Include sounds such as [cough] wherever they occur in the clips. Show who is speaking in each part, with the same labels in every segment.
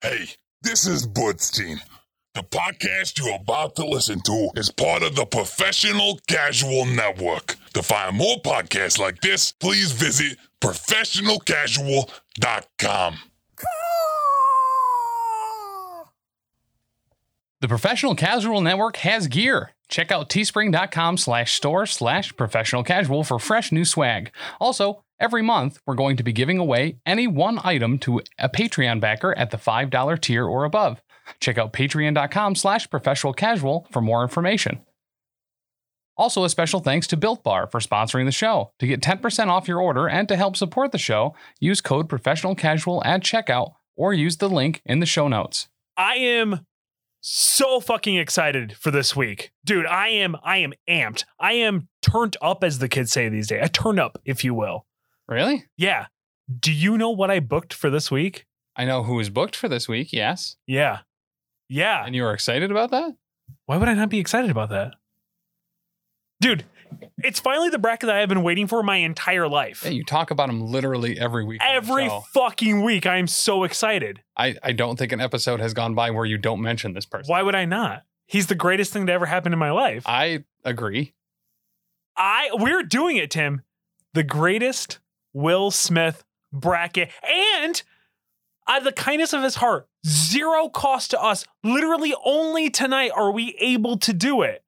Speaker 1: Hey, this is Budstein. The podcast you're about to listen to is part of the Professional Casual Network. To find more podcasts like this, please visit professionalcasual.com.
Speaker 2: The Professional Casual Network has gear. Check out teespring.com slash store slash professional casual for fresh new swag. Also, every month, we're going to be giving away any one item to a Patreon backer at the $5 tier or above. Check out patreon.com slash professional casual for more information. Also, a special thanks to Built Bar for sponsoring the show. To get 10% off your order and to help support the show, use code professional casual at checkout or use the link in the show notes.
Speaker 3: I am so fucking excited for this week. Dude, I am I am amped. I am turned up as the kids say these days. I turn up, if you will.
Speaker 2: Really?
Speaker 3: Yeah. Do you know what I booked for this week?
Speaker 2: I know who is booked for this week, yes.
Speaker 3: Yeah. Yeah.
Speaker 2: And you were excited about that?
Speaker 3: Why would I not be excited about that? Dude, it's finally the bracket that I've been waiting for my entire life.
Speaker 2: Yeah, you talk about him literally every week. on the
Speaker 3: Every
Speaker 2: show.
Speaker 3: fucking week I am so excited.
Speaker 2: I, I don't think an episode has gone by where you don't mention this person.
Speaker 3: Why would I not? He's the greatest thing to ever happen in my life.
Speaker 2: I agree.
Speaker 3: I we're doing it, Tim. The greatest Will Smith bracket, and out of the kindness of his heart, zero cost to us. Literally, only tonight are we able to do it.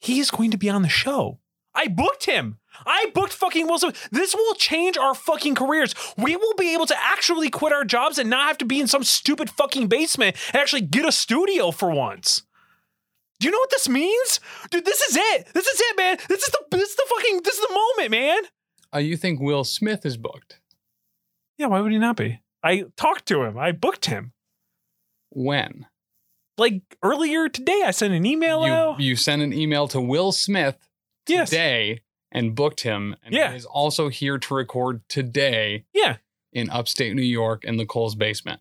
Speaker 3: He is going to be on the show. I booked him. I booked fucking Will Smith. This will change our fucking careers. We will be able to actually quit our jobs and not have to be in some stupid fucking basement and actually get a studio for once. Do you know what this means? Dude, this is it. This is it, man. This is the this is the fucking this is the moment, man.
Speaker 2: Uh, you think Will Smith is booked?
Speaker 3: Yeah, why would he not be? I talked to him. I booked him.
Speaker 2: When?
Speaker 3: Like earlier today, I sent an email
Speaker 2: You,
Speaker 3: out.
Speaker 2: you sent an email to Will Smith
Speaker 3: Yes.
Speaker 2: today and booked him. And
Speaker 3: Yeah.
Speaker 2: he is also here to record today
Speaker 3: Yeah.
Speaker 2: in upstate New York in the Cole's basement.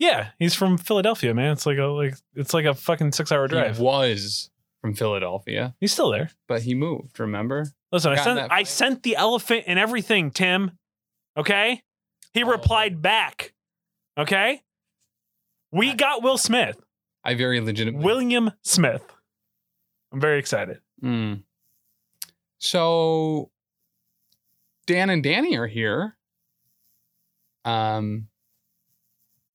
Speaker 3: Yeah. He's from Philadelphia, man. It's like a like it's like a fucking six hour drive.
Speaker 2: He was from Philadelphia,
Speaker 3: He's still there.
Speaker 2: but he moved, remember?
Speaker 3: Listen, I
Speaker 2: Gotten
Speaker 3: sent
Speaker 2: that
Speaker 3: I
Speaker 2: point.
Speaker 3: sent the elephant and everything, Tim. Okay? He
Speaker 2: Oh.
Speaker 3: replied back. Okay? We got Will Smith.
Speaker 2: I very legitimately
Speaker 3: William Smith. I'm very excited.
Speaker 2: Mm. So Dan and Danny are here. Um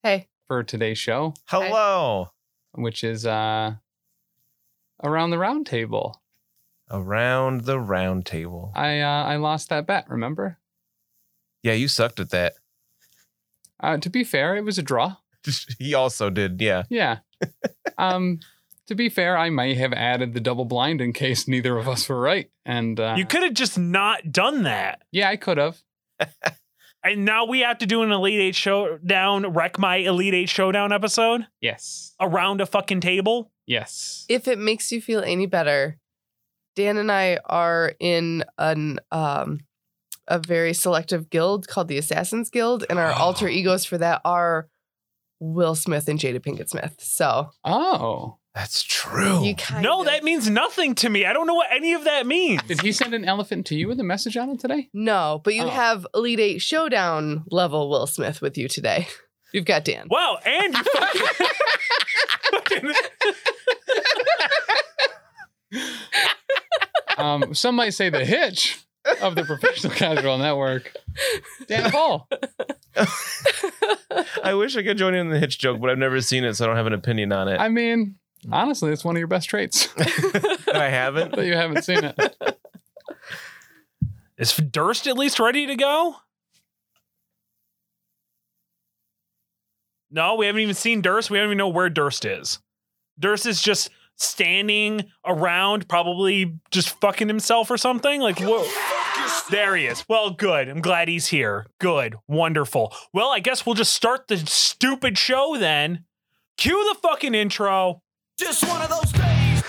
Speaker 4: Hey.
Speaker 2: for today's show,
Speaker 5: Hello.
Speaker 2: which is uh around the round table.
Speaker 5: Around the round table.
Speaker 2: I uh, I lost that bet, remember?
Speaker 5: Yeah, you sucked at that. [laughs]
Speaker 2: Uh to be fair, it was a draw.
Speaker 5: he also did, yeah.
Speaker 3: [laughs]
Speaker 2: Yeah. um to be fair, I may have added the double blind in case neither of us were right. And uh
Speaker 3: You could have just not done that.
Speaker 2: Yeah, I could have.
Speaker 3: And now we have to do an Elite Eight showdown, wreck my Elite Eight showdown episode
Speaker 2: Yes.
Speaker 3: around a fucking table.
Speaker 2: Yes.
Speaker 4: If it makes you feel any better, Dan and I are in an um a very selective guild called the Assassins Guild, and our
Speaker 3: [gasps]
Speaker 4: alter egos for that are Will Smith and Jada Pinkett Smith. So
Speaker 2: oh.
Speaker 5: That's true.
Speaker 4: you kind
Speaker 3: Oh, no,
Speaker 4: of-
Speaker 3: that means nothing to me. I don't know what any of that means.
Speaker 2: Did he send an elephant to you with a message on it today?
Speaker 4: no, but you
Speaker 2: Oh.
Speaker 4: have Elite Eight Showdown level Will Smith with you today. [laughs] You've got Dan.
Speaker 3: Wow, and you fucking- fucking-
Speaker 2: um, some might say the hitch of the
Speaker 3: [laughs]
Speaker 2: professional casual network. Dan Paul.
Speaker 5: [laughs] I wish I could join in on the hitch joke, but I've never seen it, so I don't have an opinion on it.
Speaker 2: I mean, honestly, it's one of your best traits [laughs]
Speaker 5: I haven't.
Speaker 2: that you haven't seen it.
Speaker 3: is Durst at least ready to go? No, we haven't even seen Durst. We don't even know where Durst is. Durst is just standing around, probably just fucking himself or something. Like, whoa. There he is. Well, good. I'm glad he's here. Good. Wonderful. Well, I guess we'll just start the stupid show then. Cue the fucking intro.
Speaker 6: Just one of those days.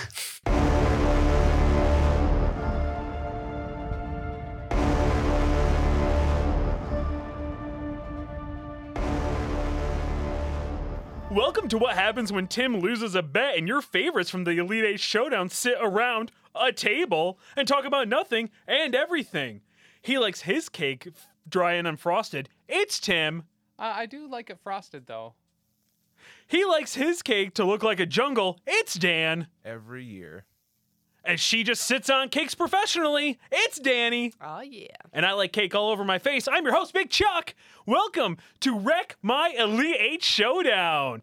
Speaker 3: Welcome to what happens when Tim loses a bet and your favorites from the Elite Eight Showdown sit around a table and talk about nothing and everything. He likes his cake f- dry and unfrosted. It's Tim.
Speaker 2: Uh, I do like it frosted though.
Speaker 3: He likes his cake to look like a jungle. It's Dan.
Speaker 5: Every year.
Speaker 3: And she just sits on cakes professionally. It's Danny.
Speaker 4: Oh yeah.
Speaker 3: And I like cake all over my face. I'm your host, Big Chuck. Welcome to Wreck My Elite Eight Showdown.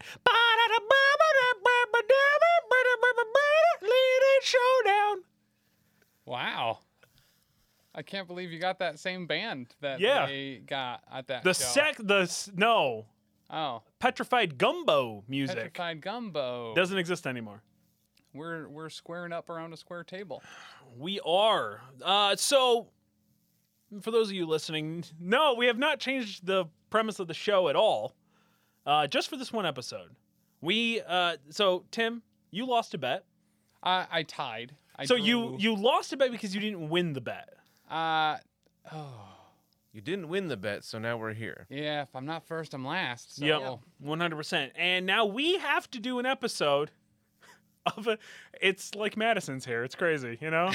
Speaker 3: Elite Eight Showdown.
Speaker 2: Wow. I can't believe you got that same band that
Speaker 3: Yeah.
Speaker 2: they got at that
Speaker 3: The
Speaker 2: show.
Speaker 3: sec, the s- no,
Speaker 2: Oh,
Speaker 3: petrified gumbo music
Speaker 2: Petrified Gumbo.
Speaker 3: doesn't exist anymore.
Speaker 2: we're we're squaring up around a square table.
Speaker 3: We are. Uh, so, for those of you listening, no, we have not changed the premise of the show at all. Uh, just for this one episode, we. Uh, so Tim, you lost a bet.
Speaker 2: I, I tied. I
Speaker 3: so
Speaker 2: drew.
Speaker 3: you you lost a bet because you didn't win the bet.
Speaker 2: Uh,
Speaker 5: You didn't win the bet, so now we're here.
Speaker 2: yeah. If I'm not first, I'm last. So.
Speaker 3: Yep, one hundred percent. And now we have to do an episode [laughs] of a. It's like Madison's here. It's crazy, you
Speaker 2: [laughs]
Speaker 3: know.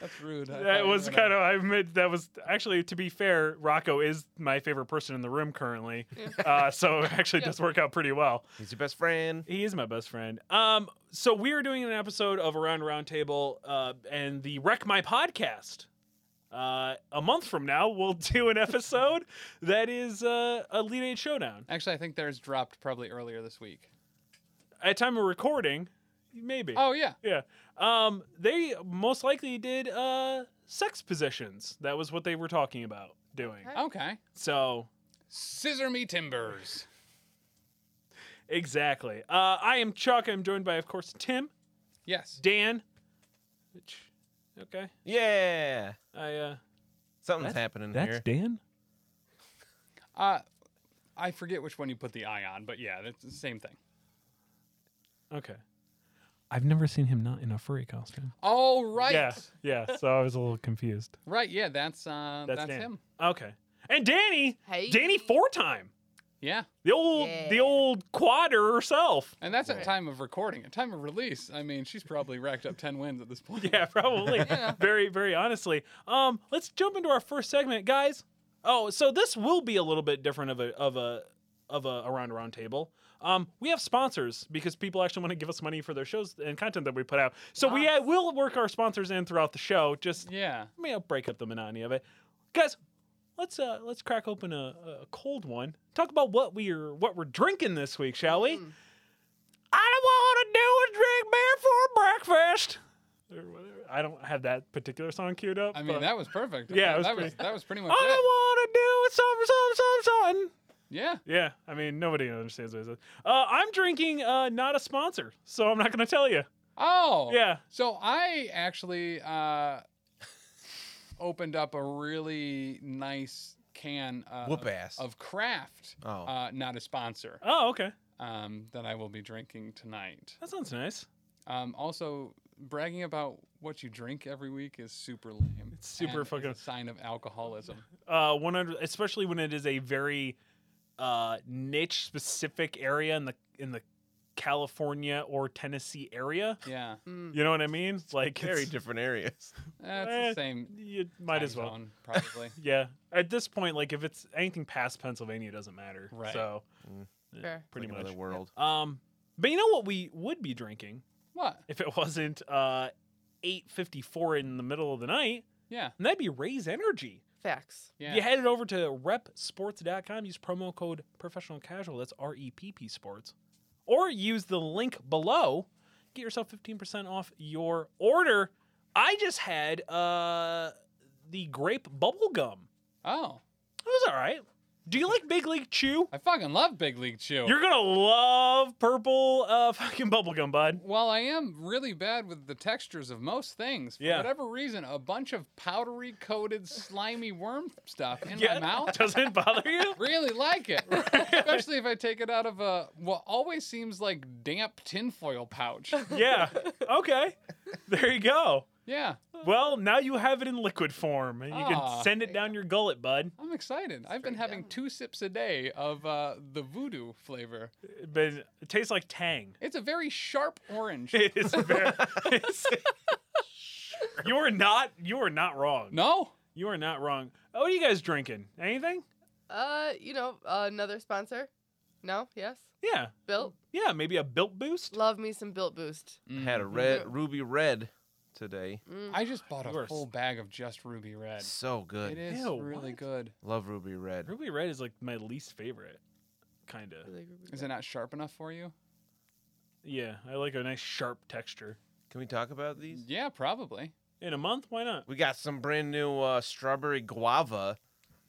Speaker 2: That's rude. I thought
Speaker 3: That
Speaker 2: you
Speaker 3: was
Speaker 2: were
Speaker 3: kind
Speaker 2: gonna-
Speaker 3: of I admit that was actually to be fair, Rocco is my favorite person in the room currently. Uh, so
Speaker 2: [laughs]
Speaker 3: it actually does work out pretty well.
Speaker 5: He's your best friend.
Speaker 3: He is my best friend. Um, so we are doing an episode of Around Round Table uh, and the Wreck My Podcast. Uh, a month from now, we'll [laughs] do an episode that is uh, a lead aid showdown.
Speaker 2: Actually, I think theirs dropped probably earlier this week.
Speaker 3: At time of recording, maybe.
Speaker 2: Oh yeah.
Speaker 3: Yeah. Um, they most likely did uh, sex positions. That was what they were talking about doing.
Speaker 2: Okay.
Speaker 3: So
Speaker 2: Scissor me timbers.
Speaker 3: Exactly. Uh, I am Chuck. I'm joined by, of course, Tim,
Speaker 2: Yes.
Speaker 3: Dan. Which, okay.
Speaker 5: Yeah.
Speaker 3: I uh.
Speaker 5: Something's happening here.
Speaker 3: Dan.
Speaker 2: Uh, I forget which one you put the eye on, but yeah, that's the same thing.
Speaker 3: Okay. I've never seen him not in a furry costume.
Speaker 2: Oh right.
Speaker 3: Yeah, yeah. So I was a little confused.
Speaker 2: Right. Yeah. That's uh. That's,
Speaker 3: Dan.
Speaker 2: him.
Speaker 3: Okay. And Danny.
Speaker 4: Hey.
Speaker 3: Danny four time.
Speaker 2: Yeah.
Speaker 3: The old, the
Speaker 4: Yeah.
Speaker 3: old quader herself. [laughs]
Speaker 2: And that's at time of recording. At time of release, I mean, she's probably racked up ten wins at this point.
Speaker 3: Yeah, probably. Very, very honestly. Um, let's jump into our first segment, guys. Oh, so this will be a little bit different of a of a of a around around table. Um, we have sponsors because people actually want to give us money for their shows and content that we put out. So we uh, will work our sponsors in throughout the show. Just
Speaker 2: Yeah.
Speaker 3: may I'll break up the monotony of it, guys. Let's uh let's crack open a, a cold one. Talk about what we're what we're drinking this week, shall we?
Speaker 2: Mm-hmm.
Speaker 3: I don't want to do is drink beer for breakfast. Or whatever. I don't have that particular song queued up.
Speaker 2: I mean,
Speaker 3: but-
Speaker 2: that was perfect.
Speaker 3: Yeah, it was
Speaker 2: that
Speaker 3: pretty-
Speaker 2: was
Speaker 3: Oh,
Speaker 2: that was pretty much
Speaker 3: I
Speaker 2: it.
Speaker 3: don't want to do is something, something, something, something.
Speaker 2: Yeah.
Speaker 3: Yeah, I mean nobody understands what it is. Uh, I'm drinking uh, not a sponsor, so I'm not gonna tell you.
Speaker 2: Oh.
Speaker 3: Yeah.
Speaker 2: So I actually uh, [laughs] opened up a really nice can uh,
Speaker 5: Whoop ass.
Speaker 2: of craft.
Speaker 5: Oh.
Speaker 2: Uh, not a sponsor.
Speaker 3: Oh, okay,
Speaker 2: Um, that I will be drinking tonight.
Speaker 3: that sounds nice.
Speaker 2: Um, also, bragging about what you drink every week is super lame. It's
Speaker 3: super fucking-
Speaker 2: a sign of alcoholism.
Speaker 3: uh, 100 especially when it is a very uh, niche specific area in the in the California or Tennessee area. [laughs]
Speaker 2: Yeah.
Speaker 3: You know what I mean? Like
Speaker 5: Very
Speaker 3: it's,
Speaker 2: [laughs]
Speaker 5: different areas.
Speaker 2: That's
Speaker 3: Eh,
Speaker 2: the same.
Speaker 3: you might
Speaker 2: time
Speaker 3: as well.
Speaker 2: zone,
Speaker 3: [laughs]
Speaker 2: probably.
Speaker 3: Yeah. At this point, like if it's anything past Pennsylvania, it doesn't matter.
Speaker 2: Right.
Speaker 3: So
Speaker 4: Fair.
Speaker 3: pretty
Speaker 5: like
Speaker 3: much.
Speaker 5: another world.
Speaker 3: Um, but you know what we would be drinking
Speaker 2: what?
Speaker 3: if it wasn't uh, eight fifty four in the middle of the night,
Speaker 2: Yeah.
Speaker 3: and that'd be Raise Energy.
Speaker 4: Facts.
Speaker 2: Yeah.
Speaker 3: You headed over to repsports.com, use promo code professional casual, that's R E P P sports, or use the link below. Get yourself 15% off your order. I just had uh, the grape bubble gum.
Speaker 2: Oh,
Speaker 3: It was all right. Do you like Big League Chew?
Speaker 2: I fucking love Big League Chew.
Speaker 3: You're going to love purple uh, [laughs] fucking bubble gum, bud.
Speaker 2: While I am really bad with the textures of most things, for
Speaker 3: Yeah.
Speaker 2: whatever reason, a bunch of powdery coated slimy worm stuff in my mouth. [laughs]
Speaker 3: Doesn't it bother you?
Speaker 2: Really like
Speaker 3: [laughs]
Speaker 2: it, especially if I take it out of a what always seems like damp tinfoil
Speaker 3: [laughs]
Speaker 2: pouch.
Speaker 3: yeah. Okay. There you go.
Speaker 2: Yeah,
Speaker 3: Well, now you have it in liquid form and you
Speaker 2: Aw.
Speaker 3: can send it down your gullet, bud.
Speaker 2: I'm excited. I've been having two sips a day of uh, the voodoo flavor.
Speaker 3: But it tastes like Tang. [laughs]
Speaker 2: It's a very sharp orange.
Speaker 3: It is very. it's- you are not. You are not wrong.
Speaker 2: No,
Speaker 3: You are not wrong. Oh, what are you guys drinking? Anything?
Speaker 4: Uh, you know, another sponsor. No, yes,
Speaker 3: Yeah.
Speaker 4: Built.
Speaker 3: Yeah, maybe a built boost.
Speaker 4: Love me some Built Boost.
Speaker 2: Mm-hmm.
Speaker 4: Mm.
Speaker 5: Had a red ruby red today.
Speaker 2: Mm. I just bought a
Speaker 3: You are
Speaker 2: full
Speaker 3: s-
Speaker 2: bag of just ruby red.
Speaker 5: So
Speaker 2: It
Speaker 5: good.
Speaker 2: is
Speaker 3: Ew,
Speaker 2: really
Speaker 3: what?
Speaker 2: good.
Speaker 5: Love ruby red.
Speaker 3: Ruby Red is like my least favorite. Kind
Speaker 4: I
Speaker 3: of.
Speaker 4: like Ruby
Speaker 2: Is
Speaker 4: Red.
Speaker 2: it not sharp enough for you?
Speaker 3: Yeah, I like a nice sharp texture.
Speaker 5: Can we talk about these?
Speaker 2: Yeah, probably.
Speaker 3: In a month, why not?
Speaker 5: We got some brand new uh, strawberry guava,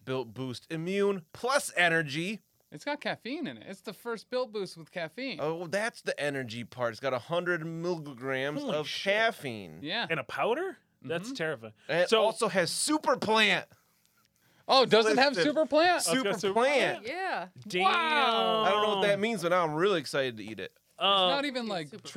Speaker 5: built boost immune plus energy.
Speaker 2: It's got caffeine in it. It's the first built boost with caffeine.
Speaker 5: Oh, that's the energy part. It's got hundred milligrams
Speaker 3: Holy
Speaker 5: of
Speaker 3: shit.
Speaker 5: caffeine.
Speaker 2: yeah.
Speaker 3: In a powder?
Speaker 2: Mm-hmm.
Speaker 3: That's terrifying.
Speaker 5: And it
Speaker 3: so
Speaker 5: also has
Speaker 4: [laughs]
Speaker 5: super plant.
Speaker 2: Oh, does it have
Speaker 5: Listen.
Speaker 2: super plant?
Speaker 3: Let's go
Speaker 5: Super
Speaker 3: super
Speaker 5: plant.
Speaker 4: Yeah.
Speaker 3: damn.
Speaker 2: Wow.
Speaker 5: I don't know what
Speaker 4: Um,
Speaker 5: that means, but now I'm really excited to eat it.
Speaker 2: it's
Speaker 3: Uh,
Speaker 2: not e- even like
Speaker 4: superpowers?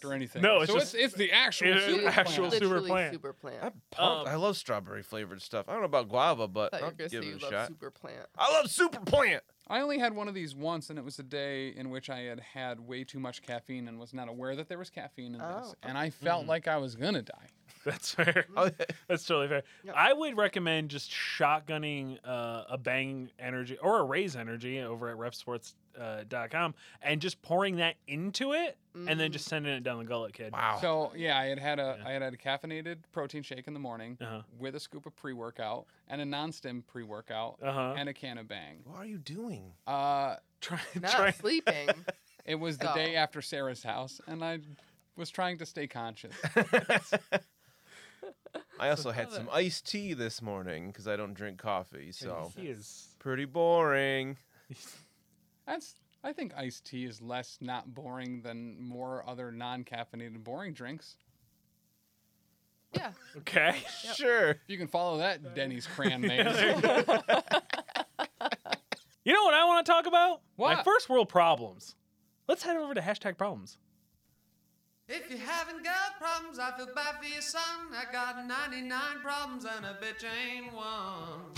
Speaker 2: trademarked or anything.
Speaker 3: No, it's
Speaker 2: so
Speaker 3: just-
Speaker 2: it's, it's the actual
Speaker 3: It is
Speaker 2: super
Speaker 3: actual
Speaker 2: plant.
Speaker 3: super
Speaker 4: Literally
Speaker 3: plant.
Speaker 4: Super
Speaker 5: I'm
Speaker 4: plant.
Speaker 5: pumped.
Speaker 3: Um,
Speaker 5: I love strawberry flavored stuff. I don't know about guava, but
Speaker 4: I
Speaker 5: I'll
Speaker 4: thought you were
Speaker 5: give
Speaker 4: gonna say you
Speaker 5: it a
Speaker 4: love
Speaker 5: shot.
Speaker 4: super plant.
Speaker 5: I love super plant. [laughs]
Speaker 2: I only had one of these once, and it was a day in which I had had way too much caffeine and was not aware that there was caffeine in this,
Speaker 4: Oh.
Speaker 2: and I
Speaker 3: Mm.
Speaker 2: felt like I was gonna die.
Speaker 3: that's fair.
Speaker 5: Oh,
Speaker 3: That's totally fair.
Speaker 4: Yep.
Speaker 3: I would recommend just shotgunning uh, a Bang Energy or a Raise Energy over at repsports.com and just pouring that into it and
Speaker 4: Mm-hmm.
Speaker 3: then just sending it down the gullet, kid.
Speaker 5: wow.
Speaker 2: So yeah, I had had a I had had a caffeinated protein shake in the morning
Speaker 3: Uh-huh.
Speaker 2: with a scoop of pre workout and a non stim pre workout
Speaker 3: Uh-huh.
Speaker 2: and a can of Bang.
Speaker 5: what are
Speaker 4: [laughs]
Speaker 5: you doing? [laughs]
Speaker 2: Uh,
Speaker 3: Try,
Speaker 4: Not
Speaker 3: try, [laughs]
Speaker 4: sleeping.
Speaker 2: it was the
Speaker 4: Oh.
Speaker 2: day after Sarah's house, and I was trying to stay conscious.
Speaker 5: I also had some iced tea this morning because I don't drink coffee. So
Speaker 3: He is.
Speaker 5: pretty boring.
Speaker 2: That's I think iced tea is less not boring than more other non caffeinated boring drinks.
Speaker 4: yeah.
Speaker 5: [laughs]
Speaker 3: Okay.
Speaker 5: Sure.
Speaker 2: If you can follow that
Speaker 3: [laughs]
Speaker 2: Denny's crayon maze.
Speaker 3: You know what I want to talk about? My
Speaker 2: What?
Speaker 3: first world problems. Let's head over to hashtag problems.
Speaker 7: If you haven't got problems, I feel bad for your son. I got 99 problems and a bitch ain't one.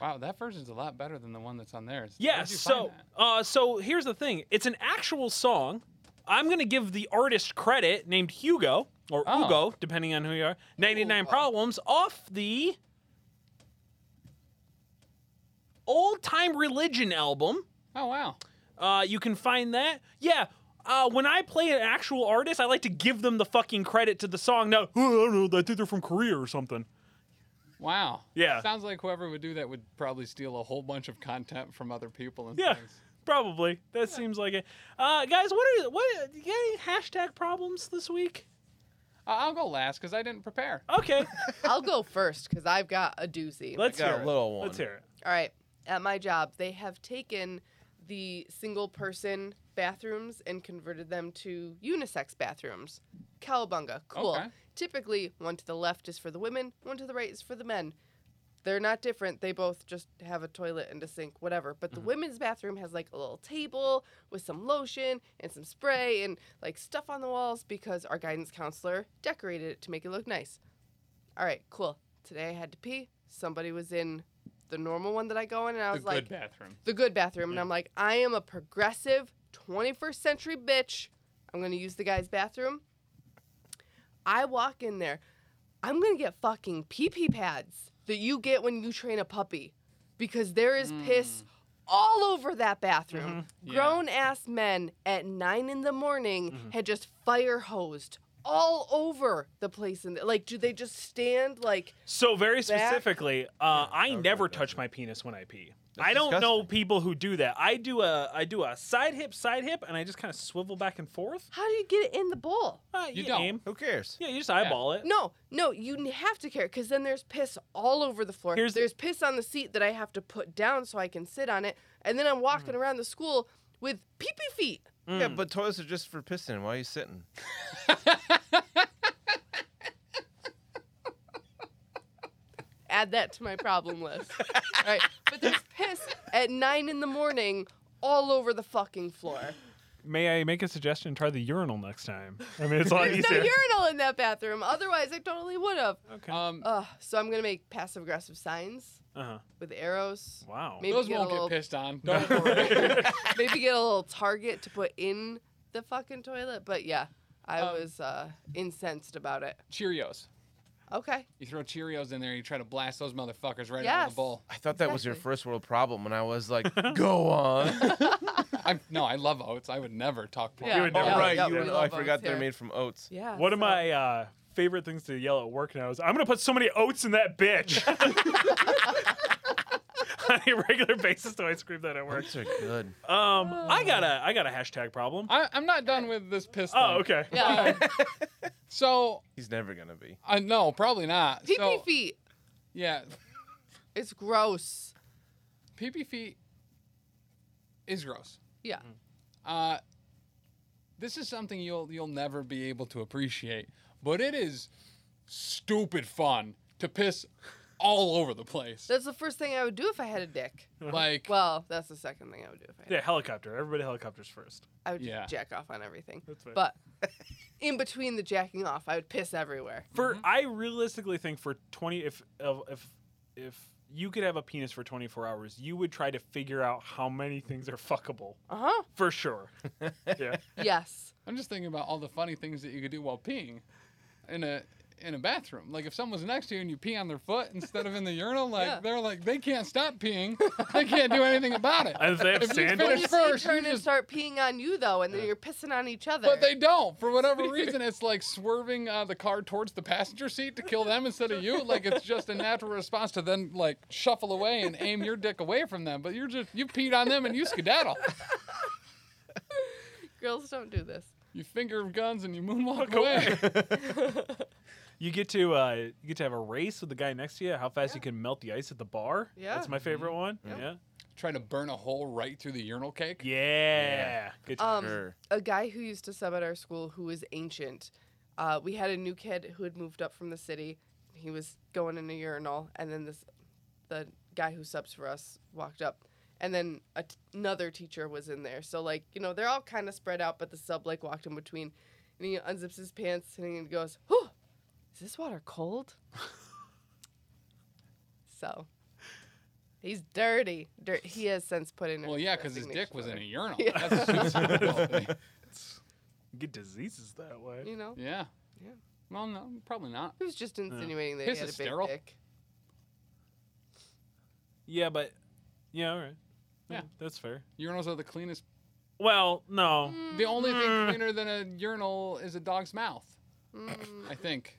Speaker 2: wow, that version's a lot better than the one that's on there.
Speaker 3: Yeah, so uh, so here's the thing. It's an actual song. I'm gonna give the artist credit named Hugo or
Speaker 2: Oh.
Speaker 3: Hugo, depending on who you are. 99 Problems off the Old Time Religion album.
Speaker 2: Oh wow.
Speaker 3: Uh, you can find that. Yeah. Uh, when I play an actual artist, I like to give them the fucking credit to the song. Now, "Oh, I don't know, I think they're from Korea or something.
Speaker 2: Wow.
Speaker 3: Yeah.
Speaker 2: Sounds like whoever would do that would probably steal a whole bunch of content from other people and
Speaker 3: Yeah,
Speaker 2: things.
Speaker 3: probably. That seems like it. Uh, guys, what are what? You got any hashtag problems this week?
Speaker 2: I- I'll go last because I didn't prepare.
Speaker 5: [laughs]
Speaker 3: Okay,
Speaker 4: I'll go first because I've got a doozy.
Speaker 3: let's
Speaker 5: got a
Speaker 3: hear it.
Speaker 5: little one.
Speaker 3: Let's hear it.
Speaker 4: All right. At my job, they have taken the single person bathrooms and converted them to unisex bathrooms. Cowabunga. Cool.
Speaker 2: Okay.
Speaker 4: Typically, one to the left is for the women, one to the right is for the men. They're not different. They both just have a toilet and a sink, whatever. But the women's bathroom has like a little table with some lotion and some spray and like stuff on the walls because our guidance counselor decorated it to make it look nice. All right, cool. Today I had to pee. Somebody was in the normal one that I go in, and I was like,
Speaker 2: bathroom.
Speaker 4: the good bathroom. And I'm like, I am a progressive 21st century bitch. I'm going to use the guy's bathroom. I walk in there. I'm going to get fucking pee pee pads that you get when you train a puppy because there is piss all over that bathroom.
Speaker 2: Yeah.
Speaker 4: Grown ass men at nine in the morning had just fire hosed all over the place. And like, do they just stand like,
Speaker 3: So very specifically, uh, I never touch my penis when I pee. I don't know
Speaker 5: disgusting.
Speaker 3: people who do that. I do a I do a side hip side hip, and I just kind of swivel back and forth.
Speaker 4: how do you get it in the bowl?
Speaker 3: Uh,
Speaker 2: You don't.
Speaker 3: aim.
Speaker 5: Who cares?
Speaker 3: Yeah, you just eyeball it.
Speaker 4: No, no, you n- have to care because then there's piss all over the floor.
Speaker 3: Here's-
Speaker 4: there's piss on the seat that I have to put down so I can sit on it, and then I'm walking around the school with pee pee feet.
Speaker 5: Yeah, but toilets are just for pissing. Why are you sitting?
Speaker 4: Add that to my problem list. all right, but there's piss at nine in the morning all over the fucking floor.
Speaker 3: May I make a suggestion? Try the urinal next time. I mean, it's a lot
Speaker 4: There's no
Speaker 3: easier.
Speaker 4: urinal in that bathroom. Otherwise, I totally would have.
Speaker 3: okay.
Speaker 2: Um,
Speaker 4: Ugh, so I'm gonna make passive aggressive signs
Speaker 3: Uh-huh.
Speaker 4: with arrows.
Speaker 3: Wow. [laughs]
Speaker 4: Maybe
Speaker 2: those
Speaker 4: get a
Speaker 2: won't
Speaker 4: little-
Speaker 2: get pissed on. Don't worry.
Speaker 4: maybe get a little target to put in the fucking toilet. But yeah, I was uh, incensed about it.
Speaker 2: Cheerios.
Speaker 4: Okay.
Speaker 2: You throw Cheerios in there, you try to blast those motherfuckers right out of
Speaker 4: Yes.
Speaker 2: the bowl.
Speaker 5: I thought that was your
Speaker 4: Exactly.
Speaker 5: first world problem when I was [laughs] like, go [laughs] on.
Speaker 2: I, no, I love oats. I would never
Speaker 4: [laughs]
Speaker 2: talk.
Speaker 4: Yeah.
Speaker 2: Yeah.
Speaker 3: would
Speaker 5: Oh,
Speaker 3: never-
Speaker 5: right.
Speaker 4: yeah,
Speaker 5: you
Speaker 4: we
Speaker 5: and-
Speaker 4: love
Speaker 5: I
Speaker 4: oats
Speaker 5: forgot they're
Speaker 4: here.
Speaker 5: made from oats.
Speaker 4: Yeah.
Speaker 3: One of
Speaker 4: so-
Speaker 3: my uh, favorite things to yell at work now is I'm gonna put so many oats in that bitch. [laughs] On a regular basis, do I scream that at work?
Speaker 5: Oats are good.
Speaker 3: Um, I got a I got a hashtag problem.
Speaker 2: I, I'm not done with this piss.
Speaker 3: Oh,
Speaker 2: thing.
Speaker 3: okay. [laughs]
Speaker 4: Yeah.
Speaker 2: So,
Speaker 5: He's never going to be.
Speaker 2: uh, no, probably not.
Speaker 4: Pee
Speaker 2: so,
Speaker 4: pee feet.
Speaker 2: Yeah,
Speaker 4: It's gross.
Speaker 2: pee pee feet is gross.
Speaker 4: Yeah.
Speaker 2: Uh, this is something you'll you'll never be able to appreciate, but it is stupid fun to piss all over the
Speaker 4: [laughs]
Speaker 2: place.
Speaker 4: That's the first thing I would do if I had a
Speaker 5: [laughs]
Speaker 4: dick.
Speaker 2: Like,
Speaker 4: Well, that's the second thing I would do if I had. a
Speaker 3: Yeah, helicopter. Everybody helicopters first.
Speaker 4: I would just
Speaker 2: Yeah.
Speaker 4: jack off on everything.
Speaker 3: That's fair.
Speaker 4: But in between the jacking off, I would piss everywhere.
Speaker 3: For I realistically think for 20 if of- if if you could have a penis for 24 hours, you would try to figure out how many things are fuckable.
Speaker 4: Uh huh.
Speaker 3: For sure. yeah.
Speaker 5: [laughs]
Speaker 4: Yes.
Speaker 2: I'm just thinking about all the funny things that you could do while peeing in a in a bathroom. Like if someone's next to you and you pee on their foot instead of in the urinal, like
Speaker 4: Yeah.
Speaker 2: they're like they can't stop peeing. They can't do anything about
Speaker 3: [laughs]
Speaker 2: it.
Speaker 3: And if they have
Speaker 2: If you
Speaker 4: When
Speaker 3: sandwich.
Speaker 4: you
Speaker 2: But
Speaker 4: see
Speaker 2: first, you
Speaker 4: turn
Speaker 5: [laughs]
Speaker 4: and
Speaker 2: just-
Speaker 4: start peeing on you though, and then you're pissing on each other.
Speaker 2: But they don't. For
Speaker 4: [laughs]
Speaker 2: whatever reason, it's like swerving uh, the car towards the passenger seat to kill them instead of you. Like it's just a natural response to then like shuffle away and aim your dick away from them. But you're just you peed on them and you skedaddle.
Speaker 4: girls don't do this.
Speaker 2: You finger guns and you moonwalk away. [laughs]
Speaker 3: You get to uh, you get to have a race with the guy next to you, how fast you can melt the ice at the bar.
Speaker 4: Yeah.
Speaker 3: That's my favorite one. Yeah.
Speaker 2: Trying to burn a hole right through the urinal cake.
Speaker 3: Yeah. Good
Speaker 4: Um,
Speaker 5: Sure.
Speaker 4: a guy who used to sub at our school who was ancient. Uh, we had a new kid who had moved up from the city. He was going in a urinal, and then this, the guy who subs for us walked up, and then a t- another teacher was in there. So like you know they're all kind of spread out, but the sub like walked in between, and he unzips his pants and he goes, "Whew, is this water cold?" [laughs] so. He's dirty. Dirt. He has since put in. a
Speaker 2: Well, yeah, because his dick
Speaker 4: resignation
Speaker 2: was in a urinal.
Speaker 4: letter, Yeah.
Speaker 2: That's
Speaker 4: [laughs]
Speaker 2: super cool.
Speaker 3: You get diseases that way.
Speaker 4: You know.
Speaker 2: Yeah.
Speaker 4: Yeah.
Speaker 2: Well, no, probably not.
Speaker 4: He was just insinuating that
Speaker 2: Hmm. His
Speaker 4: he had a
Speaker 2: is
Speaker 4: big
Speaker 2: sterile. [laughs]
Speaker 4: dick.
Speaker 3: Yeah, but yeah, all right.
Speaker 2: Yeah.
Speaker 3: that's fair.
Speaker 2: Urinals are the cleanest.
Speaker 3: Well, no.
Speaker 2: The only thing
Speaker 4: Mm.
Speaker 2: cleaner than a urinal is a dog's mouth.
Speaker 4: Mm,
Speaker 2: I think.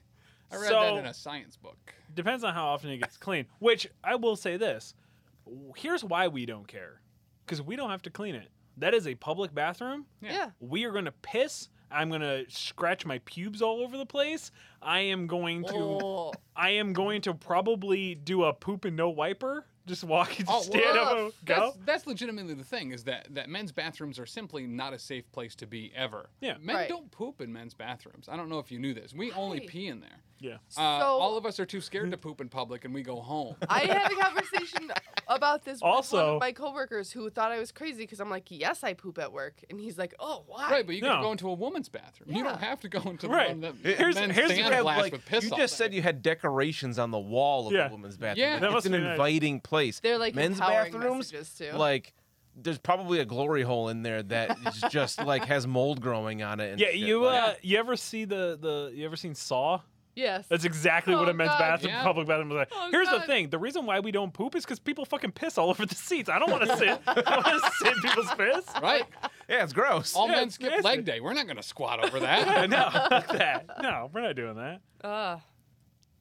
Speaker 2: I read that
Speaker 3: So-
Speaker 2: in a science book.
Speaker 3: Depends on how often it gets cleaned. Which I will say this: here's why we don't care, because we don't have to clean it. That is a public bathroom.
Speaker 4: Yeah.
Speaker 3: We are going to piss. I'm going to scratch my pubes all over the place. I am going to. [laughs]
Speaker 4: Oh,
Speaker 3: I am going to probably do a poop and no wiper. Just walk and
Speaker 2: Oh,
Speaker 3: [laughs] stand up
Speaker 4: woof.
Speaker 3: and go.
Speaker 2: That's, that's legitimately the thing is that, that men's bathrooms are simply not a safe place to be ever.
Speaker 3: Yeah.
Speaker 2: Men
Speaker 4: Right.
Speaker 2: don't poop in men's bathrooms. I don't know if you knew this. We only
Speaker 4: Right.
Speaker 2: pee in there.
Speaker 3: Yeah.
Speaker 2: Uh,
Speaker 4: So-
Speaker 2: all of us are too scared to poop in public and we go home.
Speaker 4: [laughs] I had a
Speaker 2: [laughs]
Speaker 4: conversation about this with one
Speaker 3: Also-
Speaker 4: of my coworkers who thought I was crazy because I'm like, yes, I poop at work, and he's like, oh, why?
Speaker 2: Right, but you can
Speaker 3: No.
Speaker 2: go into a woman's bathroom. You don't
Speaker 4: Yeah.
Speaker 2: have to go into the
Speaker 3: Right.
Speaker 2: one that
Speaker 3: Here's-
Speaker 2: men
Speaker 3: here's-
Speaker 2: stand
Speaker 3: you have,
Speaker 2: blast with piss
Speaker 5: you
Speaker 2: all
Speaker 5: just
Speaker 2: day.
Speaker 5: said you had decorations on the wall of
Speaker 3: Yeah.
Speaker 5: the women's bathroom.
Speaker 2: Yeah.
Speaker 5: Like,
Speaker 2: That
Speaker 5: it's
Speaker 3: must
Speaker 5: an
Speaker 3: be nice.
Speaker 5: inviting place.
Speaker 4: They're, like,
Speaker 5: men's
Speaker 4: empowering
Speaker 5: bathrooms,
Speaker 4: messages, too.
Speaker 5: like there's probably a glory hole in there that is just like has mold growing on it. And
Speaker 3: Yeah,
Speaker 5: shit,
Speaker 3: you
Speaker 5: like-
Speaker 3: uh, you ever see the the you ever seen Saw?
Speaker 4: Yes.
Speaker 3: That's exactly what
Speaker 4: Oh,
Speaker 3: a men's
Speaker 4: God.
Speaker 3: bathroom,
Speaker 2: Yeah.
Speaker 3: public bathroom was like.
Speaker 4: Oh,
Speaker 3: Here's
Speaker 4: God.
Speaker 3: the thing: the reason why we don't poop is because people fucking piss all over the seats. I don't want to
Speaker 4: [laughs]
Speaker 3: sit. I don't want to sit in people's piss. [laughs]
Speaker 2: Right?
Speaker 5: yeah, it's gross.
Speaker 2: All
Speaker 3: Yeah,
Speaker 2: men
Speaker 3: it's
Speaker 2: skip
Speaker 3: nasty.
Speaker 2: leg day. We're not going to squat over
Speaker 3: No, [laughs]
Speaker 2: that.
Speaker 3: fuck that. No, we're not doing that.
Speaker 4: Uh,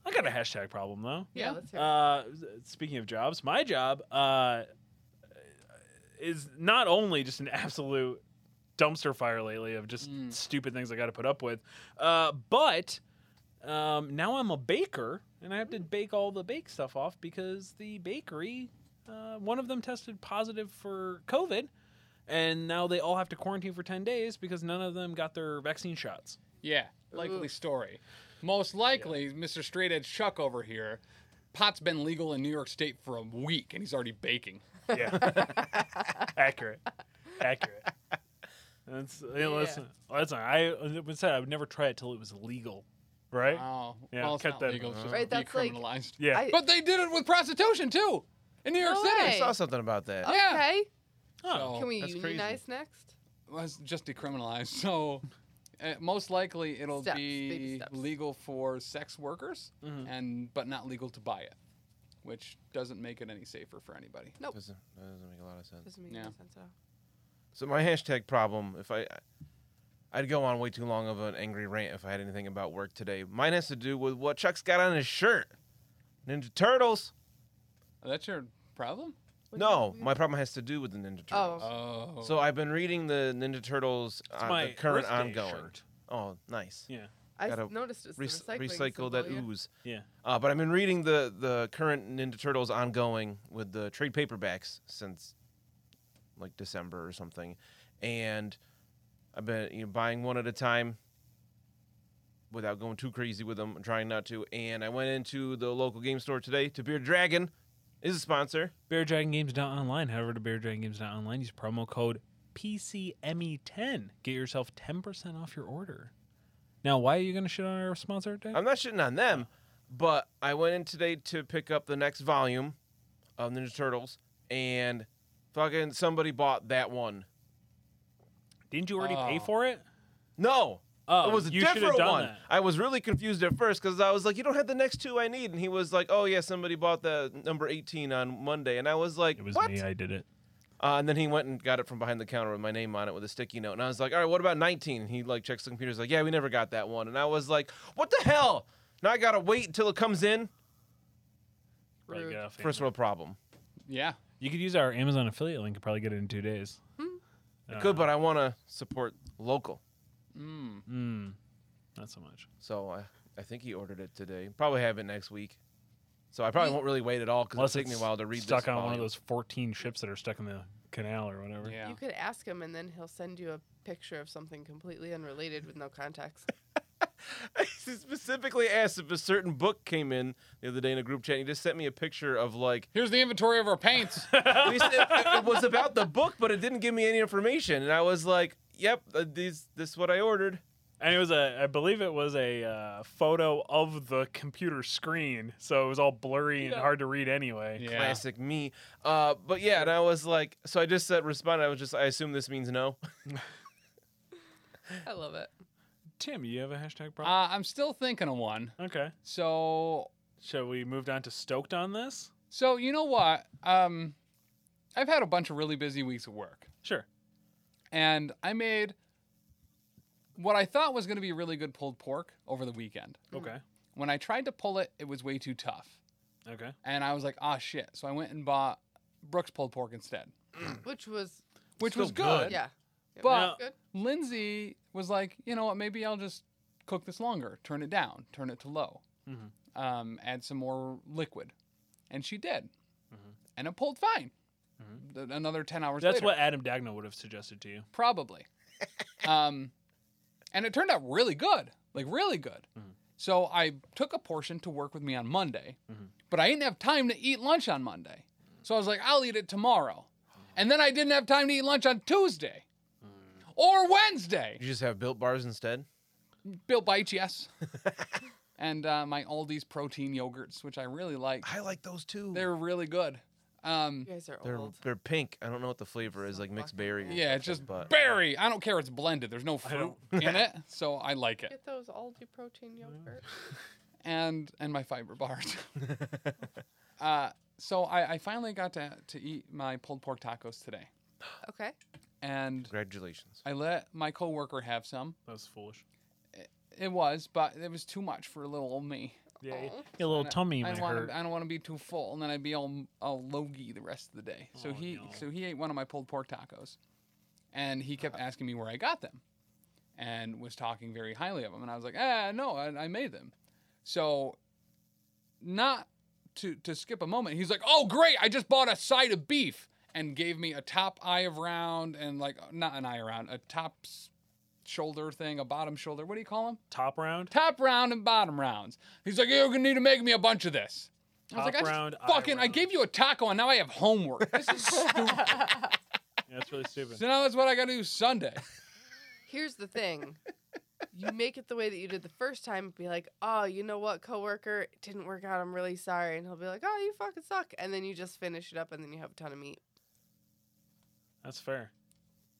Speaker 3: I got a hashtag problem though.
Speaker 4: yeah,
Speaker 2: Yeah.
Speaker 4: let's hear it.
Speaker 3: Uh, speaking of jobs, my job uh, is not only just an [laughs] absolute dumpster fire lately of just stupid things I got to put up with, uh, but um, now I'm a baker and I have to bake all the bake stuff off because the bakery, uh, one of them tested positive for COVID, and now they all have to quarantine for ten days because none of them got their vaccine shots.
Speaker 2: Yeah, likely story. Most likely, Mr. Straight Edge Chuck over here, pot's been legal in New York State for a week and he's already baking.
Speaker 3: Yeah. Accurate. Accurate. That's, yeah, listen, listen, I was said I would never try it till it was legal, right?
Speaker 2: Oh,
Speaker 3: Yeah,
Speaker 2: well, it's
Speaker 3: cut
Speaker 2: not
Speaker 3: that.
Speaker 2: legal. It's just
Speaker 4: Right, that's like-
Speaker 2: decriminalized.
Speaker 3: yeah.
Speaker 4: I-
Speaker 2: But they did it with prostitution too in New York
Speaker 4: No
Speaker 2: City.
Speaker 5: I
Speaker 4: way.
Speaker 5: saw something about that.
Speaker 2: Yeah.
Speaker 4: Okay.
Speaker 3: Oh,
Speaker 2: So
Speaker 4: Can we
Speaker 5: that's
Speaker 4: unionize next?
Speaker 2: it was just decriminalized. So uh, most likely it'll
Speaker 4: Steps, baby
Speaker 2: be
Speaker 4: steps.
Speaker 2: legal for sex workers,
Speaker 3: Mm-hmm.
Speaker 2: and but not legal to buy it, which doesn't make it any safer for anybody.
Speaker 4: Nope.
Speaker 5: Doesn't, that doesn't make a lot of sense.
Speaker 4: Doesn't make
Speaker 2: Yeah.
Speaker 4: any sense at all.
Speaker 5: So my hashtag problem, if I, I'd go on way too long of an angry rant if I had anything about work today. Mine has to do with what Chuck's got on his shirt. Ninja Turtles.
Speaker 2: That's your problem.
Speaker 5: No, my problem has to do with the Ninja Turtles.
Speaker 4: Oh,
Speaker 2: Oh,
Speaker 5: So I've been reading the Ninja Turtles, uh, the
Speaker 3: my
Speaker 5: current
Speaker 3: birthday
Speaker 5: ongoing.
Speaker 3: shirt.
Speaker 5: Oh, nice.
Speaker 3: Yeah.
Speaker 4: I
Speaker 5: gotta
Speaker 4: noticed it's the
Speaker 5: Rec-
Speaker 4: recycling
Speaker 5: recycle that
Speaker 4: symbol, yeah.
Speaker 5: ooze.
Speaker 3: Yeah.
Speaker 5: Uh, but I've been reading the the current Ninja Turtles ongoing with the trade paperbacks since like December or something, and I've been you know, buying one at a time without going too crazy with them, trying not to. And I went into the local game store today. To Beer Dragon is a sponsor.
Speaker 3: Bear Dragon Games online. However, to Bear Dragon Games online, use promo code PCME10. E Get yourself 10% off your order. Now, why are you going to shit on our sponsor, Dave?
Speaker 5: I'm not shitting on them, but I went in today to pick up the next volume of Ninja Turtles, and fucking somebody bought that one.
Speaker 3: Didn't you already pay
Speaker 2: Oh.
Speaker 3: for it?
Speaker 5: No.
Speaker 3: Oh,
Speaker 5: it was a
Speaker 3: you should have
Speaker 5: different
Speaker 3: done
Speaker 5: one.
Speaker 3: that.
Speaker 5: I was really confused at first because I was like, "You don't have the next two I need," and he was like, "Oh yeah, somebody bought the number eighteen on Monday," and I was like, "What?"
Speaker 3: I did it.
Speaker 5: Uh, and then he went and got it from behind the counter with my name on it with a sticky note, and I was like, "All right, what about 19? And he like checks the computer, he's like, "Yeah, we never got that one," and I was like, "What the hell?" Now I gotta wait until it comes in.
Speaker 4: Rude.
Speaker 5: First world problem.
Speaker 2: yeah.
Speaker 3: uh, You could use our Amazon affiliate link and probably get it in two days. Uh, Uh-huh.
Speaker 5: Good, but I want to support local,
Speaker 2: Mm,
Speaker 3: Hmm. Not so much.
Speaker 5: so I I think he ordered it today. Probably have it next week. So I probably won't really wait at all because
Speaker 3: Unless
Speaker 5: it'll take me a
Speaker 3: it's
Speaker 5: while to read.
Speaker 3: stuck
Speaker 5: this
Speaker 3: on one of
Speaker 5: volume.
Speaker 3: those 14 ships that are stuck in the canal or whatever. [laughs]
Speaker 2: Yeah.
Speaker 4: You could ask him, and then he'll send you a picture of something completely unrelated with
Speaker 2: [laughs]
Speaker 4: no context.
Speaker 5: [laughs] He specifically asked if a certain book came in the other day in a group chat. And he just sent me a picture
Speaker 2: [laughs]
Speaker 5: of like
Speaker 2: Here's the inventory of our paints.
Speaker 5: he said it, it was about the book, but it didn't give me any information. And I was like, "Yep, uh, these this is what I ordered."
Speaker 3: And it was a, I believe it was a uh, photo of the computer screen, so it was all blurry and hard to read anyway.
Speaker 2: yeah.
Speaker 5: [laughs] Classic me. Uh, but yeah, and I was like, so I just said responded. I was just, I assume this means no. [laughs]
Speaker 4: I love it.
Speaker 3: Tim, you have a hashtag
Speaker 2: Uh,
Speaker 3: problem?
Speaker 2: I'm still thinking of one.
Speaker 3: Uh, okay.
Speaker 2: So
Speaker 3: Shall we move on to stoked on this?
Speaker 2: So you know what? Um, I've had a bunch of really busy weeks at work,
Speaker 3: Sure.
Speaker 2: and I made what I thought was going to be really good pulled pork over the weekend.
Speaker 3: Okay.
Speaker 2: When I tried to pull it, it was way too tough,
Speaker 3: Okay.
Speaker 2: and I was like, "Ah, shit!" So I went and bought Brooks pulled pork instead,
Speaker 4: Which was,
Speaker 2: which was
Speaker 5: Still
Speaker 2: good.
Speaker 5: good.
Speaker 4: yeah. It
Speaker 2: But-
Speaker 4: was good.
Speaker 2: Lindsay was like, "You know what? Maybe I'll just cook this longer. Turn it down. Turn it to low.
Speaker 3: Mm-hmm.
Speaker 2: Um, add some more liquid," and she did, and it pulled fine. Th- Another ten hours.
Speaker 3: Mm-hmm. That's
Speaker 2: later.
Speaker 3: what Adam Dagna would have suggested to you. [laughs]
Speaker 2: probably. um, and it turned out really good, like really good.
Speaker 3: Mm-hmm.
Speaker 2: So I took a portion to work with me on Monday,
Speaker 3: Mm-hmm.
Speaker 2: but I didn't have time to eat lunch on Monday.
Speaker 3: Mm.
Speaker 2: So I was like, I'll eat it tomorrow.
Speaker 3: Oh.
Speaker 2: And then I didn't have time to eat lunch on Tuesday
Speaker 3: Mm.
Speaker 2: or Wednesday.
Speaker 5: You just have built bars instead.
Speaker 2: Bill Bites, yes. [laughs] and uh, my Aldi's protein yogurts, which I really like.
Speaker 5: I like those too.
Speaker 2: They're really good. Um,
Speaker 4: You guys are
Speaker 5: they're
Speaker 4: old.
Speaker 5: they're pink. I don't know what the flavor is, like mixed berry. or
Speaker 2: yeah, it's
Speaker 5: something,
Speaker 2: just
Speaker 5: but-
Speaker 2: berry. I don't care. It's blended. There's no fruit [laughs] in it, so I like it.
Speaker 4: Get those Aldi protein yogurt.
Speaker 2: and and my fiber [laughs] bars. uh, so I, I finally got to, to eat my pulled pork tacos today,
Speaker 4: Okay.
Speaker 2: and
Speaker 5: Congratulations.
Speaker 2: I let my coworker have some.
Speaker 3: That was foolish.
Speaker 2: It was, but it was too much for little old me.
Speaker 3: Yeah. Your little tummy
Speaker 2: I
Speaker 3: might
Speaker 2: want
Speaker 3: hurt.
Speaker 2: to, I don't want to be too full, and then I'd be all all logy the rest of the day. So he so he ate one of my pulled pork tacos, and he kept asking me where I got them, and was talking very highly of them, and I was like, ah, no, I, I made them. So, not to to skip a moment, he's like, oh great, I just bought a side of beef, and gave me a top eye of round and like not an eye round, a top s- shoulder thing, a bottom shoulder. What do you call them?
Speaker 3: Top round.
Speaker 2: top round and bottom rounds. He's like, you're gonna need to make me a bunch of this. I was
Speaker 3: Top
Speaker 2: like, I
Speaker 3: round, eye
Speaker 2: just fucking, I
Speaker 3: round.
Speaker 2: gave you a taco and now I have homework. This
Speaker 3: [laughs]
Speaker 2: is stupid.
Speaker 3: Yeah, that's really
Speaker 2: [laughs]
Speaker 3: stupid.
Speaker 2: so now that's what I gotta do Sunday.
Speaker 4: Here's the thing. You make it the way that you did the first time. Be like, oh, you know what, coworker, it didn't work out. I'm really sorry. And he'll be like, oh, you fucking suck. And then you just finish it up, and then you have a ton of meat.
Speaker 3: That's fair.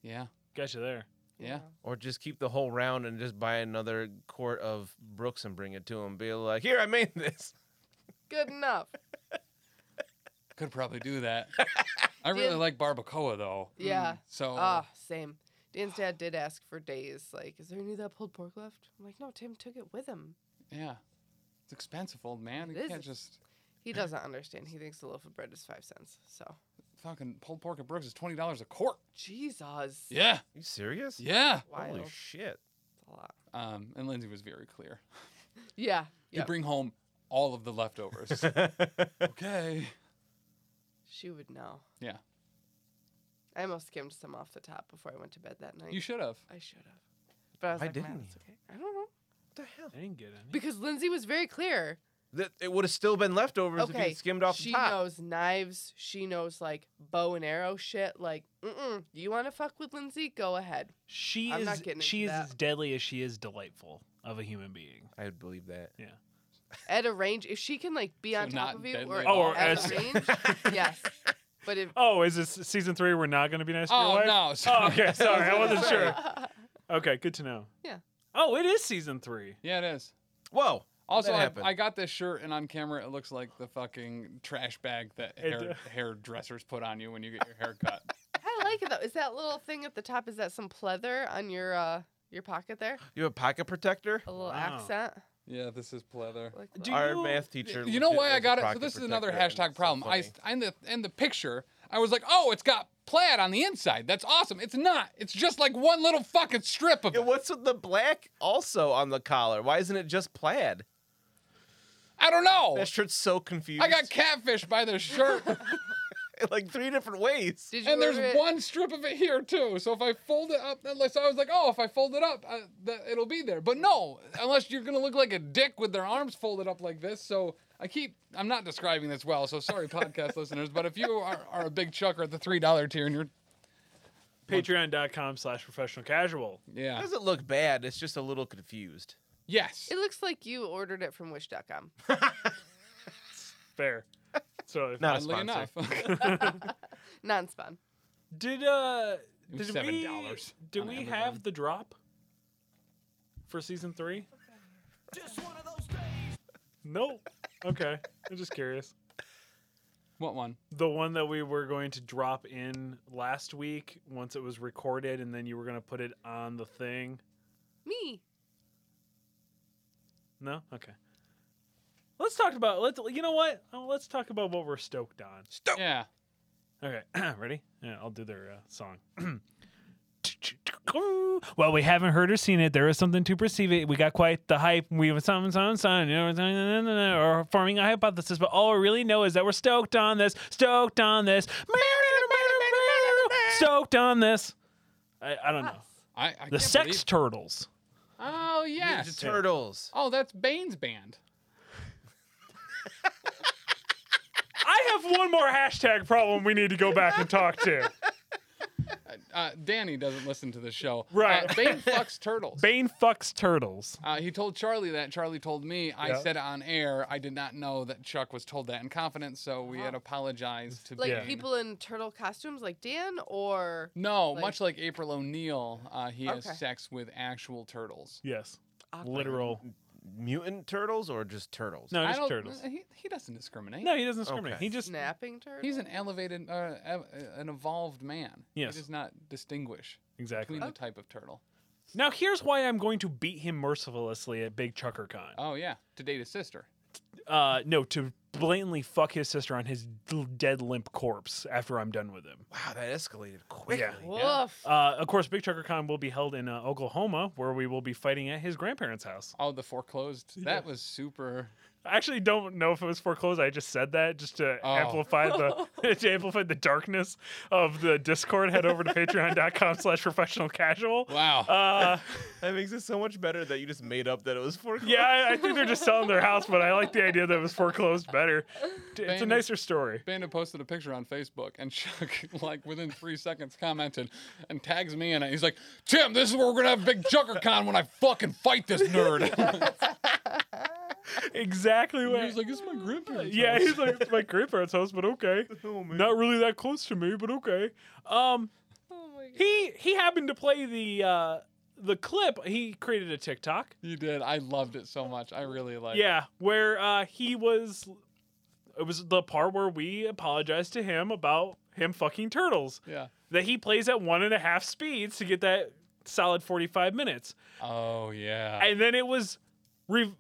Speaker 2: Yeah.
Speaker 3: Got you there.
Speaker 2: Yeah.
Speaker 5: Or just keep the whole round and just buy another quart of Brooks and bring it to him. Be like, here, I made this. [laughs]
Speaker 4: Good enough.
Speaker 2: Could probably do
Speaker 3: [laughs]
Speaker 2: that. I really
Speaker 4: Did-
Speaker 2: like barbacoa though.
Speaker 3: Mm.
Speaker 4: Yeah.
Speaker 2: So uh,
Speaker 4: Ah, same. Dan's dad did ask for days. Like, is there any of that pulled pork left? I'm like, no, Tim took it with him.
Speaker 2: yeah, it's expensive, old man.
Speaker 4: It
Speaker 2: you
Speaker 4: is
Speaker 2: can't just [laughs]
Speaker 4: He doesn't understand. He thinks the loaf of bread is five cents. So,
Speaker 2: fucking pulled pork at Brooks is twenty dollars a quart.
Speaker 4: Jesus.
Speaker 2: Yeah.
Speaker 5: you serious?
Speaker 2: Yeah.
Speaker 4: Wild.
Speaker 5: Holy shit.
Speaker 4: It's a lot.
Speaker 2: Um, and Lindsay was very clear.
Speaker 4: Yeah.
Speaker 2: You
Speaker 4: Yep.
Speaker 2: bring home all of the
Speaker 3: [laughs]
Speaker 2: leftovers. okay.
Speaker 4: she would know.
Speaker 2: Yeah.
Speaker 4: I almost skimmed some off the top before I went to bed that night.
Speaker 2: You should have.
Speaker 4: I should have. But I was
Speaker 5: Why
Speaker 4: like, man,
Speaker 5: didn't
Speaker 4: it's okay. I don't know.
Speaker 5: What the hell?
Speaker 3: I didn't get any.
Speaker 4: Because Lindsay was very clear.
Speaker 5: That it would have still been leftovers if
Speaker 4: okay.
Speaker 5: you skimmed off
Speaker 4: she
Speaker 5: the top.
Speaker 4: knows knives. She knows like bow and arrow shit. Like, mm-mm. You want to fuck with Lindsay? Go ahead.
Speaker 3: She
Speaker 4: I'm not
Speaker 3: is
Speaker 4: getting into
Speaker 3: she is
Speaker 4: that.
Speaker 3: as deadly as she is delightful of a human being.
Speaker 5: I would believe that.
Speaker 4: At a range, if she can like be
Speaker 2: So
Speaker 4: on
Speaker 2: not
Speaker 4: top of you
Speaker 2: deadly
Speaker 4: or,
Speaker 2: at all.
Speaker 3: Oh, or
Speaker 4: at
Speaker 3: as-
Speaker 4: a range, yes. But if
Speaker 3: Oh, is this season three? We're not going to be nice to your
Speaker 2: Oh
Speaker 3: wife?
Speaker 2: no.
Speaker 3: Oh,
Speaker 2: sorry.
Speaker 3: okay. Sorry, I
Speaker 4: [laughs]
Speaker 3: wasn't sure. Okay, good to know.
Speaker 4: Yeah.
Speaker 3: Oh, it is season three.
Speaker 2: [laughs] Yeah, it is.
Speaker 5: Whoa.
Speaker 2: Also,
Speaker 5: that
Speaker 2: I,
Speaker 5: happened?
Speaker 2: I got this shirt, and on camera, it looks like the fucking trash bag that
Speaker 3: It
Speaker 2: hair,
Speaker 3: do-
Speaker 2: hairdressers put on you when you get your hair
Speaker 5: [laughs]
Speaker 2: cut.
Speaker 4: I like it though. Is that little thing at the top? Is that some pleather on your uh your pocket there?
Speaker 5: You have a pocket protector?
Speaker 4: A little
Speaker 3: Wow.
Speaker 4: accent.
Speaker 2: yeah, this is pleather.
Speaker 4: Like
Speaker 3: Do
Speaker 5: Our
Speaker 3: you-
Speaker 5: math teacher.
Speaker 2: You know
Speaker 5: legit
Speaker 2: why
Speaker 5: was
Speaker 2: I
Speaker 5: a
Speaker 2: got it? So
Speaker 5: pocket
Speaker 2: this is another
Speaker 5: protector, and
Speaker 2: hashtag
Speaker 5: it's so
Speaker 2: problem. I
Speaker 5: funny.
Speaker 2: in the in the picture, I was like, oh, it's got plaid on the inside. That's awesome. It's not. It's just like one little fucking strip of
Speaker 5: Yeah,
Speaker 2: it.
Speaker 5: what's with the black also on the collar? Why isn't it just plaid?
Speaker 2: I don't know.
Speaker 5: That shirt's so confused.
Speaker 2: Oh.
Speaker 5: [laughs]
Speaker 2: I got catfished by this shirt,
Speaker 5: like three different ways.
Speaker 4: Did you
Speaker 2: and
Speaker 4: order
Speaker 2: there's
Speaker 4: it-
Speaker 2: one strip of it here too. So if I fold it up, that looks- so I was like, oh, if I fold it up, uh, the, it'll be there. But no, unless you're gonna look like a dick with their arms folded up like this. So I keep. I'm not describing this well, so
Speaker 4: [laughs]
Speaker 2: sorry, podcast listeners. But if you are, are a big chucker at the three dollar tier, and you're
Speaker 3: Patreon.com slash professional casual.
Speaker 5: It
Speaker 2: yeah,
Speaker 5: doesn't look bad. It's just a little confused.
Speaker 2: yes,
Speaker 4: It looks like you ordered it from Wish.com.
Speaker 3: Fair. So
Speaker 5: Not a
Speaker 2: oddly
Speaker 5: sponsor.
Speaker 2: enough.
Speaker 4: Non-spawn.
Speaker 3: did uh
Speaker 2: It
Speaker 3: did
Speaker 2: was
Speaker 3: we
Speaker 2: $7
Speaker 3: did
Speaker 2: on
Speaker 3: we
Speaker 2: Amazon.
Speaker 3: have the drop for season three? No. Okay. I'm just curious.
Speaker 2: [laughs] What one?
Speaker 3: The one that we were going to drop in last week once it was recorded and then you were gonna put it on the thing.
Speaker 4: Me.
Speaker 3: No? Okay. Let's talk about let's you know what? Oh, let's talk about what we're stoked on.
Speaker 2: Yeah.
Speaker 3: Okay, [clears throat] ready? Yeah, I'll do their uh, song. [clears throat] well, we haven't heard or seen it. There is something to perceive it. We got quite the hype. We have some, some, some, you know, or forming a hypothesis. But all we really know is that we're stoked on this. Stoked on this. [laughs] Stoked on this. I, I don't know.
Speaker 2: Ah, I, I
Speaker 3: The
Speaker 2: can't
Speaker 3: Sex
Speaker 2: believe-
Speaker 3: Turtles.
Speaker 2: Oh
Speaker 5: Ninja
Speaker 2: yes.
Speaker 5: Turtles.
Speaker 2: Oh, that's Bane's band.
Speaker 3: I have one more hashtag problem we need to go back and talk
Speaker 2: [laughs]
Speaker 3: to.
Speaker 2: Uh, Danny doesn't listen to the show.
Speaker 3: Right.
Speaker 2: Uh,
Speaker 3: [laughs]
Speaker 2: Bane fucks turtles.
Speaker 3: Bane fucks turtles.
Speaker 2: Uh, he told Charlie that. Charlie told me. I
Speaker 3: Yeah.
Speaker 2: said on air. I did not know that Chuck was told that in confidence, so we had apologized to
Speaker 4: Uh-huh. Like
Speaker 3: Yeah.
Speaker 2: Bane.
Speaker 4: people in turtle costumes, like Dan, or
Speaker 2: No,
Speaker 4: like-
Speaker 2: much like April O'Neil, uh, he
Speaker 4: Okay.
Speaker 2: has sex with actual turtles.
Speaker 3: Yes. Literal.
Speaker 5: Mutant turtles or just turtles?
Speaker 3: No,
Speaker 2: I
Speaker 3: just
Speaker 2: don't. [laughs] uh,
Speaker 3: turtles.
Speaker 2: He, he doesn't discriminate.
Speaker 3: No, he doesn't discriminate.
Speaker 5: Okay.
Speaker 3: He just
Speaker 4: snapping turtle.
Speaker 2: He's an elevated, uh, ev- an evolved man.
Speaker 3: Yes.
Speaker 2: He does not distinguish
Speaker 3: exactly.
Speaker 2: between the type of turtle.
Speaker 3: Now here's why I'm going to beat him mercilessly at Big Chucker Con.
Speaker 2: Oh yeah, to date his sister.
Speaker 3: Uh, no, to blatantly fuck his sister on his l- dead limp corpse after I'm done with him.
Speaker 5: Wow, that escalated quickly.
Speaker 4: Woof.
Speaker 2: Yeah.
Speaker 3: Uh, of course, Big Chucker Con will be held in uh, Oklahoma, where we will be fighting at his grandparents' house.
Speaker 2: Oh, the foreclosed. That was super.
Speaker 3: I actually don't know if it was foreclosed. I just said that just to
Speaker 2: Oh.
Speaker 3: amplify the [laughs] to amplify the darkness of the Discord. Head over to [laughs] Patreon.com/slash Professional Casual. [laughs]
Speaker 2: Wow.
Speaker 3: Uh,
Speaker 5: That makes it so much better that you just made up that it was for.
Speaker 3: yeah, I, I think they're just selling their house, but I like the idea that it was foreclosed better. It's a
Speaker 2: Famous.
Speaker 3: nicer story.
Speaker 2: Banda posted a picture on Facebook, and [laughs] Chuck, like within three seconds, commented and tags me in it. He's like, "Tim, this is where we're gonna have big Chucker Con when I fucking fight this nerd." [laughs]
Speaker 3: Exactly
Speaker 2: he
Speaker 3: what.
Speaker 2: was like, "This is my grandparents."
Speaker 3: yeah,
Speaker 2: house."
Speaker 3: he's
Speaker 2: [laughs]
Speaker 3: like it's my grandparents' house, but okay, not really that close to me, but okay. Um,
Speaker 4: Oh my
Speaker 3: He he happened to play the uh the clip. He created a TikTok.
Speaker 2: You did. I loved it so much. I really liked. it.
Speaker 3: Yeah, where uh he was it was the part where we apologized to him about him fucking turtles
Speaker 2: Yeah.
Speaker 3: that he plays at one and a half speeds to get that solid 45 minutes.
Speaker 2: Oh yeah.
Speaker 3: And then it was re-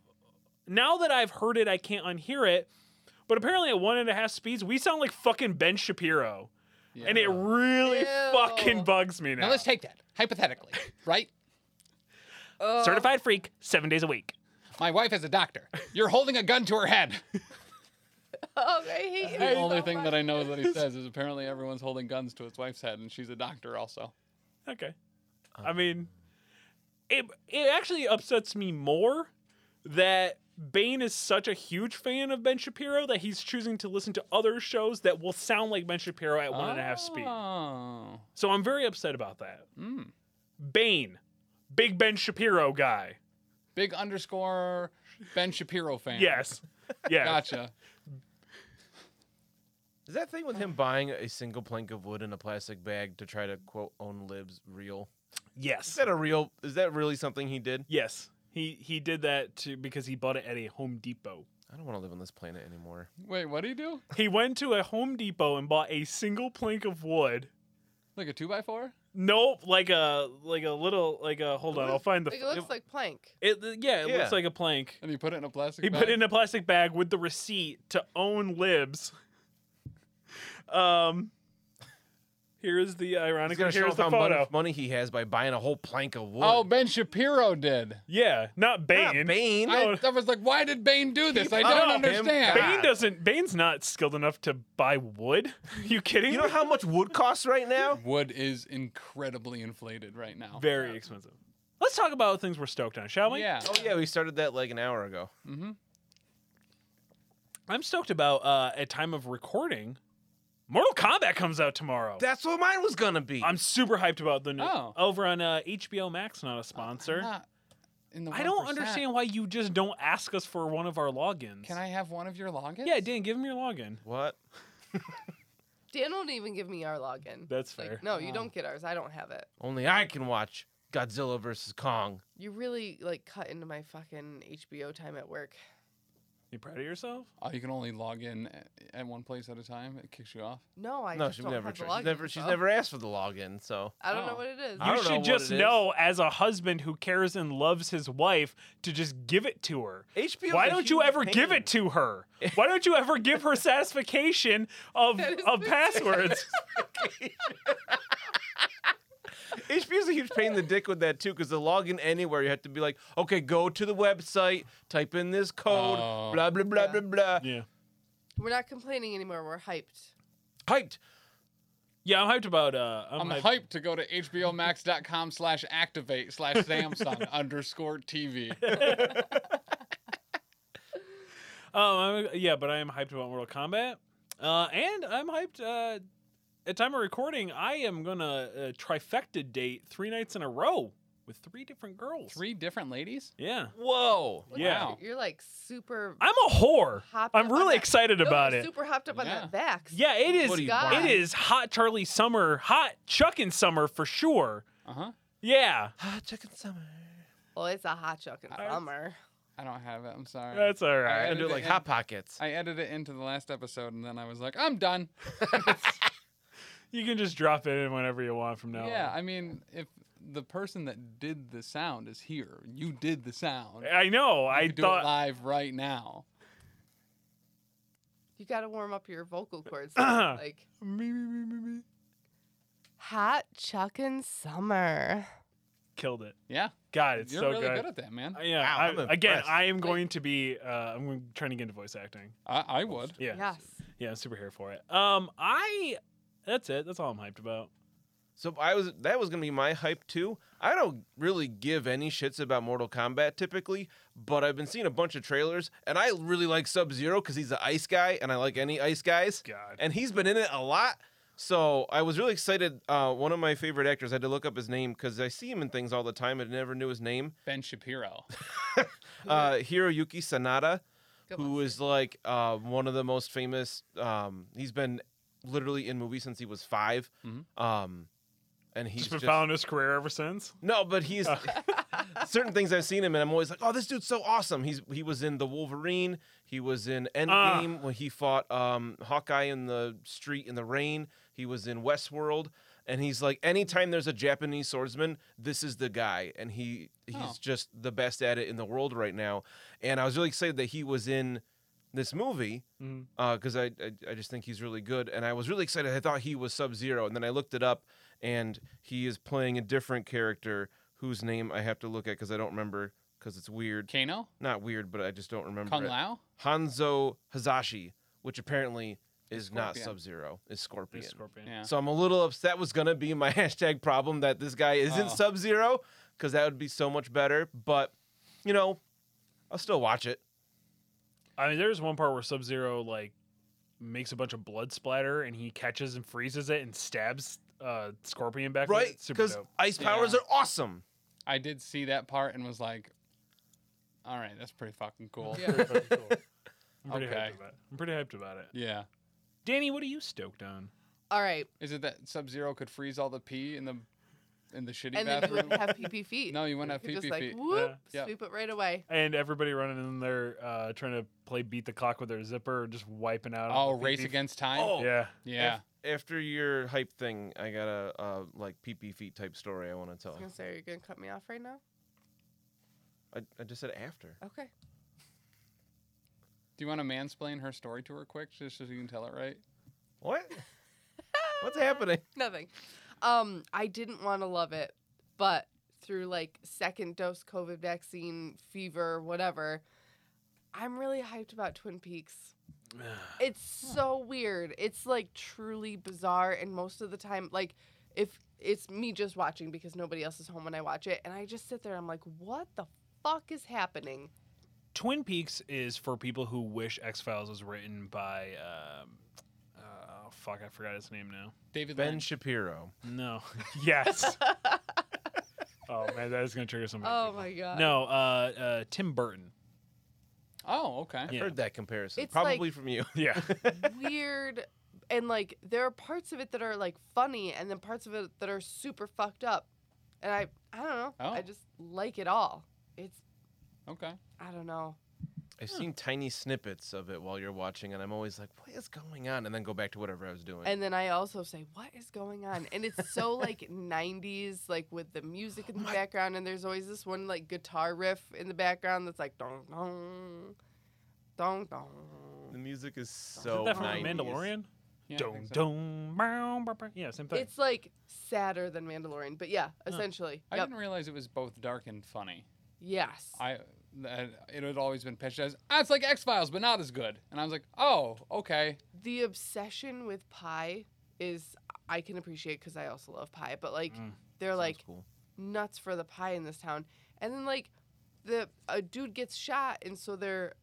Speaker 3: now that I've heard it, I can't unhear it. But apparently, at one and a half speeds, we sound like fucking Ben Shapiro,
Speaker 2: yeah.
Speaker 3: and it really
Speaker 4: Ew.
Speaker 3: fucking bugs me now.
Speaker 8: Now let's take that
Speaker 3: [laughs]
Speaker 8: hypothetically, right?
Speaker 4: Oh,
Speaker 3: Certified freak, seven days a week.
Speaker 8: My wife is a doctor. You're holding a gun to her head.
Speaker 4: oh, I hate
Speaker 2: [laughs]
Speaker 4: you.
Speaker 2: the
Speaker 4: so
Speaker 2: only thing
Speaker 4: much.
Speaker 2: that I know that
Speaker 3: [laughs]
Speaker 2: he says is apparently everyone's holding guns to his wife's head, and she's a doctor also.
Speaker 3: Okay, I mean, it it actually upsets me more that Bane is such a huge fan of Ben Shapiro that he's choosing to listen to other shows that will sound like Ben Shapiro at one and a half speed.
Speaker 2: Oh.
Speaker 3: So I'm very upset about that.
Speaker 2: Mm.
Speaker 3: Bane, Big Ben Shapiro guy.
Speaker 2: Big underscore Ben Shapiro fan.
Speaker 3: Yes. Yeah.
Speaker 2: Gotcha.
Speaker 5: Is that thing with him buying a single plank of wood in a plastic bag to try to quote own libs real? Is
Speaker 3: Yes.
Speaker 5: that a real? Is that really something he did?
Speaker 3: Yes. He he did that to because he bought it at a Home Depot.
Speaker 5: I don't want to live on this planet anymore.
Speaker 2: Wait, what do you do?
Speaker 3: He went to a Home Depot and bought a single plank of wood.
Speaker 2: Like a two by four?
Speaker 3: Nope, like a like a little like a hold on, I'll find the
Speaker 4: Like, it looks like plank.
Speaker 3: it, yeah, it
Speaker 5: Yeah.
Speaker 3: looks like a plank.
Speaker 2: And you put it in a plastic
Speaker 3: He
Speaker 2: bag?
Speaker 3: put it in a plastic bag with the receipt to own libs. Um here is the
Speaker 5: He's
Speaker 3: ironically
Speaker 5: gonna show
Speaker 3: here's
Speaker 5: off
Speaker 3: the
Speaker 5: how
Speaker 3: photo.
Speaker 5: much money he has by buying a whole plank of wood.
Speaker 2: Oh, Ben Shapiro did.
Speaker 3: Yeah, not Bane. Oh,
Speaker 5: Not Bane.
Speaker 2: I, I was like, why did Bane do this? I
Speaker 5: Keep
Speaker 2: don't
Speaker 3: up,
Speaker 5: him.
Speaker 2: understand.
Speaker 5: Bane-
Speaker 3: Bane doesn't. Bane's not skilled enough to buy wood. [laughs] you kidding?
Speaker 5: You know
Speaker 3: me?
Speaker 5: how much wood costs right now?
Speaker 2: Wood is incredibly inflated right now.
Speaker 3: very expensive. Let's talk about things we're stoked on, shall we?
Speaker 2: Yeah.
Speaker 5: Oh Oh, yeah, we started that like an hour ago.
Speaker 2: Mm-hmm.
Speaker 3: I'm stoked about uh, at time of recording. Mortal Kombat comes out tomorrow.
Speaker 5: That's what mine was gonna be.
Speaker 3: I'm super hyped about the new
Speaker 2: Oh.
Speaker 3: over on uh, HBO Max, not a sponsor.
Speaker 5: Uh,
Speaker 2: In the
Speaker 3: I don't
Speaker 2: 1%.
Speaker 3: understand why you just don't ask us for one of our logins.
Speaker 2: Can I have one of your logins?
Speaker 3: Yeah, Dan, give him your login.
Speaker 5: what?
Speaker 4: Dan won't even give me our login.
Speaker 3: That's fair.
Speaker 4: Like, no, you
Speaker 2: Oh.
Speaker 4: don't get ours. I don't have it.
Speaker 5: Only I can watch Godzilla versus Kong.
Speaker 4: You really like cut into my fucking HBO time at work.
Speaker 3: You proud of yourself?
Speaker 2: Oh, you can only log in at, at one place at a time. It kicks you off.
Speaker 4: No, I
Speaker 5: no,
Speaker 4: just
Speaker 5: she
Speaker 4: don't
Speaker 5: never.
Speaker 4: have the
Speaker 5: She's
Speaker 4: login.
Speaker 5: never. She's
Speaker 4: so
Speaker 5: never asked for the login. So
Speaker 4: I don't know
Speaker 2: Oh.
Speaker 4: what it is.
Speaker 5: I
Speaker 3: You
Speaker 5: don't know
Speaker 3: should
Speaker 5: what
Speaker 3: just
Speaker 5: it is.
Speaker 3: know, as a husband who cares and loves his wife, to just give it to her.
Speaker 5: HBO. 's
Speaker 3: Why
Speaker 5: a
Speaker 3: don't you
Speaker 5: huge
Speaker 3: ever give
Speaker 5: pain. [laughs]
Speaker 3: it to her? Why don't you ever give her satisfaction of
Speaker 4: That is
Speaker 3: of passwords?
Speaker 5: HBO's a huge pain in the dick with that too, because to log in anywhere, you have to be like, okay, go to the website, type in this code,
Speaker 2: Oh.
Speaker 5: blah blah blah blah blah.
Speaker 3: yeah.
Speaker 4: We're not complaining anymore. We're hyped.
Speaker 5: Hyped.
Speaker 3: Yeah, I'm hyped about uh
Speaker 2: I'm
Speaker 3: hyped.
Speaker 2: hyped to go to hbomax.com slash activate slash Samsung [laughs] underscore TV.
Speaker 3: Um, I'm, yeah, but I am hyped about Mortal Kombat. Uh, and I'm hyped uh at time of recording, I am going to uh, trifecta date 3 nights in a row with three different girls.
Speaker 2: Three different ladies?
Speaker 3: Yeah.
Speaker 5: Whoa.
Speaker 4: Look,
Speaker 3: Yeah.
Speaker 4: you're- You're like super.
Speaker 3: I'm a whore.
Speaker 4: Hopped
Speaker 3: I'm
Speaker 4: up on
Speaker 3: really
Speaker 4: that-
Speaker 3: excited
Speaker 4: No,
Speaker 3: about
Speaker 4: you're
Speaker 3: it.
Speaker 4: Super hopped up on that Vax.
Speaker 3: Yeah, it is
Speaker 5: What do you
Speaker 4: God.
Speaker 5: want?
Speaker 3: it is hot Charlie summer, hot Chuck in summer for sure.
Speaker 2: Uh-huh.
Speaker 3: Yeah.
Speaker 5: Ah, chicken summer.
Speaker 4: Well, it's a hot chuck in
Speaker 2: I-
Speaker 4: summer.
Speaker 2: I don't have it. I'm sorry.
Speaker 3: That's all right.
Speaker 5: I'm gonna do it like hot pockets.
Speaker 2: I edited it into the last episode and then I was like, I'm done.
Speaker 3: You can just drop it in whenever you want from now.
Speaker 2: Yeah, I mean, if the person that did the sound is here, you did the sound.
Speaker 3: on. I know. I
Speaker 2: You could do it
Speaker 3: thought.
Speaker 2: live right now.
Speaker 4: You got to warm up
Speaker 2: [clears throat]
Speaker 4: your vocal cords. like hot chuck in summer.
Speaker 3: Killed it.
Speaker 2: Yeah,
Speaker 3: God, it's
Speaker 2: you're
Speaker 3: so
Speaker 2: really good.
Speaker 3: good.
Speaker 2: at that, man.
Speaker 3: Uh, yeah.
Speaker 5: Wow,
Speaker 3: I-
Speaker 5: I'm
Speaker 3: again,
Speaker 5: impressed.
Speaker 3: I am going to be. Uh, I'm going- trying to get into voice acting.
Speaker 2: I, I would.
Speaker 3: Yeah.
Speaker 4: Yes.
Speaker 3: Yeah. I'm super here for it. Um, I. That's it. That's all I'm hyped about.
Speaker 5: So I was that was gonna be my hype too. I don't really give any shits about Mortal Kombat typically, but I've been seeing a bunch of trailers, and I really like Sub Zero because he's an ice guy, and I like any ice guys.
Speaker 3: God.
Speaker 5: And he's been in it a lot, so I was really excited. Uh, one of my favorite actors, I had to look up his name because I see him in things all the time, and I never knew his name.
Speaker 2: Ben Shapiro.
Speaker 5: Uh, Hiroyuki Sanada,
Speaker 4: Good
Speaker 5: who
Speaker 4: one.
Speaker 5: is like uh, one of the most um, famous. Um, he's been literally in movies since he was 5
Speaker 2: Mhm.
Speaker 5: Um, and he's
Speaker 3: He's been
Speaker 5: just,
Speaker 3: following his career ever since.
Speaker 5: no, but he's [laughs] certain things I've seen him, and I'm always like, oh, this dude's so awesome. He's he was in the Wolverine. He was in Endgame when he fought um, Hawkeye in the street in the rain. He was in Westworld, and he's like, anytime there's a Japanese swordsman, this is the guy, and he he's
Speaker 2: Oh.
Speaker 5: just the best at it in the world right now. And I was really excited that he was in this movie
Speaker 2: Mm-hmm.
Speaker 3: Mhm.
Speaker 5: because uh, I, I I just think he's really good, and I was really excited. I thought he was Sub Zero, and then I looked it up, and he is playing a different character whose name I have to look at because I don't remember because it's
Speaker 3: [laughs]
Speaker 5: weird.
Speaker 2: Kano,
Speaker 5: Not weird, but I just don't remember.
Speaker 2: Kung
Speaker 5: it.
Speaker 2: Lao.
Speaker 5: Hanzo Hazashi, which apparently is not
Speaker 2: Scorpion.
Speaker 5: Sub Zero, is Scorpion.
Speaker 3: Scorpion.
Speaker 2: Yeah.
Speaker 5: So I'm a little upset. That was gonna be my [laughs] hashtag problem that this guy isn't
Speaker 2: Oh.
Speaker 5: Sub Zero because that would be so much better. But you know, I'll still watch it.
Speaker 3: I mean, there's one part where Sub Zero like makes a bunch of blood splatter, and he catches and freezes it and stabs uh, Scorpion back. with
Speaker 5: Right?
Speaker 3: it. Super
Speaker 5: Because
Speaker 3: dope.
Speaker 5: ice powers
Speaker 2: Yeah.
Speaker 5: are awesome.
Speaker 2: I did see that part and was like, all right, that's pretty fucking cool.
Speaker 3: I'm pretty
Speaker 2: Okay.
Speaker 3: hyped about it. I'm pretty hyped about it.
Speaker 2: [laughs] Yeah.
Speaker 3: Danny, what are you stoked on?
Speaker 4: All right.
Speaker 2: Is it that Sub Zero could freeze all the pee in the in the shitty
Speaker 4: And then you
Speaker 2: bathroom?
Speaker 4: wouldn't have PP
Speaker 2: [laughs]
Speaker 4: feet.
Speaker 2: no, you wouldn't have
Speaker 4: You
Speaker 2: pee
Speaker 4: just
Speaker 2: pee
Speaker 4: like
Speaker 2: feet.
Speaker 4: whoop,
Speaker 2: Yeah.
Speaker 4: sweep it right away.
Speaker 3: And everybody running in there uh, trying to play beat the clock with their zipper, just wiping out.
Speaker 2: Oh,
Speaker 3: all the
Speaker 2: race
Speaker 3: pee-pee.
Speaker 2: against time.
Speaker 5: Oh,
Speaker 3: Yeah.
Speaker 2: yeah.
Speaker 5: After your hype thing, I got a uh, like pee pee feet type story I want to
Speaker 4: I
Speaker 5: tell.
Speaker 4: was gonna say, are you gonna cut me off right now?
Speaker 5: I, I just said after.
Speaker 4: Okay.
Speaker 2: Do you want to mansplain her story to her quick, just so you can tell it right?
Speaker 5: What? [laughs] What's happening?
Speaker 4: Nothing. Um, I didn't want to love it, but through like second dose COVID vaccine, fever, whatever, I'm really hyped about Twin Peaks. It's so weird. It's like truly bizarre, and most of the time, like if it's me just watching because nobody else is home when I watch it, and I just sit there, I'm like, what the fuck is happening?
Speaker 3: Twin Peaks is for people who wish X Files was written by. Um, uh, oh, fuck, I forgot his name now.
Speaker 2: David
Speaker 5: Ben
Speaker 2: Lynch.
Speaker 5: Shapiro.
Speaker 3: No. [laughs]
Speaker 4: [laughs]
Speaker 3: Yes. oh man, that is gonna trigger somebody.
Speaker 4: Oh my god.
Speaker 3: No, uh, uh,
Speaker 2: [laughs]
Speaker 3: Tim Burton.
Speaker 2: Oh, okay.
Speaker 5: I've
Speaker 3: Yeah.
Speaker 5: heard that comparison.
Speaker 4: It's
Speaker 5: Probably
Speaker 4: like-
Speaker 3: [laughs]
Speaker 5: from you.
Speaker 3: Yeah.
Speaker 4: weird and like there are parts of it that are like funny and then parts of it that are super fucked up and i i don't know
Speaker 2: Oh.
Speaker 4: i just like it all it's
Speaker 2: Okay.
Speaker 4: i don't know
Speaker 5: I've seen tiny snippets of it while you're watching, and I'm always like, what is going on? And then go back to whatever I was doing.
Speaker 4: and then i also say what is going on and
Speaker 2: [laughs]
Speaker 4: it's so like 90s like with the music in the background and there's always this one like guitar riff in the background that's like dong dong dong
Speaker 5: the
Speaker 4: dong
Speaker 5: music is so
Speaker 3: Isn't that from
Speaker 5: 90s.
Speaker 3: The Mandalorian?
Speaker 2: Yeah, I
Speaker 3: Dong
Speaker 2: think so.
Speaker 3: dong, bow, bow, bow. yeah, same thing.
Speaker 4: it's like sadder than mandalorian but yeah essentially
Speaker 2: I
Speaker 4: yep.
Speaker 2: didn't realize it was both dark and funny.
Speaker 4: yes
Speaker 2: I that it had always been pitched as ah, it's like X Files, but not as good. And I was like, oh, okay.
Speaker 4: the obsession with pie is I can appreciate because I also love pie, but like they're
Speaker 5: Mm, Sounds
Speaker 4: like
Speaker 5: cool.
Speaker 4: nuts for the pie in this town, and then like the a dude gets shot, and so they're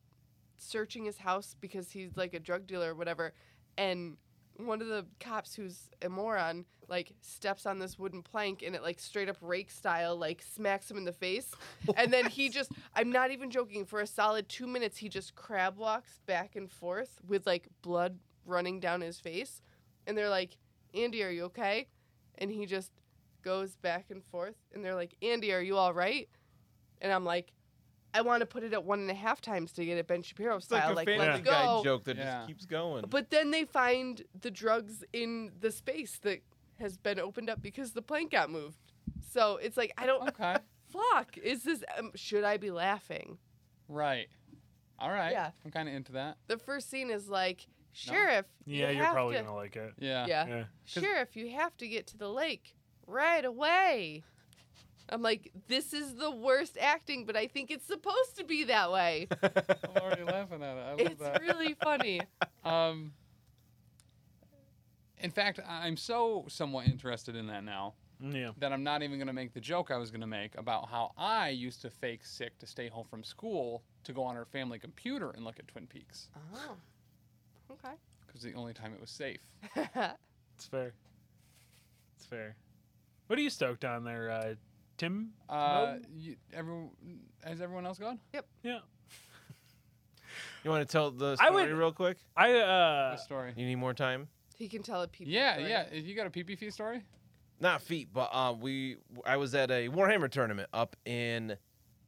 Speaker 4: searching his house because he's like a drug dealer or whatever, and one of the cops who's a moron like steps on this wooden plank and it like straight up rake style like smacks him in the face and then he just i'm not even joking for a solid two minutes he just crab walks back and forth with like blood running down his face and they're like andy are you okay and he just goes back and forth and they're like andy are you all right and i'm like i want to put it at one and a half times to get it ben shapiro
Speaker 5: It's like
Speaker 4: style
Speaker 5: a
Speaker 4: like,
Speaker 5: Family
Speaker 4: let's
Speaker 5: Guy
Speaker 4: go
Speaker 5: joke that
Speaker 2: Yeah.
Speaker 5: just keeps going.
Speaker 4: but then they find the drugs in the space that has been opened up because the plank got moved. So it's like I don't [laughs]
Speaker 2: Okay.
Speaker 4: fuck. Is this um, should I be laughing?
Speaker 2: right. All right.
Speaker 4: Yeah.
Speaker 2: I'm kinda into that.
Speaker 4: The first scene is like sheriff.
Speaker 3: yeah,
Speaker 4: you
Speaker 3: you're
Speaker 4: have
Speaker 3: probably
Speaker 4: to,
Speaker 3: gonna like it.
Speaker 2: Yeah.
Speaker 4: yeah.
Speaker 3: Yeah.
Speaker 4: Sheriff, you have to get to the lake right away. I'm like, this is the worst acting, but I think it's supposed to be that way.
Speaker 2: [laughs] I'm already laughing at it. I love
Speaker 4: It's
Speaker 2: that.
Speaker 4: really funny.
Speaker 2: Um, in fact, I- I'm so somewhat interested in that now
Speaker 3: Mm, Yeah.
Speaker 2: that I'm not even going to make the joke I was going to make about how I used to fake sick to stay home from school to go on our family computer and look at Twin Peaks
Speaker 4: Oh. Okay.
Speaker 2: because the only time it was safe.
Speaker 3: It's fair. It's fair. What are you stoked on there, uh, Tim?
Speaker 2: Uh, you, every, has everyone else gone?
Speaker 3: Yeah.
Speaker 5: you want to tell the
Speaker 3: I
Speaker 5: story
Speaker 3: would-
Speaker 5: real quick?
Speaker 3: I
Speaker 2: The
Speaker 3: uh,
Speaker 2: story.
Speaker 5: You need more time?
Speaker 4: [laughs] he can tell a people. [laughs]
Speaker 2: Yeah, yeah. You got a PPP story?
Speaker 5: not feet, but uh, we I was at a Warhammer tournament up in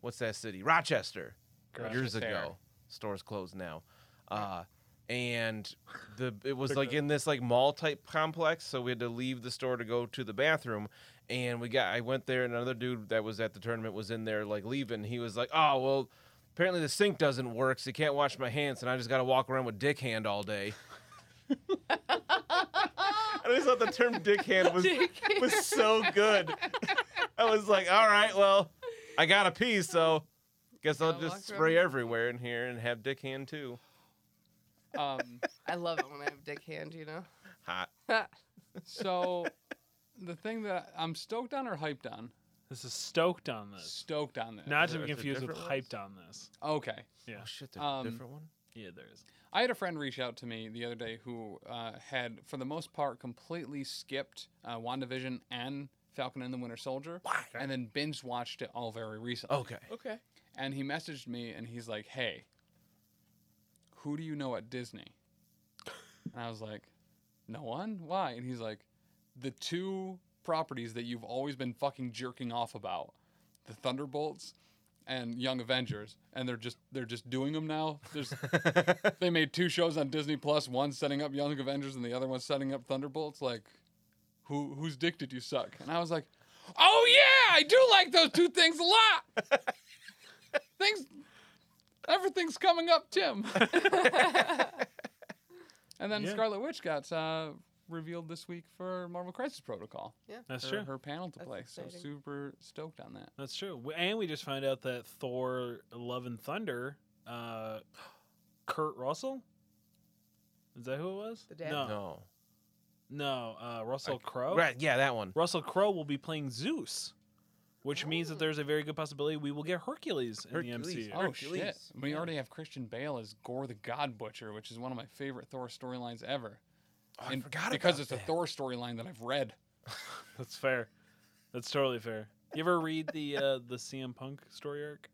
Speaker 5: what's that city? Rochester. years
Speaker 2: Rochester.
Speaker 5: ago. Stores closed now. Uh, and the it was like in this like mall type complex, so we had to leave the store to go to the bathroom. And we got I went there, and another dude that was at the tournament was in there like leaving. He was like, "Oh well, apparently the sink doesn't work, so you can't wash my hands, and I just got to walk around with dick hand all day." I just thought the term dick hand was
Speaker 4: [laughs]
Speaker 5: was [laughs] so good. I was like, all right, well, I got to pee, so guess I'll
Speaker 4: Gotta
Speaker 5: just
Speaker 4: walk
Speaker 5: spray everywhere in here and have dick hand too.
Speaker 2: Um,
Speaker 4: I love it when I have dick hand, you know?
Speaker 5: Hot.
Speaker 2: so the thing that I'm stoked on or hyped on?
Speaker 3: This is stoked on this.
Speaker 2: Stoked on this.
Speaker 3: Not to
Speaker 5: there-
Speaker 3: be
Speaker 5: is there
Speaker 3: confused with
Speaker 5: different ones?
Speaker 3: hyped on this.
Speaker 2: Okay.
Speaker 3: Yeah.
Speaker 5: Oh shit, there's
Speaker 2: Um,
Speaker 5: a different one.
Speaker 3: Yeah, there is.
Speaker 2: I had a friend reach out to me the other day who uh, had, for the most part, completely skipped uh, WandaVision and Falcon and the Winter Soldier, and then binge watched it all very recently.
Speaker 5: Okay.
Speaker 4: Okay.
Speaker 2: And he messaged me and he's like, "Hey, who do you know at Disney?" And I was like, "No one. Why?" And he's like, "The two properties that you've always been fucking jerking off about, the Thunderbolts." And Young Avengers, and they're just they're just doing them now. There's [laughs] they made two shows on Disney Plus, one setting up Young Avengers and the other one setting up Thunderbolts. Like, who whose dick did you suck? And I was like, oh yeah, I do like those two things a lot.
Speaker 3: [laughs]
Speaker 2: things, everything's coming up, Tim. and then
Speaker 3: Yeah.
Speaker 2: Scarlet Witch got uh, revealed this week for Marvel Crisis Protocol.
Speaker 3: That's
Speaker 2: her,
Speaker 3: true.
Speaker 2: her panel to
Speaker 4: That's
Speaker 2: play. So
Speaker 4: exciting.
Speaker 2: super stoked on that.
Speaker 3: That's true. W- And we just find out that Thor: Love and Thunder, uh, Kurt Russell. Is that who it was?
Speaker 4: The dad?
Speaker 3: No, no,
Speaker 5: No.
Speaker 3: uh, Russell Crowe.
Speaker 5: Right. Yeah, that one.
Speaker 3: Russell Crowe will be playing Zeus, which means that there's a very good possibility we will get Hercules in
Speaker 5: Hercules.
Speaker 3: the MCU.
Speaker 2: Oh shit!
Speaker 5: Hercules.
Speaker 2: We already have Christian Bale as Gore the God Butcher, which is one of my favorite Thor storylines ever.
Speaker 5: Oh, I
Speaker 2: And
Speaker 5: forgot
Speaker 2: because
Speaker 5: about
Speaker 2: it's a
Speaker 5: that.
Speaker 2: Thor storyline that I've read.
Speaker 3: That's fair. That's totally fair. You ever read the uh, the CM Punk story arc?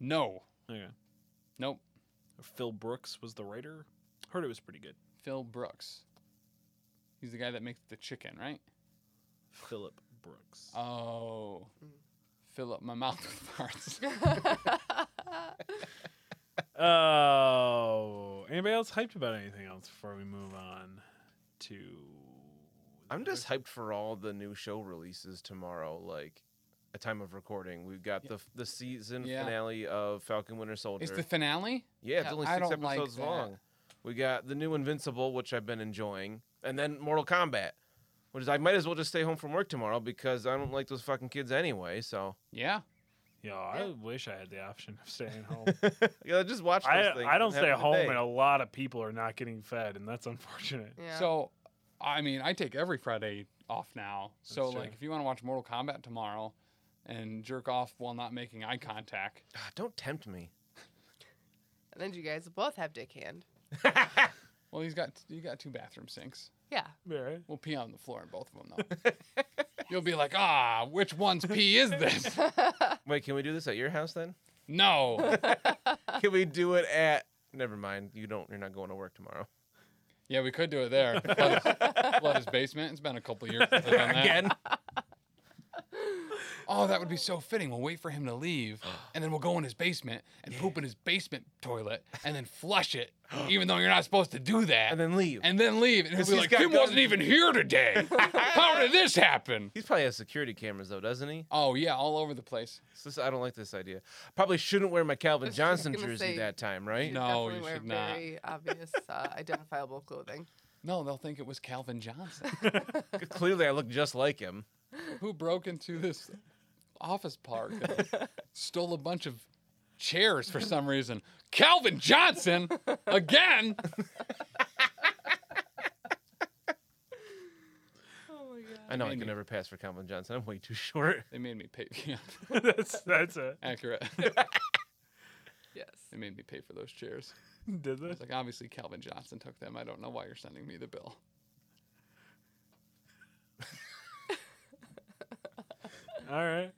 Speaker 2: No,
Speaker 5: Oh,
Speaker 3: Okay.
Speaker 2: nope.
Speaker 3: Phil Brooks was the writer. Heard it was pretty good.
Speaker 2: Phil Brooks. He's the guy that makes the chicken, right?
Speaker 3: Philip Brooks.
Speaker 5: Uh,
Speaker 2: Oh,
Speaker 3: Hmm.
Speaker 2: fill up my mouth with
Speaker 3: [laughs]
Speaker 2: farts.
Speaker 3: Oh, anybody else hyped about anything else before we move on to?
Speaker 5: I'm just hyped for all the new show releases tomorrow. Like, a time of recording, we've got the the season
Speaker 2: Yeah.
Speaker 5: finale of Falcon Winter Soldier.
Speaker 2: it's the finale.
Speaker 5: Yeah, it's
Speaker 2: Yeah,
Speaker 5: only
Speaker 2: I
Speaker 5: six
Speaker 2: don't like
Speaker 5: episodes
Speaker 2: that.
Speaker 5: long. We got the new Invincible, which I've been enjoying, and then Mortal Kombat, which is I might as well just stay home from work tomorrow because I don't like those fucking kids anyway. So
Speaker 2: Yeah.
Speaker 3: Yo, I wish I had the option of
Speaker 5: [laughs]
Speaker 3: staying home.
Speaker 5: yeah, just watch those
Speaker 3: I
Speaker 5: things.
Speaker 3: I
Speaker 5: and
Speaker 3: don't
Speaker 5: have
Speaker 3: stay
Speaker 5: a good
Speaker 3: home,
Speaker 5: day.
Speaker 3: and a lot of people are not getting fed, and that's unfortunate.
Speaker 4: Yeah.
Speaker 2: So, I mean, I take every Friday off now. So,
Speaker 3: That's true.
Speaker 2: like, if you want to watch Mortal Kombat tomorrow and jerk off while not making eye contact,
Speaker 5: Ah, don't tempt me.
Speaker 4: and then you guys both have dick hand.
Speaker 2: well, he's got you got two bathroom sinks.
Speaker 4: Yeah.
Speaker 3: Yeah.
Speaker 2: We'll pee on the floor in both of them, though. You'll be like, ah, which one's pee is
Speaker 3: [laughs]
Speaker 2: this?
Speaker 5: Wait, can we do this at your
Speaker 2: [laughs]
Speaker 5: house then?
Speaker 2: No.
Speaker 5: Can we do it at? Never mind. You don't. You're not going to work tomorrow.
Speaker 2: Yeah, we could do it
Speaker 5: [laughs]
Speaker 2: there. Flood his, flood his basement. It's been a couple years since I've done that.
Speaker 5: Again.
Speaker 2: [laughs] Oh, that would be so fitting. We'll wait for him to leave, and then we'll go in his basement and poop in his basement toilet, and then flush
Speaker 5: [gasps]
Speaker 2: it, even though you're not supposed to do that.
Speaker 5: And then leave.
Speaker 2: And then leave. And he'll
Speaker 5: 'Cause
Speaker 2: be
Speaker 5: he's
Speaker 2: like,
Speaker 5: got
Speaker 2: Tim
Speaker 5: guns."
Speaker 2: wasn't even here
Speaker 5: [laughs]
Speaker 2: today. How did this happen?
Speaker 5: He's probably has security cameras though, doesn't he?
Speaker 2: Oh yeah, all over the place.
Speaker 5: So this, I don't like this idea. Probably shouldn't wear my Calvin
Speaker 4: was just
Speaker 5: Johnson
Speaker 4: gonna
Speaker 5: jersey
Speaker 4: say-
Speaker 5: that time, right?
Speaker 2: No,
Speaker 4: Definitely
Speaker 2: you
Speaker 4: wear
Speaker 2: should not.
Speaker 4: Very obvious, uh, identifiable clothing.
Speaker 2: No, they'll think it was Calvin Johnson
Speaker 5: [laughs] Clearly, I look just like him.
Speaker 2: who broke into this office park and stole a bunch of chairs for some reason. Calvin Johnson again.
Speaker 5: I know I
Speaker 2: Maybe.
Speaker 5: can never pass for Calvin Johnson. I'm way
Speaker 3: [laughs]
Speaker 5: too short.
Speaker 2: They made me pay. [laughs] Yeah,
Speaker 3: [laughs] that's that's it.
Speaker 2: accurate.
Speaker 4: Yes.
Speaker 2: They made me pay for those chairs.
Speaker 3: Did
Speaker 2: I
Speaker 3: this?
Speaker 2: was like, obviously Calvin Johnson took them. I don't know why you're sending me the bill.
Speaker 3: All right.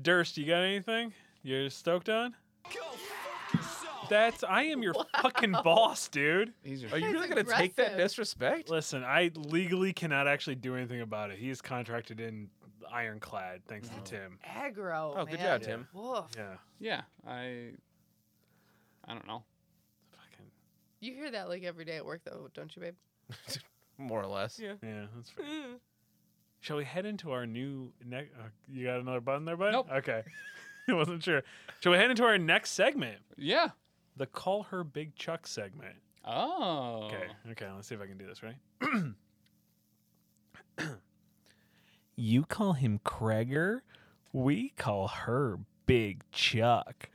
Speaker 3: Durst, you got anything you're stoked on?
Speaker 7: Go fuck yourself.
Speaker 3: That's I am your fucking boss, dude.
Speaker 2: These are
Speaker 5: Are you
Speaker 4: That's
Speaker 5: really gonna take that
Speaker 4: aggressive.
Speaker 5: disrespect?
Speaker 3: Listen, I legally cannot actually do anything about it. He's contracted in ironclad, thanks to Tim.
Speaker 4: Aggro.
Speaker 5: Oh, good
Speaker 4: man.
Speaker 5: job, Tim.
Speaker 4: Woof.
Speaker 3: Yeah,
Speaker 2: yeah. I I don't know.
Speaker 3: fucking
Speaker 4: You hear that like every day at work, though, don't you, babe?
Speaker 5: More or less. Yeah.
Speaker 3: yeah. That's fair.
Speaker 4: Mm.
Speaker 3: Shall we head into our new next? Uh, you got another button there, bud?
Speaker 2: Nope.
Speaker 3: Okay, [laughs] I wasn't sure. Shall we head into our next segment,
Speaker 2: Yeah.
Speaker 3: the "Call Her Big Chuck" segment?
Speaker 2: Oh.
Speaker 3: Okay, okay, let's see if I can do this, right? [clears throat] you call him Kreger, we call her Big Chuck.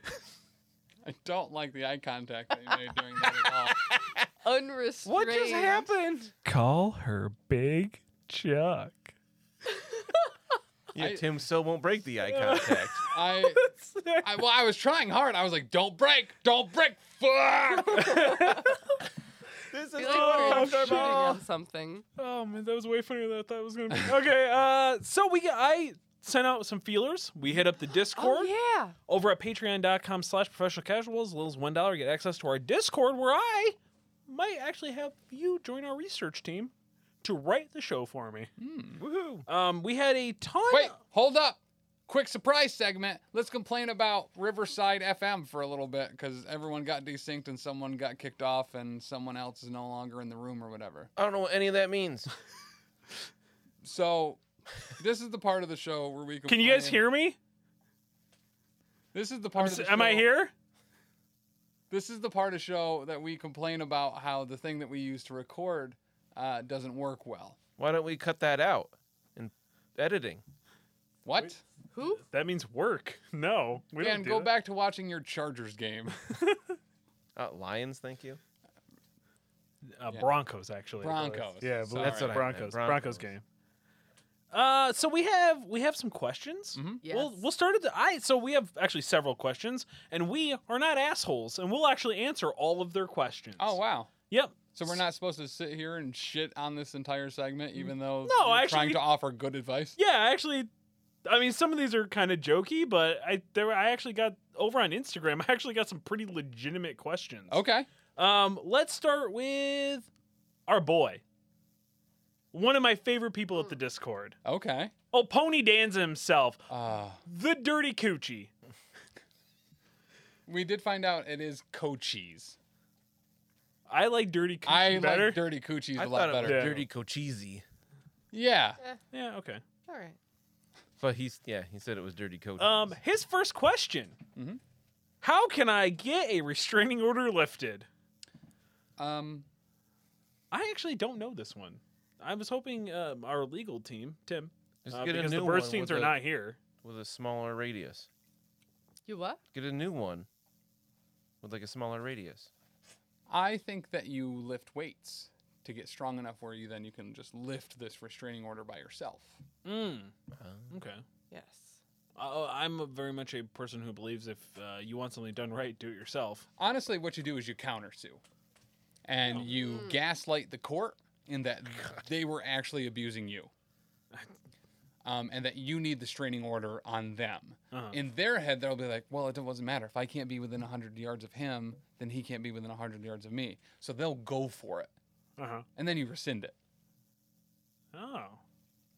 Speaker 2: I don't like the eye contact that you made during that at all.
Speaker 4: Unrestrained.
Speaker 5: What just happened?
Speaker 3: Call her Big Chuck.
Speaker 5: Yeah,
Speaker 2: I-
Speaker 5: Tim so won't break the
Speaker 3: [laughs]
Speaker 5: eye contact.
Speaker 2: I, I well, I was trying hard. I was like, "Don't break, don't break." Fuck.
Speaker 3: [laughs]
Speaker 5: this is
Speaker 4: Be
Speaker 5: too
Speaker 4: like we're shooting
Speaker 5: uncomfortable.
Speaker 4: on something.
Speaker 3: Oh man, that was way funnier than I thought it was gonna be. Okay, uh, so we I sent out some feelers. We hit up the Discord.
Speaker 4: Oh yeah.
Speaker 3: over at patreon.com slash professional casuals as little as one dollar get access to our discord where i might actually have you join our research team to write the show for me
Speaker 2: Hmm.
Speaker 5: Woohoo.
Speaker 3: um, we had a ton
Speaker 2: Wait, hold up. Quick surprise segment. Let's complain about Riverside FM for a little bit because everyone got desynced and someone got kicked off and someone else is no longer in the room or whatever.
Speaker 5: I don't know what any of that means.
Speaker 2: So, this is the part of the show where we
Speaker 3: can you guys
Speaker 2: complain-
Speaker 3: hear me
Speaker 2: This is the part. of the
Speaker 3: am i
Speaker 2: show-
Speaker 3: here
Speaker 2: This is the part of the show that we complain about how the thing that we use to record uh, doesn't work well.
Speaker 5: Why don't we cut that out in editing?
Speaker 2: What?
Speaker 4: Who?
Speaker 3: that means work no we
Speaker 2: Dan,
Speaker 3: don't do
Speaker 2: go
Speaker 3: that.
Speaker 2: back to watching your Chargers
Speaker 3: [laughs]
Speaker 2: game.
Speaker 5: Uh, lions, thank you.
Speaker 3: uh, broncos actually
Speaker 2: Broncos.
Speaker 3: yeah I believe
Speaker 2: Sorry.
Speaker 5: That's what I meant,
Speaker 3: broncos.
Speaker 5: Broncos.
Speaker 3: broncos game uh, so we have we have some questions.
Speaker 2: Mm. Mm-hmm.
Speaker 4: Yes.
Speaker 3: We'll we'll start at the I. So we have actually several questions, and we are not assholes, and we'll actually answer all of their questions.
Speaker 2: Oh wow.
Speaker 3: Yep.
Speaker 2: So we're not supposed to sit here and shit on this entire segment, even though
Speaker 3: No,
Speaker 2: you're
Speaker 3: actually-
Speaker 2: trying to offer good advice.
Speaker 3: Yeah, actually, I mean, some of these are kind of jokey, but I there were- I actually got over on Instagram. [laughs] I actually got some pretty legitimate questions.
Speaker 2: Okay.
Speaker 3: Um, let's start with our boy, one of my favorite people at the Discord.
Speaker 2: Okay.
Speaker 3: Oh, Pony Danza himself,
Speaker 2: Uh,
Speaker 3: the Dirty Coochie.
Speaker 2: we did find out it is Cochise.
Speaker 3: I like Dirty Coochie
Speaker 2: I
Speaker 3: better.
Speaker 2: like dirty coochies
Speaker 5: I
Speaker 2: a lot
Speaker 5: thought it was
Speaker 2: better.
Speaker 3: Yeah.
Speaker 5: dirty cochise.
Speaker 2: Yeah.
Speaker 3: yeah, okay.
Speaker 4: All right.
Speaker 5: But he's yeah, he said it was dirty cochise.
Speaker 3: Um, his first question:
Speaker 2: Mm-hmm.
Speaker 3: How can I get a restraining order lifted?
Speaker 2: Um.
Speaker 3: I actually don't know this one. I was hoping um, our legal team, Tim,
Speaker 5: Just
Speaker 3: uh,
Speaker 5: get a
Speaker 3: because the
Speaker 5: new
Speaker 3: birds
Speaker 5: one
Speaker 3: teams
Speaker 5: with
Speaker 3: are
Speaker 5: a-
Speaker 3: not here.
Speaker 5: with a smaller radius.
Speaker 4: You what?
Speaker 5: Get a new one with like a smaller radius.
Speaker 2: I think that you lift weights to get strong enough where you then you can just lift this restraining order by yourself.
Speaker 3: Okay.
Speaker 4: Yes.
Speaker 3: Uh, I'm a very much a person who believes if uh, you want something done right, do it yourself.
Speaker 2: Honestly, what you do is you countersue, and
Speaker 3: Oh.
Speaker 2: you
Speaker 3: Hmm.
Speaker 2: gaslight the court in
Speaker 3: [laughs]
Speaker 2: that they were actually abusing you, um, and that you need the straining order on them.
Speaker 3: Uh-huh. Oh.
Speaker 2: In their head, they'll be like, "Well, it doesn't matter. If I can't be within hundred yards of him, then he can't be within hundred yards of me." So they'll go for it,
Speaker 3: Uh-huh.
Speaker 2: and then you rescind it
Speaker 3: Oh.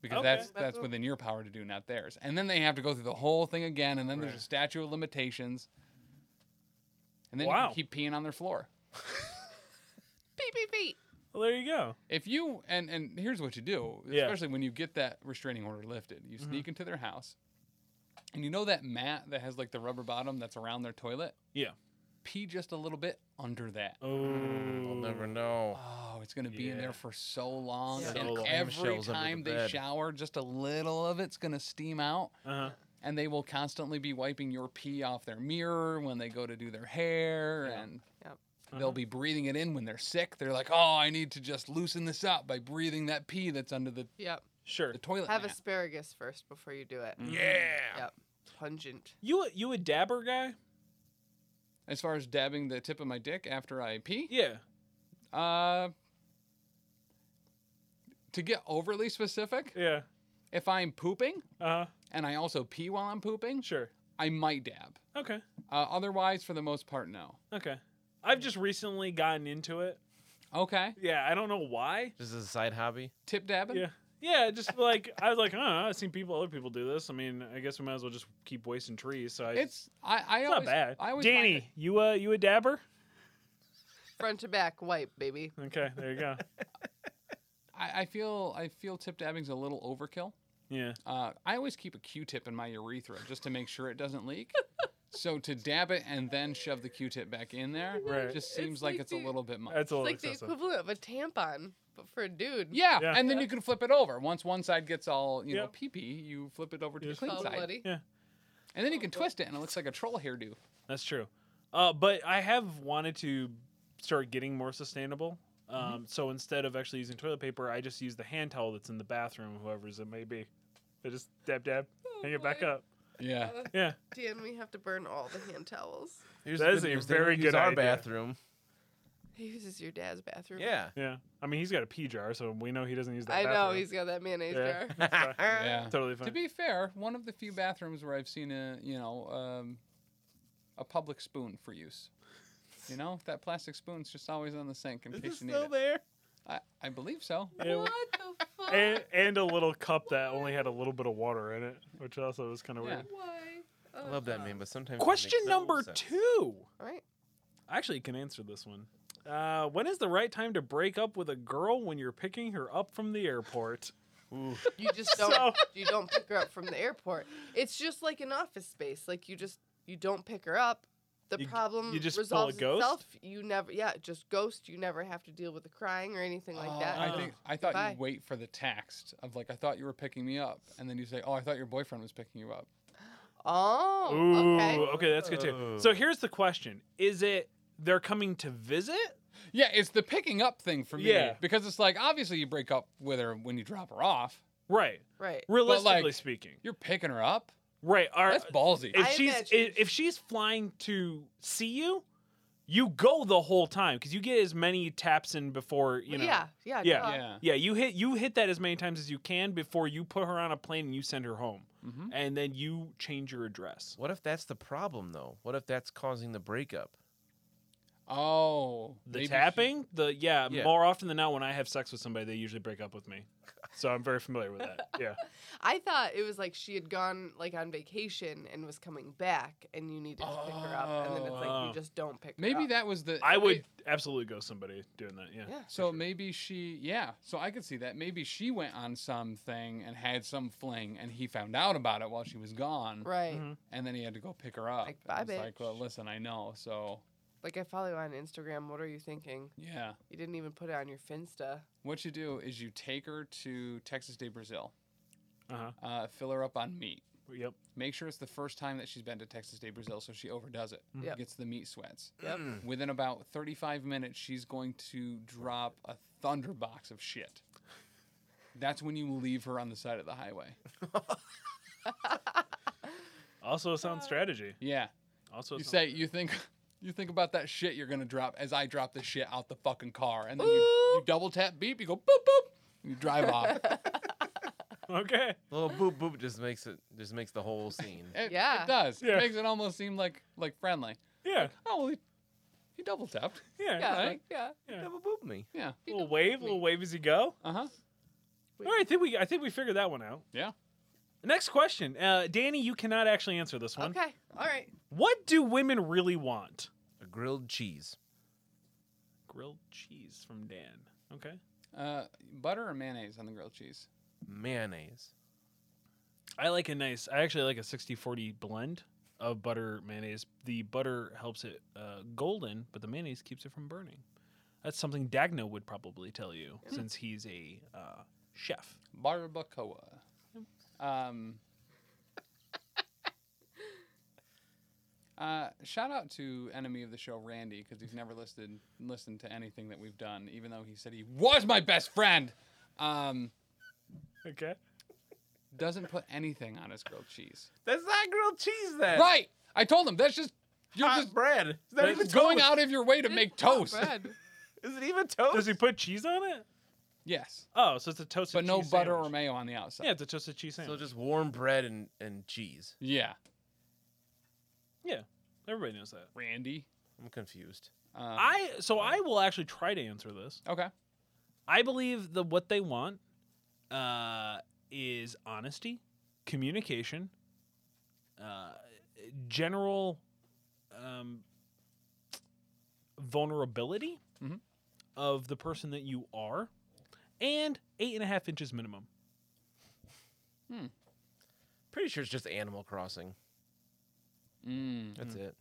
Speaker 2: because
Speaker 3: Okay.
Speaker 2: that's that's within your power to do, not theirs. And then they have to go through the whole thing again, and then there's a statute of limitations, and then you
Speaker 3: Wow.
Speaker 2: can keep peeing on their floor.
Speaker 4: Beep beep beep.
Speaker 3: Well, there you go.
Speaker 2: if you and and here's what you do
Speaker 3: Yeah. Mm-hmm.
Speaker 2: especially when you get that restraining order lifted you sneak into their house and you know that mat that has like the rubber bottom that's around their toilet
Speaker 3: Yeah.
Speaker 2: pee just a little bit under that oh,
Speaker 5: Hmm,
Speaker 3: Oh.
Speaker 5: I'll
Speaker 3: Uh-huh.
Speaker 5: never know.
Speaker 2: it's going to be in
Speaker 3: Yeah.
Speaker 2: there for so long
Speaker 4: So
Speaker 2: and
Speaker 5: long.
Speaker 2: every
Speaker 5: Clamshells under the
Speaker 2: time they
Speaker 5: bed.
Speaker 2: shower just a little of it's going to steam out
Speaker 3: Uh-huh.
Speaker 2: and they will constantly be wiping your pee off their mirror when they go to do their hair and
Speaker 4: Yep.
Speaker 2: They'll
Speaker 3: Mm-hmm.
Speaker 2: be breathing it in when they're sick. They're like, "Oh, I need to just loosen this up by breathing that pee that's under the
Speaker 4: Yep.
Speaker 3: Sure.
Speaker 2: the toilet.
Speaker 4: Have
Speaker 2: mat.
Speaker 4: asparagus first before you do
Speaker 5: Mm.
Speaker 4: it.
Speaker 3: Yeah.
Speaker 4: Yep. Pungent.
Speaker 3: You a- you a dabber guy?
Speaker 2: as far as dabbing the tip of my dick after I pee,
Speaker 3: Yeah.
Speaker 2: uh, to get overly specific,
Speaker 3: Yeah.
Speaker 2: if I'm pooping
Speaker 3: Uh-huh.
Speaker 2: and I also pee while I'm pooping,
Speaker 3: Sure.
Speaker 2: I might dab.
Speaker 3: Okay.
Speaker 2: Uh, otherwise, for the most part, no.
Speaker 3: Okay. I've just recently gotten into it.
Speaker 2: Okay.
Speaker 3: Yeah, I don't know why.
Speaker 5: Just as a side hobby.
Speaker 2: Tip dabbing.
Speaker 3: Yeah. Yeah, just like I was like, huh, I've seen people other people do this. I mean, I guess we might as well just keep wasting trees. So I
Speaker 2: It's I. I
Speaker 3: it's not
Speaker 2: always,
Speaker 3: bad.
Speaker 2: I always find
Speaker 3: Danny, you uh you a dabber?
Speaker 4: Front to back wipe, baby.
Speaker 3: Okay, there you go.
Speaker 2: that- I, I feel I feel tip dabbing's a little overkill.
Speaker 4: [laughs]
Speaker 3: Yeah.
Speaker 2: Uh, I always keep a Q-tip in my urethra just to make sure it doesn't
Speaker 3: [laughs]
Speaker 2: leak. so to dab it and then shove the Q-tip back in there
Speaker 3: Right.
Speaker 2: just seems
Speaker 4: It's
Speaker 2: like
Speaker 4: like
Speaker 2: it's a
Speaker 4: the-
Speaker 2: little bit much.
Speaker 3: That's a
Speaker 4: It's
Speaker 3: little
Speaker 4: like the
Speaker 3: excessive.
Speaker 4: equivalent of a tampon, but for a dude.
Speaker 2: Yeah,
Speaker 3: Yeah.
Speaker 2: and then you can flip it over. Once one side gets all you know
Speaker 3: Yep.
Speaker 2: pee pee, you flip it over to
Speaker 3: Yes.
Speaker 2: the clean
Speaker 4: All
Speaker 2: side,
Speaker 4: bloody.
Speaker 2: and then you can twist it, and it looks like a troll hairdo.
Speaker 3: That's true. Uh, but I have wanted to start getting more sustainable. Um,
Speaker 4: Mm-hmm.
Speaker 3: So instead of actually using toilet paper, I just use the hand towel that's in the bathroom, whoever's it may be. I just dab dab, hang it back
Speaker 4: Oh, boy.
Speaker 3: up.
Speaker 2: Yeah,
Speaker 3: Yeah.
Speaker 4: Dan, we have to burn all the hand towels.
Speaker 5: Here's
Speaker 3: That
Speaker 5: the
Speaker 3: is
Speaker 5: good
Speaker 3: a
Speaker 5: news, they don't
Speaker 3: very
Speaker 5: use
Speaker 3: good
Speaker 5: our
Speaker 3: idea.
Speaker 5: bathroom.
Speaker 4: He uses your dad's bathroom.
Speaker 5: Yeah.
Speaker 3: Yeah. I mean, he's got a pee jar, so we know he doesn't use that.
Speaker 4: I know
Speaker 3: bathroom.
Speaker 4: he's got that mayonnaise
Speaker 3: Yeah.
Speaker 4: jar.
Speaker 5: [laughs]
Speaker 2: yeah.
Speaker 3: [laughs] totally fine.
Speaker 2: To be fair, one of the few bathrooms where I've seen a you know um, a public spoon for use. You know that plastic spoon's just always on the sink in
Speaker 5: Is it
Speaker 2: case you need
Speaker 5: still
Speaker 2: it.
Speaker 5: there?
Speaker 2: I, I believe so.
Speaker 3: [laughs] Yeah.
Speaker 4: What the fuck?
Speaker 3: and, and a little cup that only had a little bit of water in it, which also was kind of
Speaker 2: Yeah.
Speaker 3: weird.
Speaker 4: Why?
Speaker 5: I love that man, but sometimes. it
Speaker 3: Question
Speaker 5: makes no
Speaker 3: number
Speaker 5: sense.
Speaker 3: two.
Speaker 4: All right.
Speaker 3: I actually can answer this one. Uh, when is the right time to break up with a girl when you're picking her up from the airport?
Speaker 5: Ooh.
Speaker 4: You
Speaker 3: [laughs]
Speaker 4: just don't.
Speaker 3: So-
Speaker 4: You don't pick her up from the airport. It's just like an office space. Like you just you don't pick her up. The
Speaker 3: You-
Speaker 4: problem
Speaker 3: you just pull a
Speaker 4: resolves
Speaker 3: ghost?
Speaker 4: itself. You never. Yeah, just ghost. You never have to deal with the crying or anything like
Speaker 2: Oh,
Speaker 4: that.
Speaker 2: I think I thought
Speaker 4: Goodbye.
Speaker 2: you wait for the text of like I thought you were picking me up, and then you say, "Oh, I thought your boyfriend was picking you up."
Speaker 4: [laughs] Oh.
Speaker 3: Ooh,
Speaker 4: Okay.
Speaker 3: okay. that's good too. So here's the question: Is it they're coming to visit?
Speaker 2: Yeah, it's the picking up thing for me.
Speaker 3: Yeah.
Speaker 2: Because it's like obviously you break up with her when you drop her off.
Speaker 3: Right.
Speaker 4: Right.
Speaker 3: Realistically
Speaker 2: like-
Speaker 3: speaking,
Speaker 2: You're picking her up.
Speaker 3: right? Are,
Speaker 2: That's ballsy.
Speaker 3: if
Speaker 4: I
Speaker 3: she's
Speaker 4: imagine-
Speaker 3: if- if she's flying to see you, you go the whole time because you get as many taps in before you know.
Speaker 4: yeah. Yeah.
Speaker 3: Yeah.
Speaker 4: duh.
Speaker 2: yeah.
Speaker 3: Yeah, you hit you hit that as many times as you can before you put her on a plane and you send her home,
Speaker 2: Mhm.
Speaker 3: and then you change your address.
Speaker 5: What if that's the problem though? What if that's causing the breakup?
Speaker 2: Oh.
Speaker 3: The
Speaker 2: maybe she-
Speaker 3: tapping, the yeah,
Speaker 5: Yeah.
Speaker 3: more often than not, when I have sex with somebody, they usually break up with me, so I'm very familiar with [laughs] that. Yeah,
Speaker 4: I thought it was like she had gone like on vacation and was coming back, and you needed to pick her up, and then it's like
Speaker 3: Oh.
Speaker 4: you just don't pick. her
Speaker 2: maybe
Speaker 4: up.
Speaker 2: that was the.
Speaker 3: I
Speaker 2: okay,
Speaker 3: would absolutely go somebody doing that. Yeah,
Speaker 4: Yeah.
Speaker 2: So maybe she, yeah. So I could see that. Maybe she went on something and had some fling, and he found out about it while she was gone,
Speaker 4: Right.
Speaker 3: Mhm.
Speaker 2: and then he had to go pick her up.
Speaker 4: Like, bye,
Speaker 2: It's Like,
Speaker 4: bitch.
Speaker 2: well, listen, I know. So
Speaker 4: Like I follow you on Instagram. What are you thinking?
Speaker 2: yeah,
Speaker 4: You didn't even put it on your Finsta.
Speaker 2: what you do is you take her to Texas Day Brazil,
Speaker 3: uh huh,
Speaker 2: uh, fill her up on meat.
Speaker 3: yep.
Speaker 2: Make sure it's the first time that she's been to Texas Day Brazil, so she overdoes it.
Speaker 4: Yep.
Speaker 2: Gets the meat sweats.
Speaker 4: Mm. Yep.
Speaker 2: Within about 35 minutes, she's going to drop a thunderbox of shit. That's when you leave her on the side of the highway.
Speaker 3: Also a sound strategy.
Speaker 2: Yeah.
Speaker 3: Also, a
Speaker 2: You
Speaker 3: sound-
Speaker 2: say you think you think about that shit you're gonna drop as I drop the shit out the fucking car, and then you, you double tap beep, you go boop boop, and you drive off.
Speaker 3: [laughs] okay.
Speaker 5: A [laughs] little boop boop just makes it just makes the whole [laughs] scene.
Speaker 2: It,
Speaker 4: Yeah.
Speaker 2: it does.
Speaker 3: Yeah.
Speaker 2: It makes it almost seem like like friendly.
Speaker 3: Yeah,
Speaker 2: Oh, well, he, he double tapped.
Speaker 3: yeah.
Speaker 4: Yeah.
Speaker 2: right.
Speaker 4: Yeah.
Speaker 5: Double boop me.
Speaker 2: Yeah.
Speaker 3: Little wave, little wave as you go.
Speaker 2: Uh huh.
Speaker 3: All right, I think we I think we figured that one out.
Speaker 2: Yeah.
Speaker 3: Next question, uh, Danny. You cannot actually answer this one.
Speaker 4: Okay.
Speaker 2: [laughs]
Speaker 4: All right.
Speaker 3: What do women really want?
Speaker 5: A grilled cheese.
Speaker 3: Grilled cheese from Dan. Okay.
Speaker 2: Uh, butter or mayonnaise on the grilled cheese?
Speaker 5: Mayonnaise.
Speaker 3: I like a nice, I actually like a 60 40 blend of butter mayonnaise. The butter helps it uh, golden, but the mayonnaise keeps it from burning. That's something Dagno would probably tell you since he's a uh, chef.
Speaker 2: Barbacoa. Um, uh, shout out to enemy of the show Randy because he's never listed listened to anything that we've done, even though he said he was my best friend. Um,
Speaker 3: Okay.
Speaker 2: doesn't put anything on his grilled cheese.
Speaker 5: That's not grilled cheese then.
Speaker 2: Right. I told him that's just you're
Speaker 3: Uh,
Speaker 5: Hot
Speaker 2: just
Speaker 5: bread. Is that
Speaker 3: That's
Speaker 5: even
Speaker 2: going
Speaker 5: toast?
Speaker 2: out of your way to make toast.
Speaker 4: Bread.
Speaker 2: [laughs]
Speaker 5: Is it even toast?
Speaker 3: Does he put cheese on it?
Speaker 2: Yes,
Speaker 3: Oh, so it's a toasted
Speaker 2: but no
Speaker 3: cheese
Speaker 2: butter
Speaker 3: sandwich.
Speaker 2: or mayo on the outside.
Speaker 3: Yeah, it's a toasted cheese
Speaker 5: so
Speaker 3: sandwich.
Speaker 5: just warm bread and, and cheese.
Speaker 2: Yeah.
Speaker 3: Everybody knows that.
Speaker 2: Randy.
Speaker 5: I'm confused.
Speaker 2: Um,
Speaker 3: I so I will actually try to answer this.
Speaker 2: okay.
Speaker 3: I believe the what they want uh, is honesty, communication, uh, general um, vulnerability
Speaker 2: Mhm.
Speaker 3: of the person that you are, and eight and a half inches minimum.
Speaker 5: Pretty sure it's just Animal Crossing.
Speaker 2: Mm.
Speaker 5: That's it.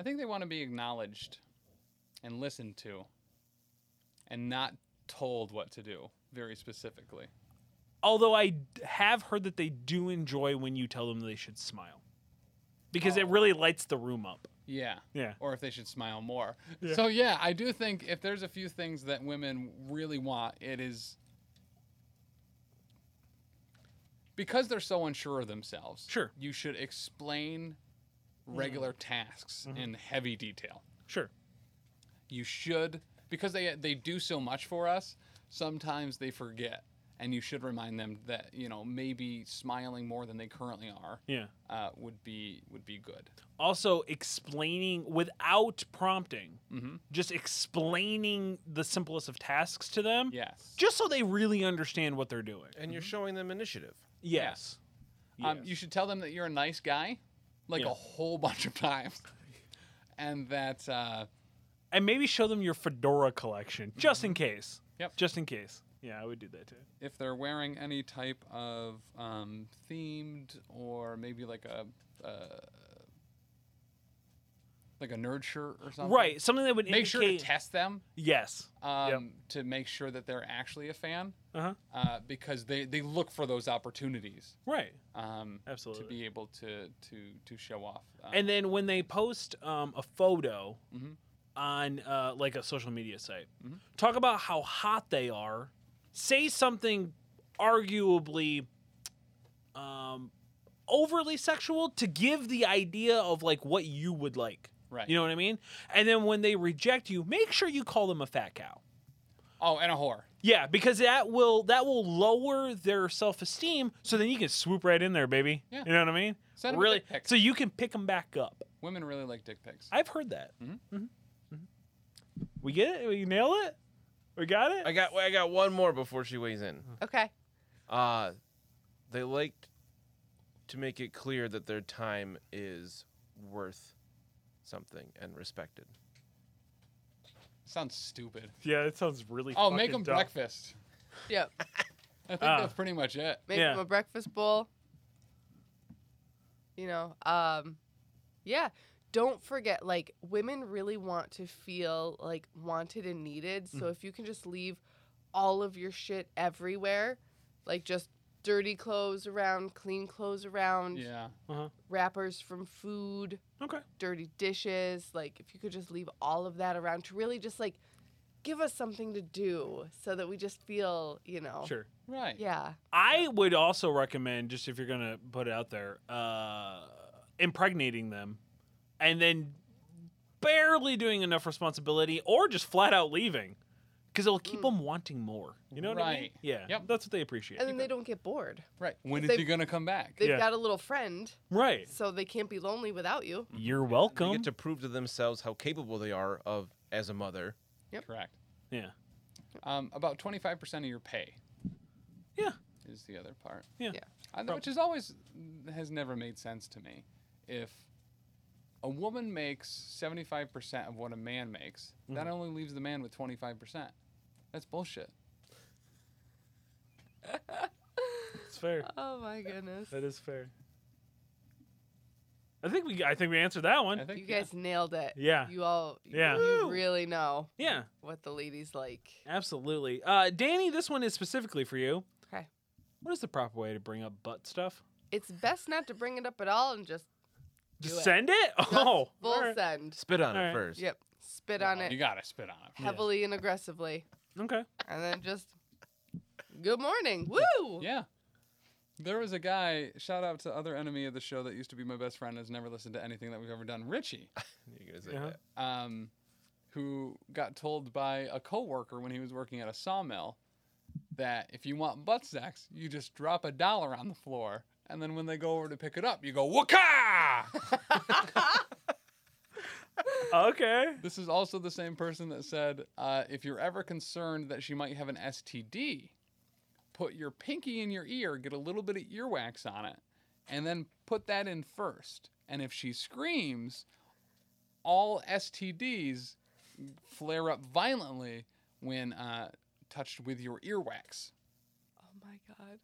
Speaker 2: I think they want to be acknowledged and listened to and not told what to do very specifically.
Speaker 3: Although I d- have heard that they do enjoy when you tell them they should smile, because it really lights the room up.
Speaker 2: Yeah.
Speaker 3: Yeah.
Speaker 2: Or if they should smile more. So, yeah, I do think if there's a few things that women really want, it is because they're so unsure of themselves.
Speaker 3: Sure.
Speaker 2: You should explain regular tasks in heavy detail.
Speaker 3: Sure.
Speaker 2: you should because they they do so much for us sometimes they forget and you should remind them that you know maybe smiling more than they currently are
Speaker 3: Yeah.
Speaker 2: uh, would be would be good
Speaker 3: also explaining without prompting,
Speaker 2: Mhm.
Speaker 3: just explaining the simplest of tasks to them,
Speaker 2: yes
Speaker 3: just so they really understand what they're doing.
Speaker 2: Eh,
Speaker 5: And you're showing them initiative.
Speaker 3: Yes.
Speaker 2: um,
Speaker 3: Yes.
Speaker 2: you should tell them that you're a nice guy like
Speaker 3: Yeah.
Speaker 2: a whole [laughs] bunch of times and that uh,
Speaker 3: and maybe show them your fedora collection, just in case.
Speaker 2: Mm-hmm. Yep.
Speaker 3: Just in case. Yeah, I would do that too.
Speaker 2: if they're wearing any type of um, themed or maybe like a uh, like a nerd shirt or something
Speaker 3: Right. Something that would
Speaker 2: make sure to
Speaker 3: indicate-
Speaker 2: test them
Speaker 3: yes.
Speaker 2: um,
Speaker 3: Yep.
Speaker 2: to make sure that they're actually a fan
Speaker 3: Uh-huh.
Speaker 2: uh, because they, they look for those opportunities
Speaker 3: Right.
Speaker 2: um,
Speaker 3: Absolutely.
Speaker 2: to be able to to to show off. Um,
Speaker 3: and then when they post um, a photo
Speaker 2: Mhm.
Speaker 3: on uh, like a social media site
Speaker 2: Mm-hmm.
Speaker 3: talk about how hot they are say something arguably um, overly sexual to give the idea of like what you would like
Speaker 2: Right.
Speaker 3: you know what i mean and then when they reject you make sure you call them a fat cow
Speaker 2: oh, and a whore.
Speaker 3: yeah because that will that will lower their self-esteem so then you can swoop right in there baby
Speaker 2: Yeah.
Speaker 3: you know what i mean
Speaker 2: Send 'em a
Speaker 3: really
Speaker 2: dick pic.
Speaker 3: so you can pick them back up
Speaker 2: Women really like dick pics.
Speaker 3: I've heard that. Mm-hmm. We get it. We nail it. We got it.
Speaker 5: I got I got one more before she weighs in.
Speaker 4: Okay.
Speaker 5: Uh they liked to make it clear that their time is worth something and respected.
Speaker 2: Sounds stupid.
Speaker 3: yeah, that sounds really.
Speaker 2: Oh, make
Speaker 3: fucking
Speaker 2: them
Speaker 3: dumb.
Speaker 2: breakfast.
Speaker 4: Yep.
Speaker 2: I think
Speaker 3: Ah.
Speaker 2: that's pretty much it.
Speaker 4: Make
Speaker 3: Yeah.
Speaker 4: them a breakfast bowl. You know, um, yeah. Don't forget, like, women really want to feel like wanted and needed.
Speaker 3: Mm.
Speaker 4: So if you can just leave all of your shit everywhere, like just dirty clothes around, clean clothes around,
Speaker 2: Yeah.
Speaker 4: wrappers from food,
Speaker 3: Okay.
Speaker 4: dirty dishes. Like, if you could just leave all of that around to really just like give us something to do so that we just feel, you know,
Speaker 3: Sure.
Speaker 2: Right.
Speaker 4: yeah,
Speaker 3: Oh. I would also recommend just if you're gonna put it out there, uh, impregnating them, and then barely doing enough responsibility, or just flat out leaving, because it'll keep them wanting more. You know what I mean?
Speaker 2: Right.
Speaker 3: Yeah.
Speaker 2: Yep.
Speaker 3: That's what they appreciate.
Speaker 4: and then they don't get bored.
Speaker 2: Right. When is
Speaker 4: They-
Speaker 2: he gonna come back?
Speaker 4: They've
Speaker 3: Yeah.
Speaker 4: got a little friend,
Speaker 3: right.
Speaker 4: so they can't be lonely without you.
Speaker 3: You're
Speaker 5: They
Speaker 3: welcome.
Speaker 5: get to prove to themselves how capable they are of as a mother.
Speaker 2: Correct.
Speaker 3: yeah.
Speaker 2: Um, about twenty five percent of your pay
Speaker 3: Yeah.
Speaker 2: is the other part.
Speaker 3: Yeah.
Speaker 4: Yeah.
Speaker 2: I, th- which is always has never made sense to me. If a woman makes seventy five percent of what a man makes,
Speaker 3: Mm-hmm.
Speaker 2: that only leaves the man with twenty five percent. That's bullshit.
Speaker 3: It's fair.
Speaker 4: Oh my goodness.
Speaker 3: That is fair. I think we I think we answered that
Speaker 2: I
Speaker 3: one.
Speaker 2: think
Speaker 4: You guys nailed it.
Speaker 3: Yeah.
Speaker 4: You all
Speaker 3: Yeah.
Speaker 4: yeah. you really know
Speaker 3: Yeah,
Speaker 4: what the ladies like.
Speaker 3: absolutely. Uh, Danny, this one is specifically for you.
Speaker 4: Okay.
Speaker 3: What is the proper way to bring up butt stuff?
Speaker 4: It's best not to bring it up at all and just Do
Speaker 3: Just
Speaker 4: it.
Speaker 3: send it? [laughs] Oh.
Speaker 4: full
Speaker 3: all right.
Speaker 4: send.
Speaker 5: Spit on
Speaker 3: All
Speaker 5: it
Speaker 3: right.
Speaker 5: first.
Speaker 4: Yep. Spit on
Speaker 2: you
Speaker 4: it
Speaker 2: gotta spit on it.
Speaker 4: heavily and aggressively.
Speaker 3: Okay.
Speaker 4: And then just good morning. Woo!
Speaker 2: Yeah. There was a guy, shout out to other enemy of the show that used to be my best friend, has never listened to anything that we've ever done, Richie,
Speaker 5: You're gonna say
Speaker 3: Uh-huh.
Speaker 5: that.
Speaker 2: um, who got told by a coworker when he was working at a sawmill that if you want butt sex, you just drop a dollar on the floor And then when they go over to pick it up, you go, Waka!
Speaker 3: Okay.
Speaker 2: This is also the same person that said, uh, if you're ever concerned that she might have an STD, put your pinky in your ear, get a little bit of earwax on it, and then put that in first. And if she screams, all STDs flare up violently when uh, touched with your earwax.
Speaker 4: Oh my god.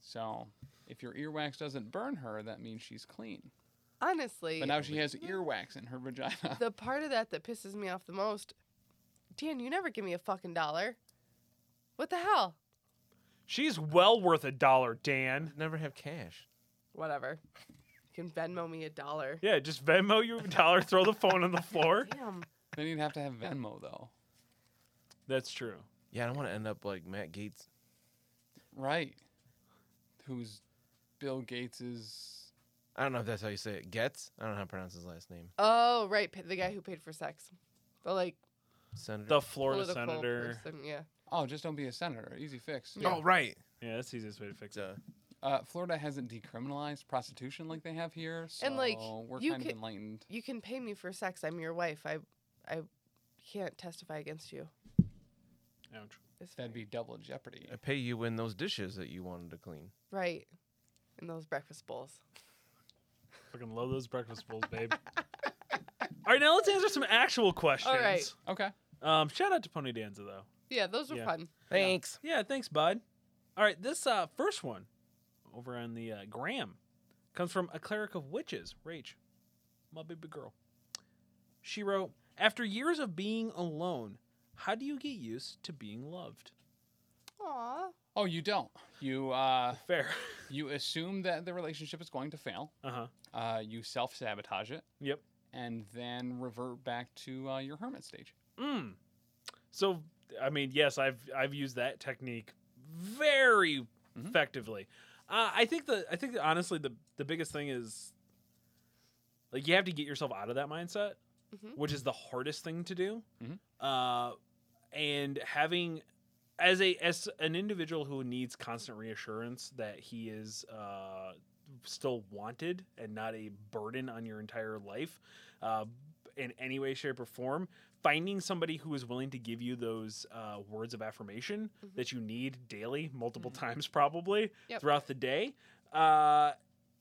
Speaker 2: So if your earwax doesn't burn her, that means she's clean.
Speaker 4: Honestly,
Speaker 2: But now she has earwax in her vagina. [laughs]
Speaker 4: the part of that that pisses me off the most, Dan, you never give me a fucking dollar. What the hell?
Speaker 3: She's well worth a dollar, Dan.
Speaker 5: Never have cash.
Speaker 4: Whatever. You can Venmo me a dollar.
Speaker 3: Yeah, just Venmo you a dollar, throw the phone on the
Speaker 4: [laughs]
Speaker 3: floor.
Speaker 4: Damn.
Speaker 2: then you'd have to have Venmo, though.
Speaker 3: That's true.
Speaker 5: Yeah, I don't want to end up like Matt Gates.
Speaker 2: Right. Who's Bill Gates's
Speaker 5: I don't know if that's how you say it. Gets? I don't know how to pronounce his last name.
Speaker 4: Oh right, pa- the guy who paid for sex, the like
Speaker 5: Senator.
Speaker 3: The Florida
Speaker 4: political
Speaker 3: senator.
Speaker 4: person. Yeah.
Speaker 2: Oh, just don't be a senator. Easy fix.
Speaker 4: Yeah.
Speaker 5: Oh, right.
Speaker 3: Yeah, that's the easiest way to fix it.
Speaker 5: Duh.
Speaker 2: Uh, Florida hasn't decriminalized prostitution like they have here, so
Speaker 4: And, like,
Speaker 2: we're
Speaker 4: you
Speaker 2: kind
Speaker 4: could-
Speaker 2: of enlightened.
Speaker 4: You can pay me for sex. I'm your wife. I, I can't testify against you.
Speaker 3: Ouch.
Speaker 4: It's
Speaker 2: That'd
Speaker 4: fine.
Speaker 2: be double jeopardy.
Speaker 5: I pay you in those dishes that you wanted to clean.
Speaker 4: right. In those breakfast bowls.
Speaker 3: Fucking love those breakfast bowls, babe. [laughs] All right, now let's answer some actual questions.
Speaker 4: All right.
Speaker 2: Okay.
Speaker 3: Um, shout out to Pony Danza though.
Speaker 4: Yeah, those were
Speaker 3: Yeah.
Speaker 4: fun.
Speaker 5: Thanks.
Speaker 3: Yeah, thanks, bud. All right, this uh, first one over on the uh, gram comes from a cleric of witches, Rach, my baby girl. She wrote, "After years of being alone, how do you get used to being loved?"
Speaker 4: Aw.
Speaker 2: Oh, you don't. You uh,
Speaker 3: Fair. [laughs]
Speaker 2: you assume that the relationship is going to fail.
Speaker 3: Uh huh.
Speaker 2: Uh, you self sabotage it,
Speaker 3: Yep.
Speaker 2: and then revert back to uh, your hermit stage.
Speaker 3: Mm. So, I mean, yes, I've I've used that technique very effectively. Uh, I think the I think that honestly the the biggest thing is like you have to get yourself out of that mindset,
Speaker 4: Mhm.
Speaker 3: which is the hardest thing to do.
Speaker 2: Mhm.
Speaker 3: Uh, and having as a as an individual who needs constant reassurance that he is uh, still wanted and not a burden on your entire life uh, in any way, shape, or form, finding somebody who is willing to give you those uh, words of affirmation
Speaker 4: Mhm.
Speaker 3: that you need daily, multiple times probably
Speaker 4: Yep.
Speaker 3: throughout the day, uh,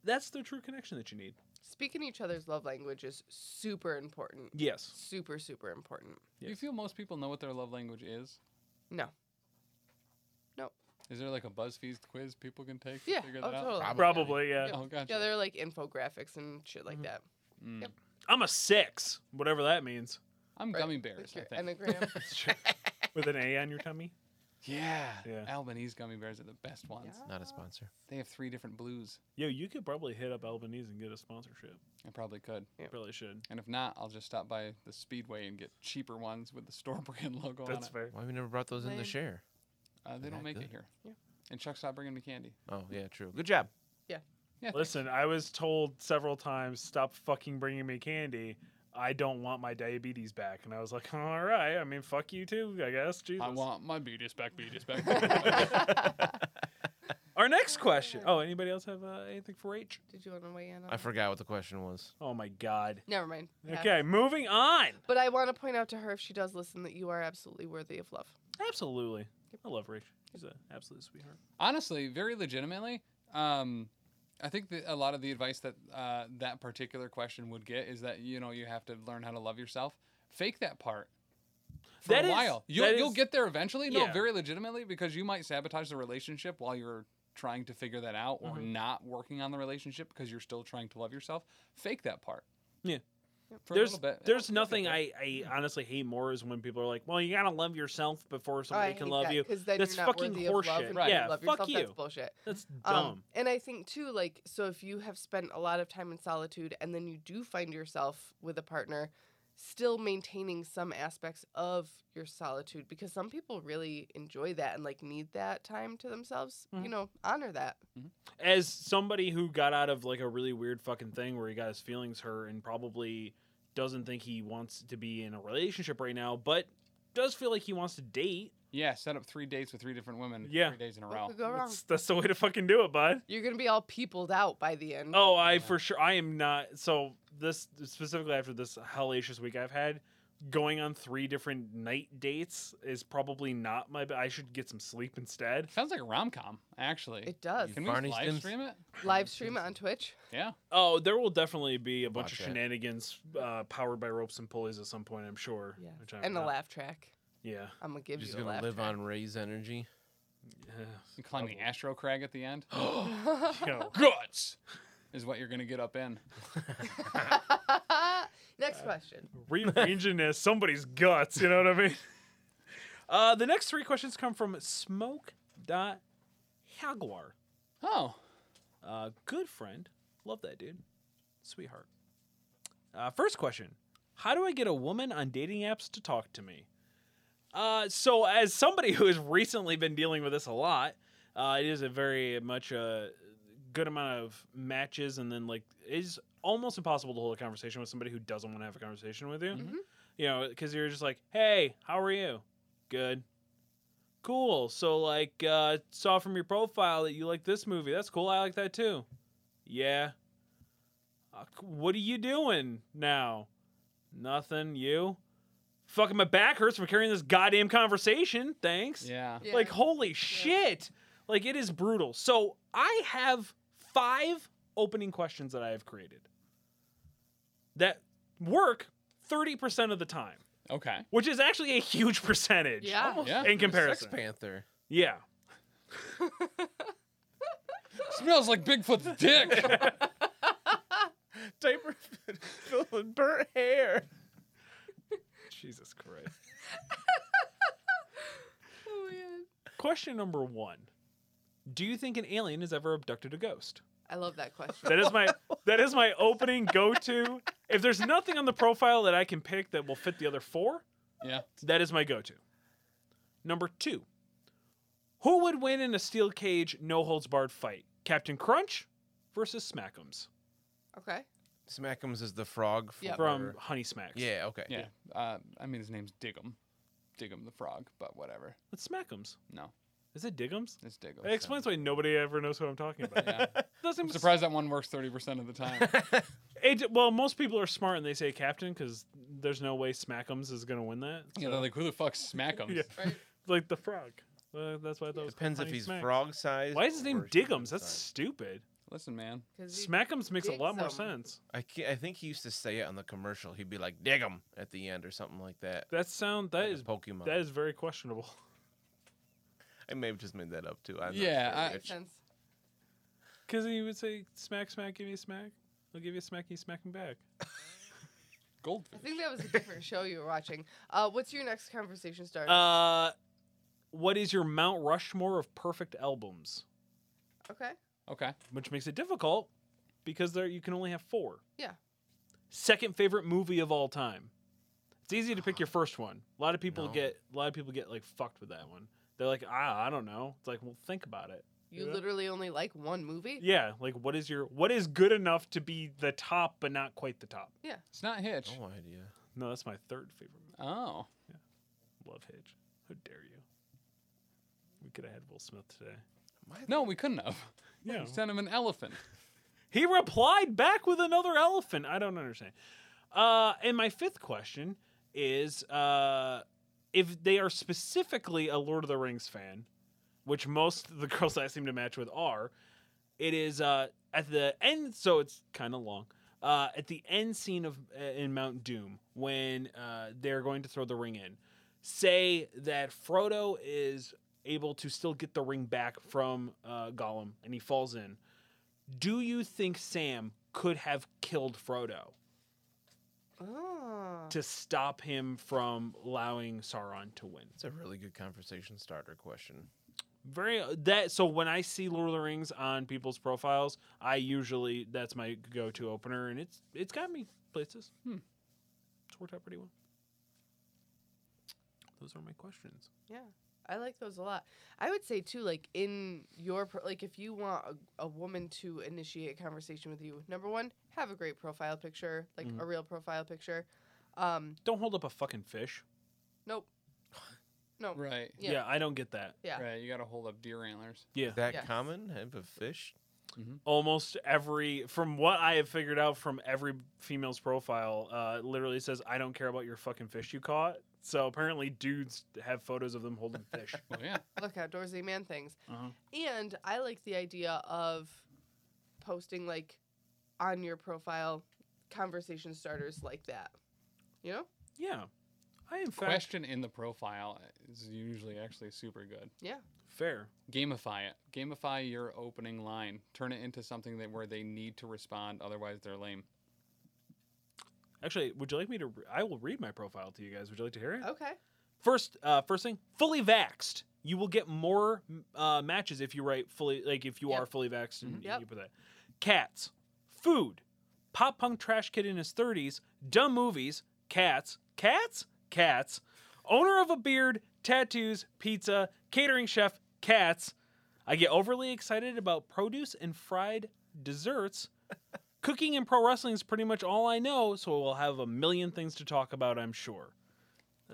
Speaker 3: that's the true connection that you need.
Speaker 4: Speaking each other's love language is super important.
Speaker 3: Yes.
Speaker 4: Super, super important.
Speaker 2: Do you
Speaker 3: Yes.
Speaker 2: feel most people know what their love language is?
Speaker 4: No.
Speaker 2: Is there like a BuzzFeed quiz people can take? to
Speaker 4: Yeah.
Speaker 2: Figure that
Speaker 4: Oh,
Speaker 2: out?
Speaker 4: totally.
Speaker 3: Probably, yeah.
Speaker 2: Oh, gotcha.
Speaker 4: Yeah, they're like infographics and shit
Speaker 3: Mm-hmm.
Speaker 4: like that.
Speaker 2: Mm.
Speaker 4: Yep.
Speaker 3: I'm a six, whatever that means,
Speaker 2: I'm
Speaker 4: Right.
Speaker 2: gummy bears. I
Speaker 4: Your
Speaker 2: think.
Speaker 4: Enneagram.
Speaker 3: [laughs] with an A on your tummy.
Speaker 2: Yeah.
Speaker 3: Yeah.
Speaker 2: Albanese gummy bears are the best ones.
Speaker 4: Uh-huh.
Speaker 5: Not a sponsor.
Speaker 2: They have three different blues.
Speaker 3: Yo, you could probably hit up Albanese and get a sponsorship.
Speaker 2: I probably could.
Speaker 3: You Probably should.
Speaker 2: And if not, I'll just stop by the Speedway and get cheaper ones with the store [laughs] brand logo
Speaker 3: That's
Speaker 2: on it.
Speaker 3: fair.
Speaker 5: Why we never brought those in
Speaker 4: Lame.
Speaker 5: to share?
Speaker 2: Uh, they don't
Speaker 5: that
Speaker 2: make it
Speaker 5: good?
Speaker 2: here.
Speaker 4: Yeah.
Speaker 2: And Chuck stopped bringing me candy.
Speaker 5: Oh, yeah, true. Good job.
Speaker 2: Yeah. thanks.
Speaker 3: Listen, I was told several times, stop fucking bringing me candy. I don't want my diabetes back. And I was like, all right. I mean, fuck you too, I guess. Jesus.
Speaker 2: I want my beatus back, beatus back. [laughs]
Speaker 4: [laughs]
Speaker 2: beatus back.
Speaker 3: Our next question. Oh, anybody else have uh, anything for H?
Speaker 4: Did you want to weigh in on
Speaker 5: I
Speaker 4: that?
Speaker 5: forgot what the question was.
Speaker 3: Oh, my God.
Speaker 4: Never mind. Pass.
Speaker 3: Okay, moving on.
Speaker 4: But I want to point out to her if she does listen that you are absolutely worthy of love.
Speaker 3: Absolutely. I love Rach. She's an absolute sweetheart.
Speaker 2: Honestly, very legitimately, um, I think that a lot of the advice that uh, that particular question would get is that you know you have to learn how to love yourself. Fake that part. for
Speaker 3: That
Speaker 2: a
Speaker 3: is-
Speaker 2: while. You'll,
Speaker 3: that
Speaker 2: you'll
Speaker 3: is-
Speaker 2: get there eventually. No,
Speaker 3: Yeah.
Speaker 2: very legitimately, because you might sabotage the relationship while you're trying to figure that out or
Speaker 3: Mm-hmm.
Speaker 2: not working on the relationship because you're still trying to love yourself. Fake that part.
Speaker 3: Yeah.
Speaker 2: For
Speaker 3: there's
Speaker 2: a little bit.
Speaker 3: there's nothing I, I honestly hate more is when people are like, well, you gotta love yourself before
Speaker 2: Oh,
Speaker 3: somebody can love you.
Speaker 4: Because then
Speaker 3: That's
Speaker 4: you're not
Speaker 3: fucking
Speaker 4: worthy of love
Speaker 3: horseshit.
Speaker 4: and
Speaker 2: Right.
Speaker 4: you
Speaker 3: Yeah,
Speaker 4: love
Speaker 3: fuck
Speaker 4: yourself. That's
Speaker 3: you.
Speaker 4: bullshit.
Speaker 3: That's
Speaker 4: Um,
Speaker 3: dumb.
Speaker 4: and I think too, like, so if you have spent a lot of time in solitude and then you do find yourself with a partner, still maintaining some aspects of your solitude because some people really enjoy that and like need that time to themselves.
Speaker 2: Mm-hmm.
Speaker 4: You know, honor that.
Speaker 3: as somebody who got out of like a really weird fucking thing where he got his feelings hurt and probably doesn't think he wants to be in a relationship right now, but does feel like he wants to date.
Speaker 2: Yeah, set up three dates with three different women.
Speaker 3: Yeah.
Speaker 2: Three days in a
Speaker 4: What
Speaker 2: row.
Speaker 4: could go wrong?
Speaker 3: That's, that's the way to fucking do it, bud.
Speaker 4: You're gonna be all peopled out by the end.
Speaker 3: Oh, I for sure. I am not. So this specifically after this hellacious week I've had, going on three different night dates is probably not my. be- I should get some sleep instead.
Speaker 2: Sounds like a rom com, actually.
Speaker 4: It does.
Speaker 2: Can
Speaker 5: Barney
Speaker 2: we live
Speaker 5: Stinson.
Speaker 2: stream it?
Speaker 4: Live stream it on Twitch.
Speaker 2: Yeah.
Speaker 3: Oh, there will definitely be a bunch
Speaker 5: Watch
Speaker 3: of
Speaker 5: it.
Speaker 3: shenanigans uh, powered by ropes and pulleys at some point. I'm sure.
Speaker 4: Yeah.
Speaker 3: which I'm
Speaker 4: And a
Speaker 3: not-
Speaker 4: laugh track. [laughs]
Speaker 3: Yeah. [laughs]
Speaker 4: I'm gonna give
Speaker 5: Just
Speaker 4: you a
Speaker 5: gonna
Speaker 4: laugh
Speaker 5: live
Speaker 4: track.
Speaker 5: on Ray's energy.
Speaker 2: You climb the Astro Crag at the
Speaker 3: [gasps]
Speaker 2: end.
Speaker 3: Yeah.
Speaker 2: Guts is what you're going to get up in.
Speaker 4: [laughs] Next question.
Speaker 3: rearranging as somebody's guts. You know what I mean? [laughs] Uh, the next three questions come from Smoke Dot Jaguar.
Speaker 2: Oh.
Speaker 3: Uh, good friend. Love that dude. Sweetheart. Uh, first question How do I get a woman on dating apps to talk to me? Uh, so, as somebody [laughs] who has recently been dealing with this a lot, uh, it is a very much a good amount of matches, and then like it is almost impossible to hold a conversation with somebody who doesn't want to have a conversation with you. You know, because you're just like, "Hey, how are you? Good cool. So like uh saw from your profile that you like this movie. That's cool. I like that too. Yeah. Uh, c- what are you doing now? Nothing. You? Fucking my back hurts from carrying this goddamn conversation. Thanks.
Speaker 2: Yeah.
Speaker 4: Yeah.
Speaker 3: Like holy shit. Like it is brutal. So I have five opening questions that I have created that work 30% of the time, [laughs]
Speaker 2: Okay.
Speaker 3: which is actually a huge percentage
Speaker 4: Yeah.
Speaker 2: Yeah.
Speaker 3: in comparison.
Speaker 5: Sex Panther.
Speaker 4: [laughs]
Speaker 3: Yeah.
Speaker 2: Smells like
Speaker 3: [laughs]
Speaker 2: Bigfoot's dick.
Speaker 5: Diaper filled with burnt hair.
Speaker 3: Jesus Christ.
Speaker 4: Oh my God.
Speaker 3: Question number one. Do you think an alien has ever abducted a ghost?
Speaker 4: I love that question.
Speaker 3: That is my that is my opening go-to. If there's nothing on the profile that I can pick that will fit the other four,
Speaker 2: yeah.
Speaker 3: that is my go-to. Number two. Who would win in a steel cage no holds barred fight? Captain Crunch versus Smackums
Speaker 4: Okay.
Speaker 5: Smackums is the frog
Speaker 4: Yep.
Speaker 3: from Honey Smacks.
Speaker 5: Yeah. Okay.
Speaker 2: Yeah. Uh, I mean, his name's Diggum. Diggum the frog, but whatever.
Speaker 3: It's Smackums.
Speaker 2: No,
Speaker 3: Is it Diggums?
Speaker 2: it's Diggum.
Speaker 3: That explains why nobody ever knows who I'm talking about. [laughs]
Speaker 2: Yeah.
Speaker 3: Doesn't
Speaker 2: I'm surprised that one works 30% of the
Speaker 3: [laughs]
Speaker 2: time.
Speaker 3: It, well, most people are smart and they say captain because there's no way Smackums is going to win that.
Speaker 2: yeah, they're like, who the
Speaker 3: [laughs]
Speaker 2: fuck smackums?
Speaker 3: Yeah.
Speaker 4: Right.
Speaker 3: Like the frog. Uh, that's why I thought it was
Speaker 5: Depends if
Speaker 3: Honey
Speaker 5: he's
Speaker 3: Smacks.
Speaker 5: frog sized.
Speaker 3: Why is his name Diggums? That's stupid.
Speaker 2: Listen, man.
Speaker 4: 'Cause you-
Speaker 3: Smackums makes a
Speaker 4: digs
Speaker 3: lot more
Speaker 4: 'em.
Speaker 3: sense.
Speaker 5: I, ca- I think he used to say it on the commercial. He'd be like, dig 'em at the end or something like that.
Speaker 3: That sound that
Speaker 5: Like a
Speaker 3: is
Speaker 5: Pokemon.
Speaker 3: that is very questionable. [laughs]
Speaker 5: I may have just made that up too. I'm not
Speaker 2: Yeah,
Speaker 5: sure
Speaker 2: I-
Speaker 5: which.
Speaker 4: Makes sense.
Speaker 3: Because he would say smack, smack, give me a smack. I'll give you a smack, you smack him back.
Speaker 4: I
Speaker 2: Goldfish.
Speaker 4: think that was a different show you were watching. Uh, what's your next conversation starter?
Speaker 3: Uh, what is your Mount Rushmore of perfect albums?
Speaker 4: okay.
Speaker 2: Okay.
Speaker 3: Which makes it difficult because there you can only have four.
Speaker 4: Yeah.
Speaker 3: second favorite movie of all time. It's easy to pick your first one. A lot of people
Speaker 5: No.
Speaker 3: get a lot of people get like fucked with that one. They're like, ah, I don't know. It's like, well, think about it.
Speaker 4: You
Speaker 3: Yeah.
Speaker 4: literally only like one movie?
Speaker 3: Yeah, like what is your what is good enough to be the top but not quite the top?
Speaker 2: It's not Hitch.
Speaker 5: No idea.
Speaker 3: No, that's my third favorite movie.
Speaker 2: Oh.
Speaker 3: Love Hitch. How dare you? We could have had Will Smith today.
Speaker 2: No, we couldn't have.
Speaker 3: Yeah.
Speaker 2: Sent him an elephant.
Speaker 3: He replied back with another elephant. I don't understand. Uh, and my fifth question is uh, if they are specifically a Lord of the Rings fan, which most of the [laughs] girls I seem to match with are, it is uh, at the end, so it's kind of long. Uh, at the end scene of uh, in Mount Doom, when uh, they're going to throw the ring in, say that Frodo is able to still get the ring back from uh, Gollum, and he falls in do you think Sam could have killed Frodo
Speaker 4: Oh.
Speaker 3: to stop him from allowing Sauron to win?
Speaker 5: It's a really good conversation starter question.
Speaker 3: Very uh, that so when I see Lord of the Rings on people's profiles, I usually that's my go-to opener, and it's it's got me places. Hmm. It's worked out pretty well. Those are my questions.
Speaker 4: Yeah, I like those a lot. I would say too, like in your pro- like, if you want a, a woman to initiate a conversation with you, number one, have a great profile picture, like
Speaker 3: Mm-hmm.
Speaker 4: a real profile picture. Um,
Speaker 3: [laughs] Don't hold up a fucking fish.
Speaker 4: nope.
Speaker 3: Oh.
Speaker 4: No.
Speaker 2: Right.
Speaker 3: Yeah. I don't get that.
Speaker 4: Yeah.
Speaker 2: Right. You got to hold up deer antlers.
Speaker 3: Yeah.
Speaker 5: That
Speaker 4: Yes.
Speaker 5: common type of
Speaker 3: [laughs]
Speaker 5: fish?
Speaker 3: Almost every, from what I have figured out from every female's profile, uh, literally says, I don't care about your fucking fish you caught. So apparently dudes have photos of them holding fish.
Speaker 2: Oh yeah.
Speaker 4: Look outdoorsy man things.
Speaker 3: Uh-huh.
Speaker 4: And I like the idea of posting like on your profile conversation starters like that. You know?
Speaker 3: yeah. I in [laughs] fact,
Speaker 2: Question in the profile is usually actually super good.
Speaker 4: Yeah.
Speaker 3: fair.
Speaker 2: Gamify it. Gamify your opening line. Turn it into something that where they need to respond, otherwise they're lame.
Speaker 3: Actually, would you like me to? Re- I will read my profile to you guys. Would you like to hear it?
Speaker 4: Okay.
Speaker 3: First, uh, first thing, fully vaxxed. You will get more uh, matches if you write fully, like if you
Speaker 4: Yep. Mm-hmm.
Speaker 3: are fully vaxxed and
Speaker 4: Yep.
Speaker 3: you put that. Cats, food, pop punk trash kid in his 30s, dumb movies, cats, cats, cats, owner of a beard, tattoos, pizza, catering chef, cats. I get overly excited about produce and fried
Speaker 4: [laughs]
Speaker 3: desserts. Cooking and pro wrestling is pretty much all I know, so we'll have a million things to talk about, I'm sure.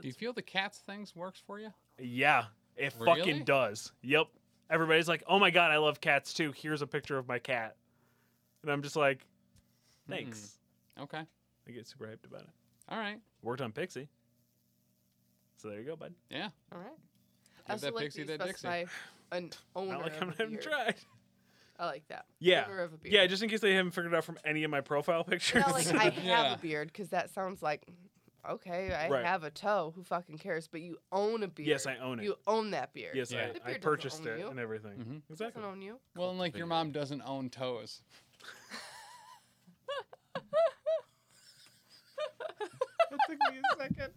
Speaker 2: Do you feel the cats things works for you?
Speaker 3: Yeah, it
Speaker 2: Really?
Speaker 3: fucking does. Yep. Everybody's like, "Oh my god, I love cats too. Here's a picture of my cat," and I'm just like,
Speaker 2: Hmm.
Speaker 3: "Thanks."
Speaker 2: Okay.
Speaker 3: I get super hyped about it.
Speaker 2: All right.
Speaker 3: Worked on Pixie, so there you go, bud.
Speaker 2: Yeah.
Speaker 4: All right.
Speaker 2: Give that pixie that Dixie.
Speaker 4: specify
Speaker 3: [laughs]
Speaker 4: an owner.
Speaker 3: Not like
Speaker 4: of
Speaker 3: I'm
Speaker 4: a
Speaker 3: not even
Speaker 4: beard. [laughs]
Speaker 3: tried.
Speaker 4: I like that. Owner
Speaker 3: Yeah,
Speaker 4: of a beard.
Speaker 3: yeah. Just in case they haven't figured it out from any of my profile pictures. [laughs]
Speaker 4: Not like I have
Speaker 2: Yeah.
Speaker 4: a beard because that sounds like okay, I
Speaker 3: Right.
Speaker 4: have a toe. Who fucking cares? But you own a beard.
Speaker 3: Yes, I own it.
Speaker 4: You own that beard.
Speaker 3: yes,
Speaker 2: Yeah. Mm-hmm.
Speaker 3: I-
Speaker 2: The
Speaker 4: beard
Speaker 3: I,
Speaker 4: doesn't
Speaker 3: purchased
Speaker 4: own
Speaker 3: it
Speaker 4: you.
Speaker 3: and everything.
Speaker 4: Doesn't
Speaker 3: Exactly.
Speaker 4: own you.
Speaker 2: Well, and like your mom doesn't own toes.
Speaker 5: That took me a second.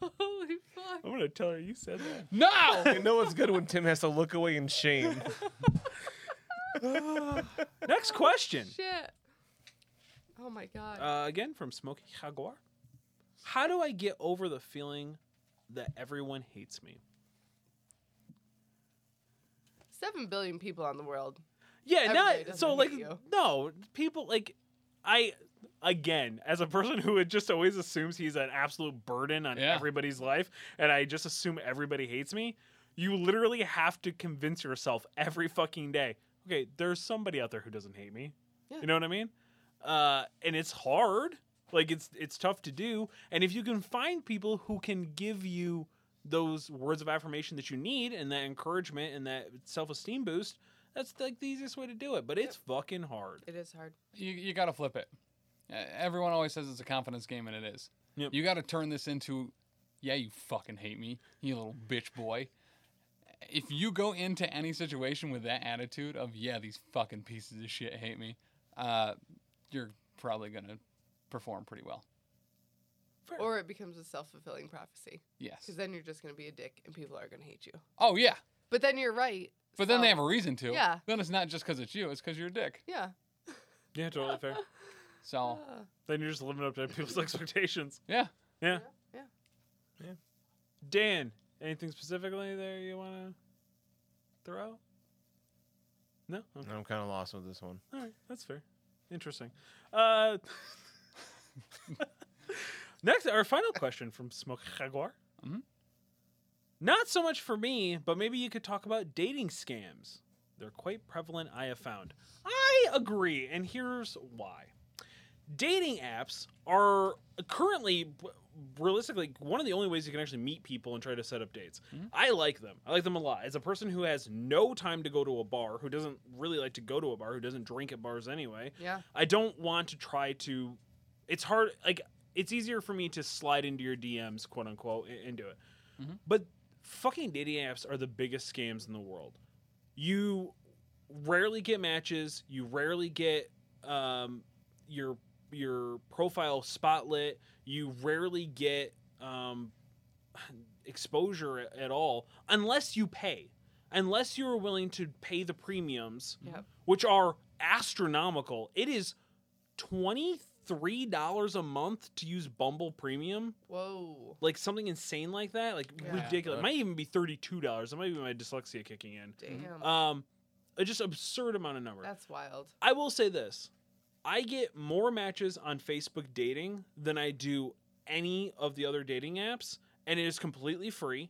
Speaker 4: Holy fuck.
Speaker 3: I'm gonna tell her you said that.
Speaker 4: [laughs]
Speaker 2: No.
Speaker 5: You know what's good when Tim has to look away in shame. [laughs]
Speaker 3: Next question.
Speaker 4: Shit. Oh my god.
Speaker 3: Uh, again from Smokey Jaguar. How do I get over the feeling that everyone hates me?
Speaker 4: Seven billion people on the world.
Speaker 3: Yeah,
Speaker 4: Everybody
Speaker 3: not
Speaker 4: doesn't
Speaker 3: so
Speaker 4: hate
Speaker 3: like
Speaker 4: you.
Speaker 3: no people like I again as a person who it just always assumes he's an absolute burden on
Speaker 2: Yeah.
Speaker 3: everybody's life, and I just assume everybody hates me. You literally have to convince yourself every fucking day. Okay, there's somebody out there who doesn't hate me.
Speaker 4: Yeah.
Speaker 3: You know what I mean? Uh, and it's hard. Like it's it's tough to do. And if you can find people who can give you those words of affirmation that you need and that encouragement and that self esteem boost, that's like the easiest way to do it. But it's fucking hard.
Speaker 4: It is hard.
Speaker 2: you, you got to flip it. Uh, Everyone always says it's a confidence game, and it is.
Speaker 3: Yep.
Speaker 2: You got to turn this into, yeah, you fucking hate me, you little bitch boy. If you go into any situation with that attitude of, yeah, these fucking pieces of shit hate me, uh, you're probably going to perform pretty well.
Speaker 4: Or it becomes a self fulfilling prophecy.
Speaker 2: Yes.
Speaker 4: Because then you're just gonna be a dick and people are gonna hate you.
Speaker 2: Oh, yeah.
Speaker 4: But then you're right.
Speaker 2: But then they
Speaker 4: so-
Speaker 2: have a reason to.
Speaker 4: Yeah.
Speaker 2: Then it's not just because it's you, it's because you're a dick.
Speaker 4: Yeah.
Speaker 3: Yeah, totally fair.
Speaker 2: So,
Speaker 3: [laughs]
Speaker 4: Uh,
Speaker 3: Then you're just living up to people's [laughs] expectations.
Speaker 2: yeah.
Speaker 3: Yeah.
Speaker 4: Yeah.
Speaker 3: Dan, anything specifically there you want to throw? out? No. Okay.
Speaker 5: I'm kind of lost with this one.
Speaker 3: All right, that's fair. Interesting. Uh, [laughs] next, our final question from Smoke Jaguar. Not so much for me, but maybe you could talk about dating scams. They're quite prevalent, I have found. I agree, and here's why. Dating apps are currently, realistically, one of the only ways you can actually meet people and try to set up dates. I like them. I like them a lot. As a person who has no time to go to a bar, who doesn't really like to go to a bar, who doesn't drink at bars anyway,
Speaker 4: Yeah.
Speaker 3: I don't want to try to. It's hard. Like it's easier for me to slide into your DMs, quote unquote, and, and do it. But fucking dating apps are the biggest scams in the world. You rarely get matches. You rarely get um, your your profile spotlit. You rarely get um, exposure at, at all unless you pay. Unless you're willing to pay the premiums,
Speaker 4: Yep.
Speaker 3: which are astronomical. It is twenty three dollars a month to use Bumble Premium
Speaker 4: Whoa.
Speaker 3: like something insane like that, like
Speaker 4: Yeah.
Speaker 3: ridiculous. It might even be thirty-two dollars. That might be my dyslexia
Speaker 2: Mm-hmm.
Speaker 3: kicking in.
Speaker 2: Uh,
Speaker 4: Damn.
Speaker 3: Um, a just absurd amount of number.
Speaker 4: That's wild.
Speaker 3: I will say this: I get more matches on Facebook dating than I do any of the other dating apps, and it is completely free.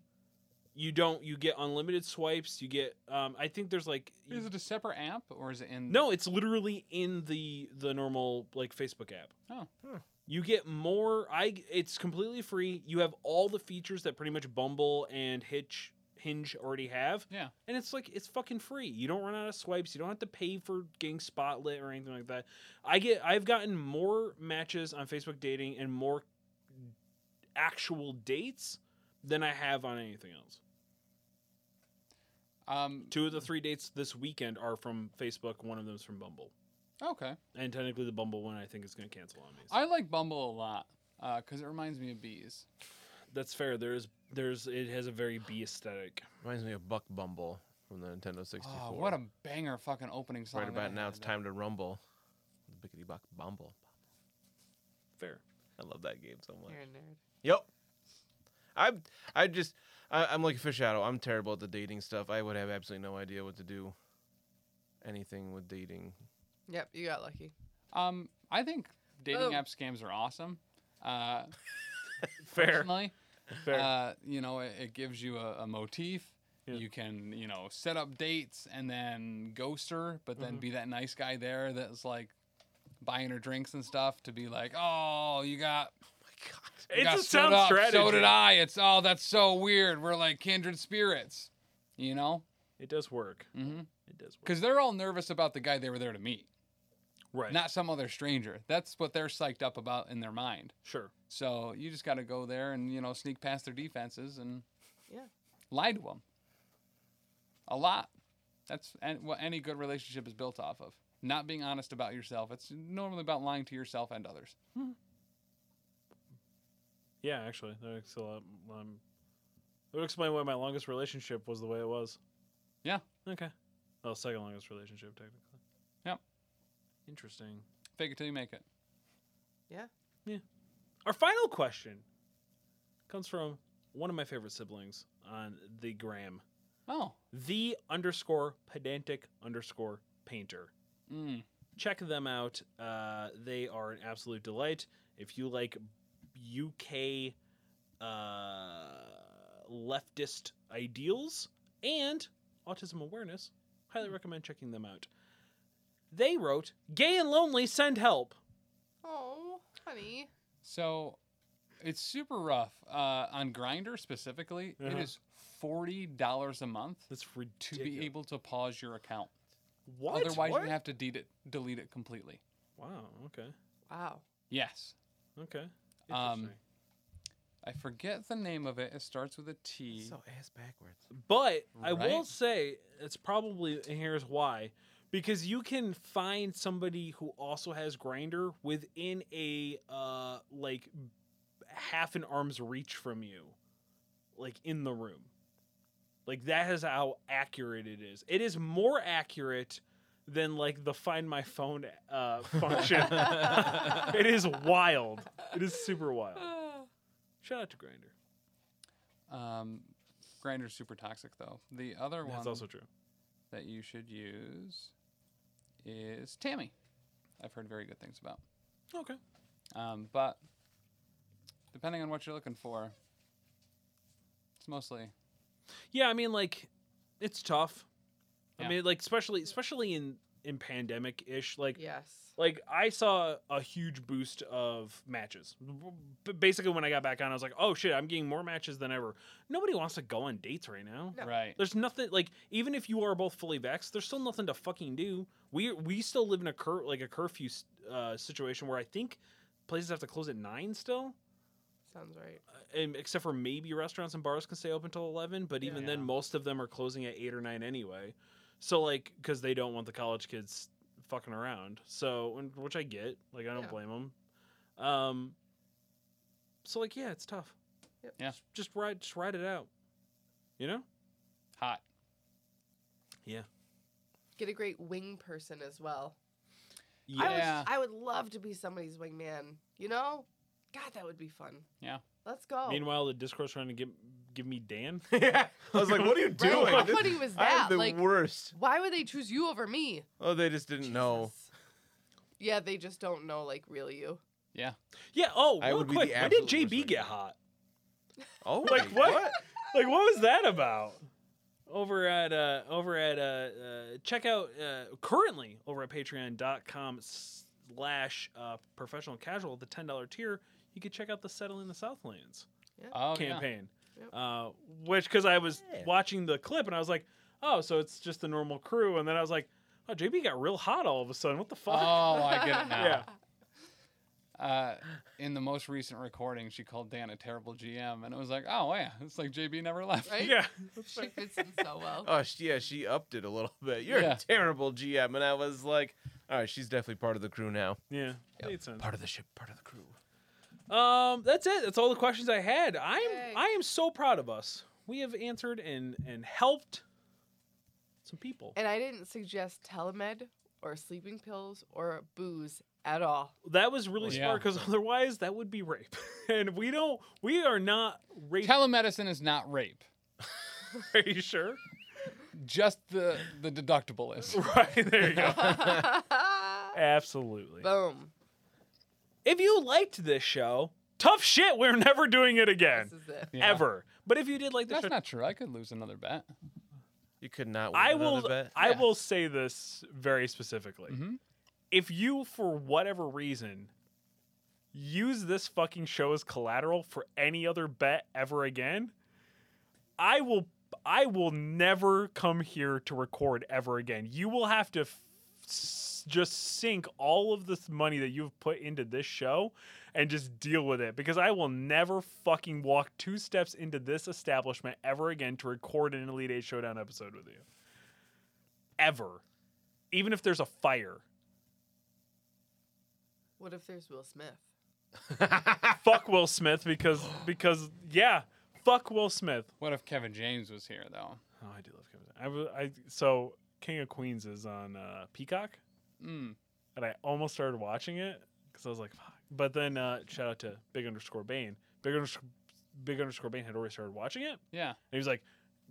Speaker 3: You don't. You get unlimited swipes. You get. Um, I think there's like.
Speaker 2: Is it a separate app or is it in?
Speaker 3: No, it's literally in the the normal like Facebook app.
Speaker 2: Oh.
Speaker 3: You get more. I. It's completely free. You have all the features that pretty much Bumble and Hitch Hinge already have.
Speaker 2: Yeah.
Speaker 3: And it's like it's fucking free. You don't run out of swipes. You don't have to pay for getting spotlit or anything like that. I get I've gotten more matches on Facebook dating and more actual dates than I have on anything else.
Speaker 2: Um.
Speaker 3: Two of the three dates this weekend are from Facebook, one of them's from Bumble.
Speaker 2: Okay.
Speaker 3: And technically the Bumble one I think is going to cancel on me. So
Speaker 2: I like Bumble a lot because it reminds me of bees.
Speaker 3: that's fair. There's there's it has a very B aesthetic.
Speaker 5: Reminds me of Buck Bumble from the Nintendo 64.
Speaker 2: Oh, what a banger fucking opening song.
Speaker 5: right
Speaker 2: that
Speaker 5: about now, it's
Speaker 2: had.
Speaker 5: time to rumble. The Bickety Buck Bumble.
Speaker 3: Fair.
Speaker 5: I love that game so much.
Speaker 4: You're a nerd.
Speaker 5: Yep. I'm. I just. I, I'm like a fish out. of- I'm terrible at the dating stuff. I would have absolutely no idea what to do. Anything with dating.
Speaker 4: Yep, you got lucky.
Speaker 2: Um, I think dating
Speaker 4: Oh.
Speaker 2: app scams are awesome.
Speaker 3: [laughs]
Speaker 2: Uh,
Speaker 3: Fair.
Speaker 2: personally,
Speaker 3: Fair.
Speaker 2: uh, you know, it, it gives you a, a motif.
Speaker 3: Yeah.
Speaker 2: You can, you know, set up dates and then ghost her, but
Speaker 3: Mm-hmm.
Speaker 2: then be that nice guy there that's like buying her drinks and stuff to be like, oh, you got You got
Speaker 3: it's a
Speaker 2: stood
Speaker 3: sound
Speaker 2: up,
Speaker 3: strategy.
Speaker 2: So did I. It's oh, that's so weird. We're like kindred spirits, you know,
Speaker 3: It does work.
Speaker 2: Mhm.
Speaker 3: It does work.
Speaker 2: because they're all nervous about the guy they were there to meet,
Speaker 3: Right.
Speaker 2: not some other stranger. That's what they're psyched up about in their mind.
Speaker 3: sure.
Speaker 2: So you just got to go there and you know sneak past their defenses and
Speaker 4: Yeah.
Speaker 2: lie to them. A lot. That's an what any good relationship is built off of. Not being honest about yourself. It's normally about lying to yourself and others.
Speaker 3: Yeah, actually, that makes a lot. Um, that would explain why my longest relationship was the way it was.
Speaker 2: Yeah.
Speaker 3: Okay. Well, second longest relationship, technically.
Speaker 2: Yep.
Speaker 3: Interesting.
Speaker 2: Fake it till you make it.
Speaker 4: Yeah.
Speaker 3: Our final question comes from one of my favorite siblings on the gram,
Speaker 2: Oh.
Speaker 3: the underscore pedantic underscore painter.
Speaker 2: Mm.
Speaker 3: check them out. Uh, they are an absolute delight. If you like UK uh, leftist ideals and autism awareness, highly recommend checking them out. They wrote, Gay and Lonely Send Help.
Speaker 4: Oh, honey.
Speaker 2: So it's super rough uh, on Grinder specifically. it
Speaker 3: Uh-huh.
Speaker 2: is forty dollars a month
Speaker 3: That's
Speaker 2: to
Speaker 3: ridiculous.
Speaker 2: be able to pause your account.
Speaker 3: what?
Speaker 2: Otherwise,
Speaker 3: What?
Speaker 2: you have to delete it, delete it completely.
Speaker 3: Wow, okay.
Speaker 4: Wow.
Speaker 2: Yes,
Speaker 3: Okay.
Speaker 2: Um,
Speaker 3: Interesting.
Speaker 2: I forget the name of it. It starts with a T.
Speaker 5: So ass backwards.
Speaker 3: But I will
Speaker 2: Right.
Speaker 3: say it's probably and here's why. Because you can find somebody who also has grinder within a uh like half an arm's reach from you. Like in the room. Like that is how accurate it is. It is more accurate than like the find my phone uh function. [laughs] it is wild. It is super wild. Shout out to Grinder.
Speaker 2: um, Grinder's super toxic though. The other
Speaker 3: That's
Speaker 2: one
Speaker 3: also true.
Speaker 2: that you should use is Tammy. I've heard very good things about.
Speaker 3: Okay.
Speaker 2: Um, but depending on what you're looking for, it's mostly
Speaker 3: Yeah, I mean, like, it's tough. I
Speaker 2: Yeah.
Speaker 3: mean, like, especially especially in in pandemic ish. Like,
Speaker 4: Yes.
Speaker 3: like I saw a huge boost of matches. B- basically, when I got back on, I was like, oh shit, I'm getting more matches than ever. Nobody wants to go on dates right now.
Speaker 4: No.
Speaker 2: right.
Speaker 3: There's nothing like even if you are both fully vaxxed, there's still nothing to fucking do. We we still live in a cur like a curfew uh, situation where I think places have to close at nine still
Speaker 4: Sounds right.
Speaker 3: um, except for maybe restaurants and bars can stay open till 11 but even then most of them are closing at 8 or 9 anyway so like because they don't want the college kids fucking around so and- which i get like i don't
Speaker 4: Yeah.
Speaker 3: blame them um so like yeah it's tough
Speaker 4: Yep.
Speaker 2: Yeah.
Speaker 3: just ride just ride it out you know
Speaker 2: Hot.
Speaker 3: yeah
Speaker 4: Get a great wing person as well.
Speaker 2: Yeah.
Speaker 4: I would love to be somebody's wingman. You know? God, that would be fun.
Speaker 2: Yeah.
Speaker 4: Let's go.
Speaker 3: meanwhile the discourse trying to give give me dan
Speaker 5: yeah. [laughs] I was like, what are [laughs] you
Speaker 4: Right?
Speaker 5: doing?
Speaker 4: How
Speaker 5: This-
Speaker 4: funny was
Speaker 5: [laughs] I
Speaker 4: that?
Speaker 5: am the
Speaker 4: Like,
Speaker 5: worst.
Speaker 4: why would they choose you over me?
Speaker 5: Oh, they just didn't know.
Speaker 4: Jesus. Yeah, they just don't know like real you.
Speaker 2: Yeah.
Speaker 3: [laughs] Yeah. Oh,
Speaker 5: I
Speaker 3: real
Speaker 5: would be the
Speaker 3: quick, when did
Speaker 5: absolute worst
Speaker 3: JB
Speaker 5: right
Speaker 3: get
Speaker 5: now.
Speaker 3: hot?
Speaker 5: Oh,
Speaker 3: Like
Speaker 5: my
Speaker 3: what?
Speaker 5: God.
Speaker 3: like what was that about? Over at uh over at uh, uh check out uh currently over at patreon.com slash uh professional casual the ten dollar tier you can check out the settle in the southlands
Speaker 2: Oh, yeah.
Speaker 3: campaign uh which because i was watching the clip and i was like oh so it's just the normal crew and then i was like oh jb got real hot all of a sudden what the fuck
Speaker 2: Oh, I
Speaker 3: [laughs]
Speaker 2: get it now.
Speaker 3: yeah
Speaker 2: Uh, in the most recent recording, she called Dan a terrible GM, and it was like, oh yeah, it's like JB never left.
Speaker 4: Right?
Speaker 3: yeah
Speaker 4: [laughs] She fits in so well.
Speaker 5: [laughs] Oh, sh- yeah, she upped it a little bit. You're
Speaker 2: Yeah.
Speaker 5: a terrible GM. And I was like, all right, she's definitely part of the crew now.
Speaker 3: yeah made sense.
Speaker 5: Part of the ship, part of the crew.
Speaker 3: Um, that's it. That's all the questions I had. I'm
Speaker 4: Yay.
Speaker 3: I am so proud of us. We have answered and and helped some people.
Speaker 4: And I didn't suggest telemed or sleeping pills or booze at all. [laughs]
Speaker 3: that was really
Speaker 2: Oh, Yeah.
Speaker 3: smart because [laughs] otherwise that would be rape, [laughs] and we don't. We are not rape. [laughs]
Speaker 2: Telemedicine is not rape.
Speaker 3: Are you sure?
Speaker 2: Just the the deductible is.
Speaker 3: Right there you
Speaker 4: [laughs]
Speaker 3: go. Absolutely.
Speaker 4: Boom.
Speaker 3: If you liked this show, tough shit. We're never doing it again,
Speaker 4: This is it.
Speaker 2: Yeah.
Speaker 3: ever. But if you did like the
Speaker 2: That's
Speaker 3: show,
Speaker 2: not true. I could lose another bet.
Speaker 5: You could not win
Speaker 3: I
Speaker 5: another
Speaker 3: will.
Speaker 5: bet.
Speaker 3: I
Speaker 2: Yeah.
Speaker 3: will say this very specifically.
Speaker 2: Mhm.
Speaker 3: If you, for whatever reason, use this fucking show as collateral for any other bet ever again, I will. I will never come here to record ever again. You will have to. F- s- just sink all of this money that you've put into this show and just deal with it because I will never fucking walk two steps into this establishment ever again to record an Elite Eight Showdown episode with you ever, even if there's a fire.
Speaker 4: What if there's Will Smith?
Speaker 3: fuck Will Smith because because yeah, fuck Will Smith.
Speaker 2: What if Kevin James was here though?
Speaker 3: Oh, I do love Kevin. I was I so King of Queens is on uh, Peacock,
Speaker 2: Mm.
Speaker 3: and I almost started watching it because I was like, fuck. But then uh, shout out to Big Underscore Bane. Big Underscore Big Underscore Bane had already started watching it, and
Speaker 2: Yeah.
Speaker 3: he was like,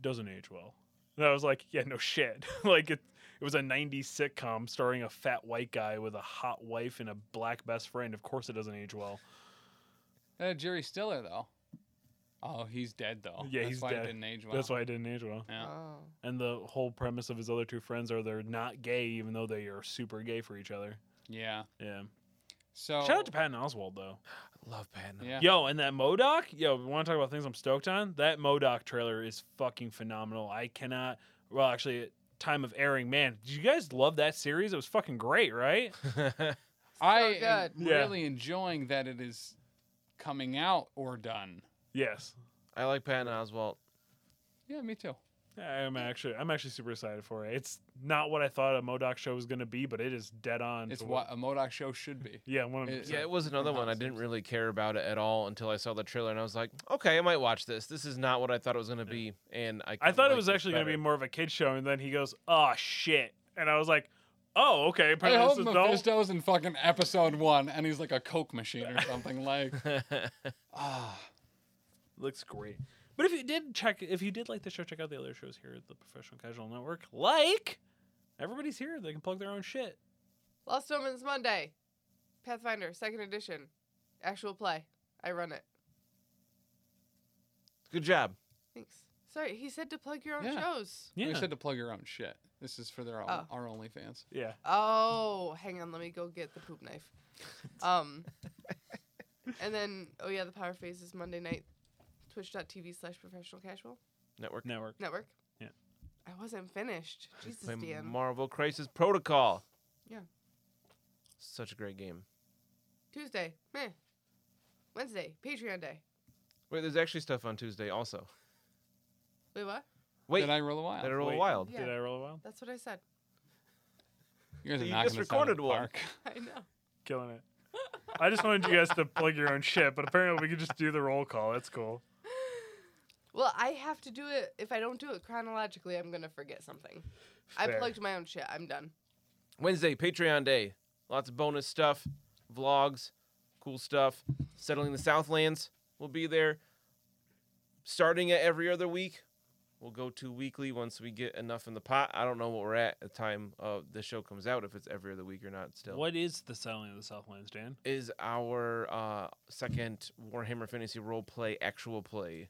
Speaker 3: doesn't age well. And I was like, yeah, no shit. [laughs] like it. It was a 90s sitcom starring a fat white guy with a hot wife and a black best friend. Of course, it doesn't age well.
Speaker 2: Uh, Jerry Stiller though. Oh, he's dead though.
Speaker 3: Yeah,
Speaker 2: That's
Speaker 3: he's
Speaker 2: why it
Speaker 3: dead.
Speaker 2: didn't age well.
Speaker 3: That's why I didn't age well.
Speaker 2: Yeah.
Speaker 4: Oh.
Speaker 3: And the whole premise of his other two friends are they're not gay, even though they are super gay for each other.
Speaker 2: Yeah.
Speaker 3: Yeah.
Speaker 2: So
Speaker 3: Shout out to Patton Oswald though.
Speaker 5: Love Patton.
Speaker 2: Oh. Yeah.
Speaker 3: Yo, and that Modoc. Yo, we want to talk about things I'm stoked on. That Modoc trailer is fucking phenomenal. I cannot. Well, actually, time of airing, man. Did you guys love that series? It was fucking
Speaker 2: [laughs]
Speaker 3: great, right?
Speaker 2: I
Speaker 4: So
Speaker 2: am
Speaker 4: good.
Speaker 3: Yeah.
Speaker 2: really enjoying that it is coming out or done.
Speaker 3: yes.
Speaker 5: I like Patton Oswalt.
Speaker 2: Yeah, me too.
Speaker 3: I'm actually, I'm actually super excited for it. It's not what I thought a Modoc show was gonna be, but it is dead on.
Speaker 2: It's
Speaker 3: to
Speaker 2: what a Modoc show should be.
Speaker 3: Yeah, one
Speaker 2: It-
Speaker 3: of
Speaker 5: Yeah, it was another one. I didn't really care about it at all until I saw the trailer and I was like, okay, I might watch this. This is not what I thought it was going to be. And I,
Speaker 3: I
Speaker 5: kinda
Speaker 3: thought it
Speaker 5: like
Speaker 3: was
Speaker 5: this
Speaker 3: actually going to be
Speaker 5: better.
Speaker 3: more of a kid show, and then he goes, "Oh shit!" and I was like, "Oh, okay."
Speaker 2: I
Speaker 3: Apparently,
Speaker 2: hope
Speaker 3: this is adult.
Speaker 2: Mephisto's in fucking episode one, and he's like a coke machine or
Speaker 5: [laughs]
Speaker 2: something. Like,
Speaker 3: [laughs] looks great. But if you did check, if you did like the show, check out the other shows here at the Professional Casual Network. Like, everybody's here; they can plug their own shit.
Speaker 4: Lost Omens Monday. Pathfinder, second edition. Actual play. I run it.
Speaker 5: Good job.
Speaker 4: Thanks. Sorry, he said to plug your own
Speaker 2: Yeah.
Speaker 4: shows.
Speaker 3: Yeah,
Speaker 2: we said to plug your own shit. This is for their own,
Speaker 4: Oh.
Speaker 2: our OnlyFans.
Speaker 3: yeah.
Speaker 4: Oh, hang on, let me go get the poop knife. Um and then oh yeah, the power phase is Monday night. Twitch.tv slash professional casual
Speaker 5: Network.
Speaker 3: Network.
Speaker 4: network.
Speaker 3: Yeah.
Speaker 4: I wasn't finished. Jesus
Speaker 5: Play
Speaker 4: Dan.
Speaker 5: Marvel Crisis Protocol.
Speaker 4: Yeah.
Speaker 5: Such a great game.
Speaker 4: Tuesday. Meh. Wednesday. Patreon day.
Speaker 5: Wait, there's actually stuff on Tuesday also.
Speaker 4: Wait, what?
Speaker 5: Wait,
Speaker 2: Did I roll a wild?
Speaker 5: that are a little
Speaker 3: Wait.
Speaker 5: wild.
Speaker 4: Yeah.
Speaker 3: Did I roll a while?
Speaker 4: That's what I said. [laughs]
Speaker 2: You guys are
Speaker 5: You
Speaker 2: knocking
Speaker 5: just
Speaker 2: us out of
Speaker 5: recorded
Speaker 2: the
Speaker 5: one.
Speaker 2: park.
Speaker 4: I know.
Speaker 3: Killing it. I just wanted you guys to plug your own shit, but apparently we could just do the roll call. That's cool.
Speaker 4: Well, I have to do it. If I don't do it chronologically, I'm gonna forget something. I
Speaker 3: Fair.
Speaker 4: plugged my own shit. I'm done.
Speaker 5: Wednesday, Patreon day. Lots of bonus stuff, vlogs, cool stuff. Settling the Southlands will be there. Starting at every other week. We'll go to weekly once we get enough in the pot. I don't know what we're at at the time of the show comes out, if it's every other week or not. Still,
Speaker 9: What is the selling of the Southlands, Dan?
Speaker 5: is our uh, second Warhammer Fantasy role play actual play?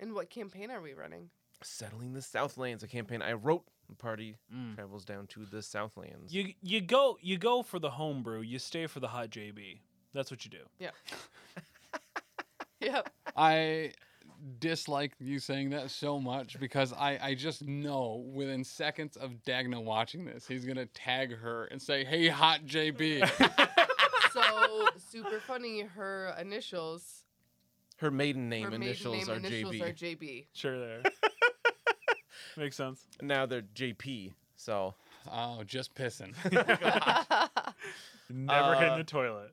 Speaker 4: And what campaign are we running?
Speaker 5: Settling the Southlands, a campaign I wrote. The party
Speaker 4: Hmm.
Speaker 5: travels down to the Southlands.
Speaker 9: You you go you go for the homebrew. You stay for the hot JB. That's what you do.
Speaker 4: Yeah. yep.
Speaker 2: [laughs] I dislike you saying that so much because I, I just know within seconds of Dagna watching this, he's gonna tag her and say, "Hey, hot
Speaker 5: [laughs]
Speaker 2: JB."
Speaker 4: [laughs] So super funny. Her initials,
Speaker 5: Her maiden name
Speaker 4: her maiden
Speaker 5: initials
Speaker 4: name
Speaker 5: are
Speaker 4: initials
Speaker 5: JB.
Speaker 4: are JB.
Speaker 9: Sure
Speaker 4: [laughs]
Speaker 9: there. Makes sense.
Speaker 5: now they're JP. So
Speaker 2: oh, just pissing.
Speaker 9: Never hit
Speaker 5: Uh,
Speaker 9: in the toilet.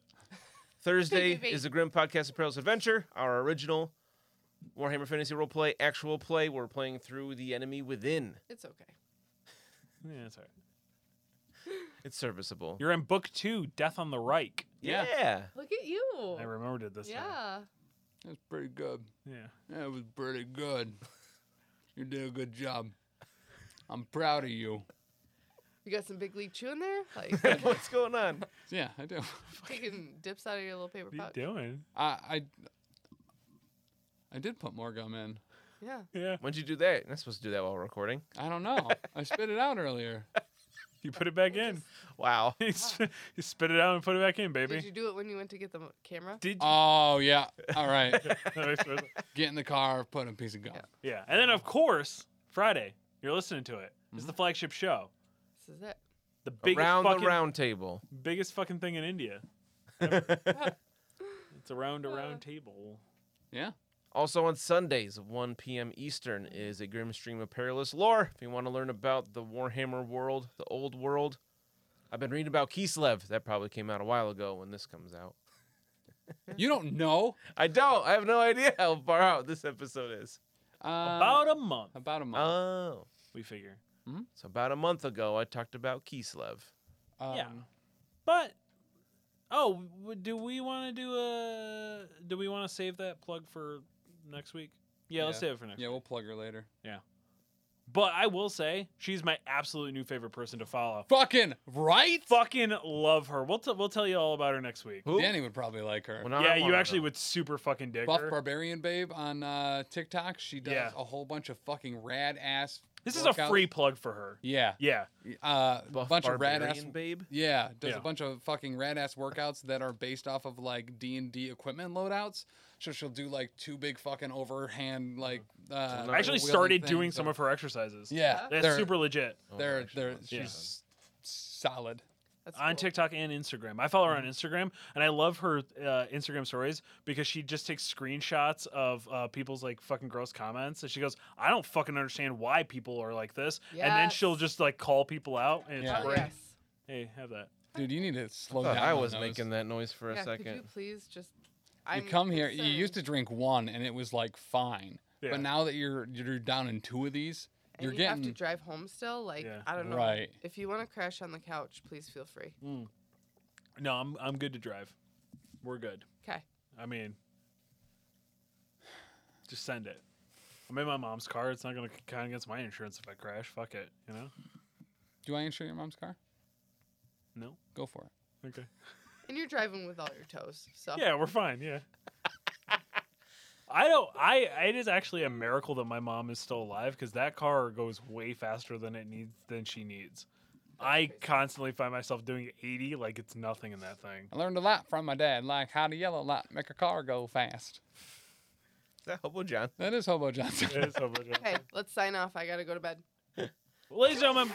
Speaker 5: Thursday
Speaker 4: JB.
Speaker 5: is the Grim Podcast Apparel's Adventure, our original Warhammer Fantasy role play, actual play. We're playing through the enemy within.
Speaker 4: It's okay.
Speaker 9: Yeah, that's all right.
Speaker 5: It's serviceable.
Speaker 9: You're in book two, Death on the Reich.
Speaker 5: yeah.
Speaker 4: Look at you.
Speaker 9: I remembered it this time.
Speaker 4: yeah.
Speaker 2: That's pretty good.
Speaker 9: Yeah.
Speaker 2: That was pretty good. You did a good job. I'm proud of you.
Speaker 4: You got some big league chew in there?
Speaker 9: [laughs]
Speaker 4: Like
Speaker 5: [laughs] What's going on?
Speaker 2: Yeah, I do.
Speaker 4: [laughs]
Speaker 2: [laughs]
Speaker 4: taking dips out of your little paper
Speaker 9: What are you
Speaker 4: pouch.
Speaker 9: doing?
Speaker 2: I I, I did put more gum in.
Speaker 4: Yeah.
Speaker 9: Yeah.
Speaker 5: When'd you do that? You're not supposed to do that while recording.
Speaker 2: I don't know. I spit it out earlier.
Speaker 9: You put it back in.
Speaker 5: Wow.
Speaker 9: [laughs] you sp- you spit it out and put it back in,
Speaker 4: Did
Speaker 9: baby.
Speaker 4: you do it when you went to get the m- camera?
Speaker 9: Did you?
Speaker 2: Oh yeah. All right.
Speaker 9: [laughs] That
Speaker 4: [laughs]
Speaker 9: makes sense.
Speaker 2: Get in the car. Put a piece of gum.
Speaker 9: yeah. And then of course, Friday, you're listening to it. It's the flagship show.
Speaker 4: This is it.
Speaker 9: The biggest
Speaker 5: around
Speaker 9: fucking
Speaker 5: the round table.
Speaker 9: biggest fucking thing
Speaker 5: [laughs]
Speaker 9: in India. it's a round around table.
Speaker 2: Yeah.
Speaker 5: Also on Sundays, 1 p.m. Eastern, is a grim stream of perilous lore. If you want to learn about the Warhammer world, the old world, I've been reading about Kislev. That probably came out a while ago when this comes out.
Speaker 2: You don't know.
Speaker 5: I don't. I have no idea how far out this episode is.
Speaker 2: Uh,
Speaker 9: About a month,
Speaker 2: about a month.
Speaker 5: Oh.
Speaker 9: we figure.
Speaker 5: So about a month ago, I talked about Kislev.
Speaker 9: yeah.
Speaker 2: Um,
Speaker 9: But oh, w- do we want to do a? Do we want to save that plug for next week? Yeah, let's
Speaker 2: Yeah.
Speaker 9: save it for next.
Speaker 2: yeah,
Speaker 9: week.
Speaker 2: we'll plug her later.
Speaker 9: But I will say she's my absolute new favorite person to follow.
Speaker 2: Fucking right.
Speaker 9: Fucking love her. We'll t- we'll tell you all about her next week.
Speaker 5: Who?
Speaker 2: Danny would probably like her.
Speaker 5: Well, now I
Speaker 9: yeah, you
Speaker 5: wanna
Speaker 9: actually
Speaker 5: know.
Speaker 9: would super fucking dig
Speaker 2: Buff
Speaker 9: her.
Speaker 2: Barbarian Babe on uh, TikTok. She does
Speaker 9: Yeah.
Speaker 2: a whole bunch of fucking rad ass.
Speaker 9: this is a
Speaker 2: workouts.
Speaker 9: free plug for her.
Speaker 2: Yeah.
Speaker 9: Yeah,
Speaker 2: Uh, a
Speaker 5: Buff
Speaker 2: bunch of rad ass.
Speaker 5: Barbarian babe.
Speaker 2: Yeah, does
Speaker 9: Yeah.
Speaker 2: a bunch of fucking rad ass workouts that are based off of like D and D equipment loadouts. So she'll do like two big fucking overhand like. Uh,
Speaker 5: Mm-hmm. another-
Speaker 9: I actually
Speaker 2: wielding
Speaker 9: started
Speaker 2: things.
Speaker 9: doing some
Speaker 2: So-
Speaker 9: of her exercises.
Speaker 2: Yeah,
Speaker 9: that's
Speaker 2: they're,
Speaker 9: super legit.
Speaker 5: Oh,
Speaker 2: They're they're
Speaker 9: Yeah.
Speaker 2: she's solid.
Speaker 4: That's
Speaker 9: on
Speaker 4: cool.
Speaker 9: TikTok and Instagram. I follow her on Instagram, and I love her uh, Instagram stories because she just takes screenshots of uh, people's like fucking gross comments, and she goes, "I don't fucking understand why people are like this," and then she'll
Speaker 4: Yes.
Speaker 9: just like call people out, and it's
Speaker 2: Yeah.
Speaker 4: Oh,
Speaker 9: great.
Speaker 4: yes.
Speaker 9: Hey, have that.
Speaker 2: Dude, you need to slow
Speaker 5: Thought
Speaker 2: down.
Speaker 5: I
Speaker 2: on
Speaker 5: was
Speaker 2: those.
Speaker 5: making that noise for a
Speaker 4: yeah, Could you
Speaker 5: second.
Speaker 4: please just?
Speaker 2: You come here. You used to drink one, and it was like fine.
Speaker 9: Yeah.
Speaker 2: But now that you're you're down in two of these,
Speaker 4: And
Speaker 2: you're
Speaker 4: you
Speaker 2: getting
Speaker 4: have to drive home still. Like
Speaker 9: Yeah.
Speaker 4: I don't know.
Speaker 2: Right.
Speaker 4: If you want to crash on the couch, please feel free.
Speaker 9: No, I'm I'm good to drive. We're good.
Speaker 4: Okay.
Speaker 9: I mean, just send it. I'm in my mom's car. It's not gonna count against my insurance if I crash. Fuck it. You know?
Speaker 2: Do I insure your mom's car?
Speaker 9: No.
Speaker 2: Go for it.
Speaker 9: Okay.
Speaker 4: And you're driving with all your toes. So
Speaker 9: Yeah, we're fine. Yeah. I don't. I. It is actually a miracle that my mom is still alive because that car goes way faster than it needs than she needs. I constantly find myself doing 80 like it's nothing in that
Speaker 2: [laughs]
Speaker 9: thing.
Speaker 2: I learned a lot from my dad, like how to yell a lot, make a car go fast.
Speaker 5: Is that Hobo John?
Speaker 2: That is Hobo Johnson. [laughs]
Speaker 9: It is so much fun.
Speaker 4: [laughs] Okay, let's sign off. I gotta go to bed.
Speaker 9: Ladies and gentlemen.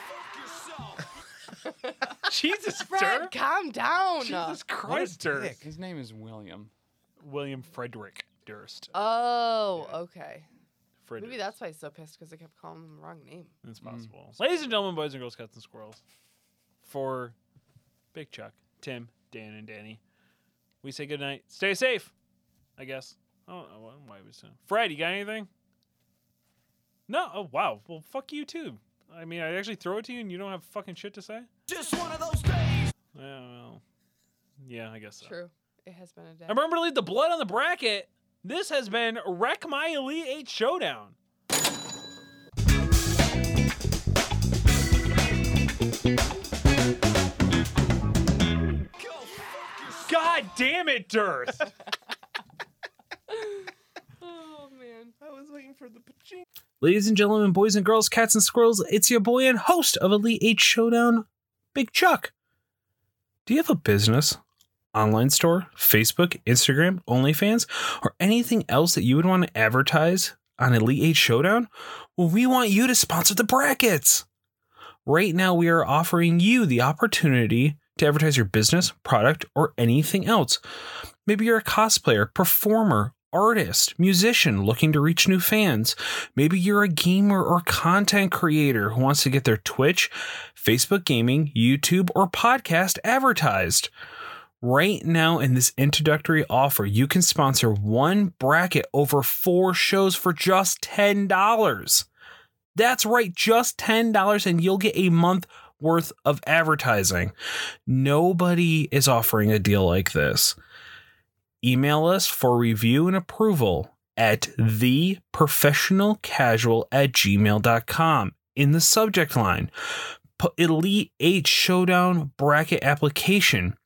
Speaker 9: Jesus, sir.
Speaker 4: Fred, calm down.
Speaker 9: Jesus Christ, Durst.
Speaker 2: His name is William.
Speaker 9: William Frederick Durst.
Speaker 4: Oh, okay.
Speaker 9: Frederick.
Speaker 4: Maybe that's why he's so pissed because I kept calling him the wrong name.
Speaker 9: It's possible. Ladies and gentlemen, boys and girls, cats and squirrels, for Big Chuck, Tim, Dan, and Danny, we say goodnight. Stay safe, I guess. I don't know why- why we said. Fred, you got anything? No. Oh wow. Well, fuck you too. I mean, I actually throw it to you, and you don't have fucking shit to say.
Speaker 10: Just one of those days.
Speaker 9: Yeah. Well, yeah. I guess so.
Speaker 4: True. It has been a day.
Speaker 9: And remember to leave the blood on the bracket. This has been Wreck My Elite Eight Showdown.
Speaker 11: God damn it, Dearth.
Speaker 4: Oh man.
Speaker 12: I was waiting for the pachinko.
Speaker 11: [laughs] Ladies and gentlemen, boys and girls, cats and squirrels, it's your boy and host of Elite Eight Showdown, Big Chuck. Do you have a business, online store, Facebook, Instagram, OnlyFans, or anything else that you would want to advertise on Elite Eight Showdown? Well, we want you to sponsor the brackets. Right now, we are offering you the opportunity to advertise your business, product, or anything else. Maybe you're a cosplayer, performer, artist, musician looking to reach new fans. Maybe you're a gamer or content creator who wants to get their Twitch, Facebook gaming, YouTube, or podcast advertised. Right now, in this introductory offer, you can sponsor one bracket over four shows for just $10. That's right, just $10, and you'll get a month worth of advertising. Nobody is offering a deal like this email us for review and approval at theprofessionalcasual at gmail.com in the subject line. Put Elite 8 Showdown Bracket Application.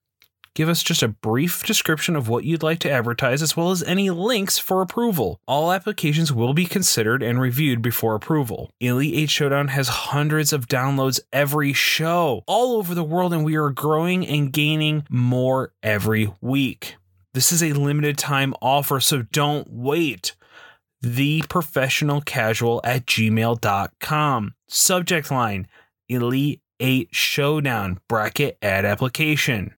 Speaker 11: Give us just a brief description of what you'd like to advertise, as well as any links for approval. All applications will be considered and reviewed before approval. Elite 8 Showdown has hundreds of downloads every show all over the world, and we are growing and gaining more every week. This is a limited time offer, so don't wait. The professional casual at gmail.com. Subject line Elite 8 Showdown bracket ad application.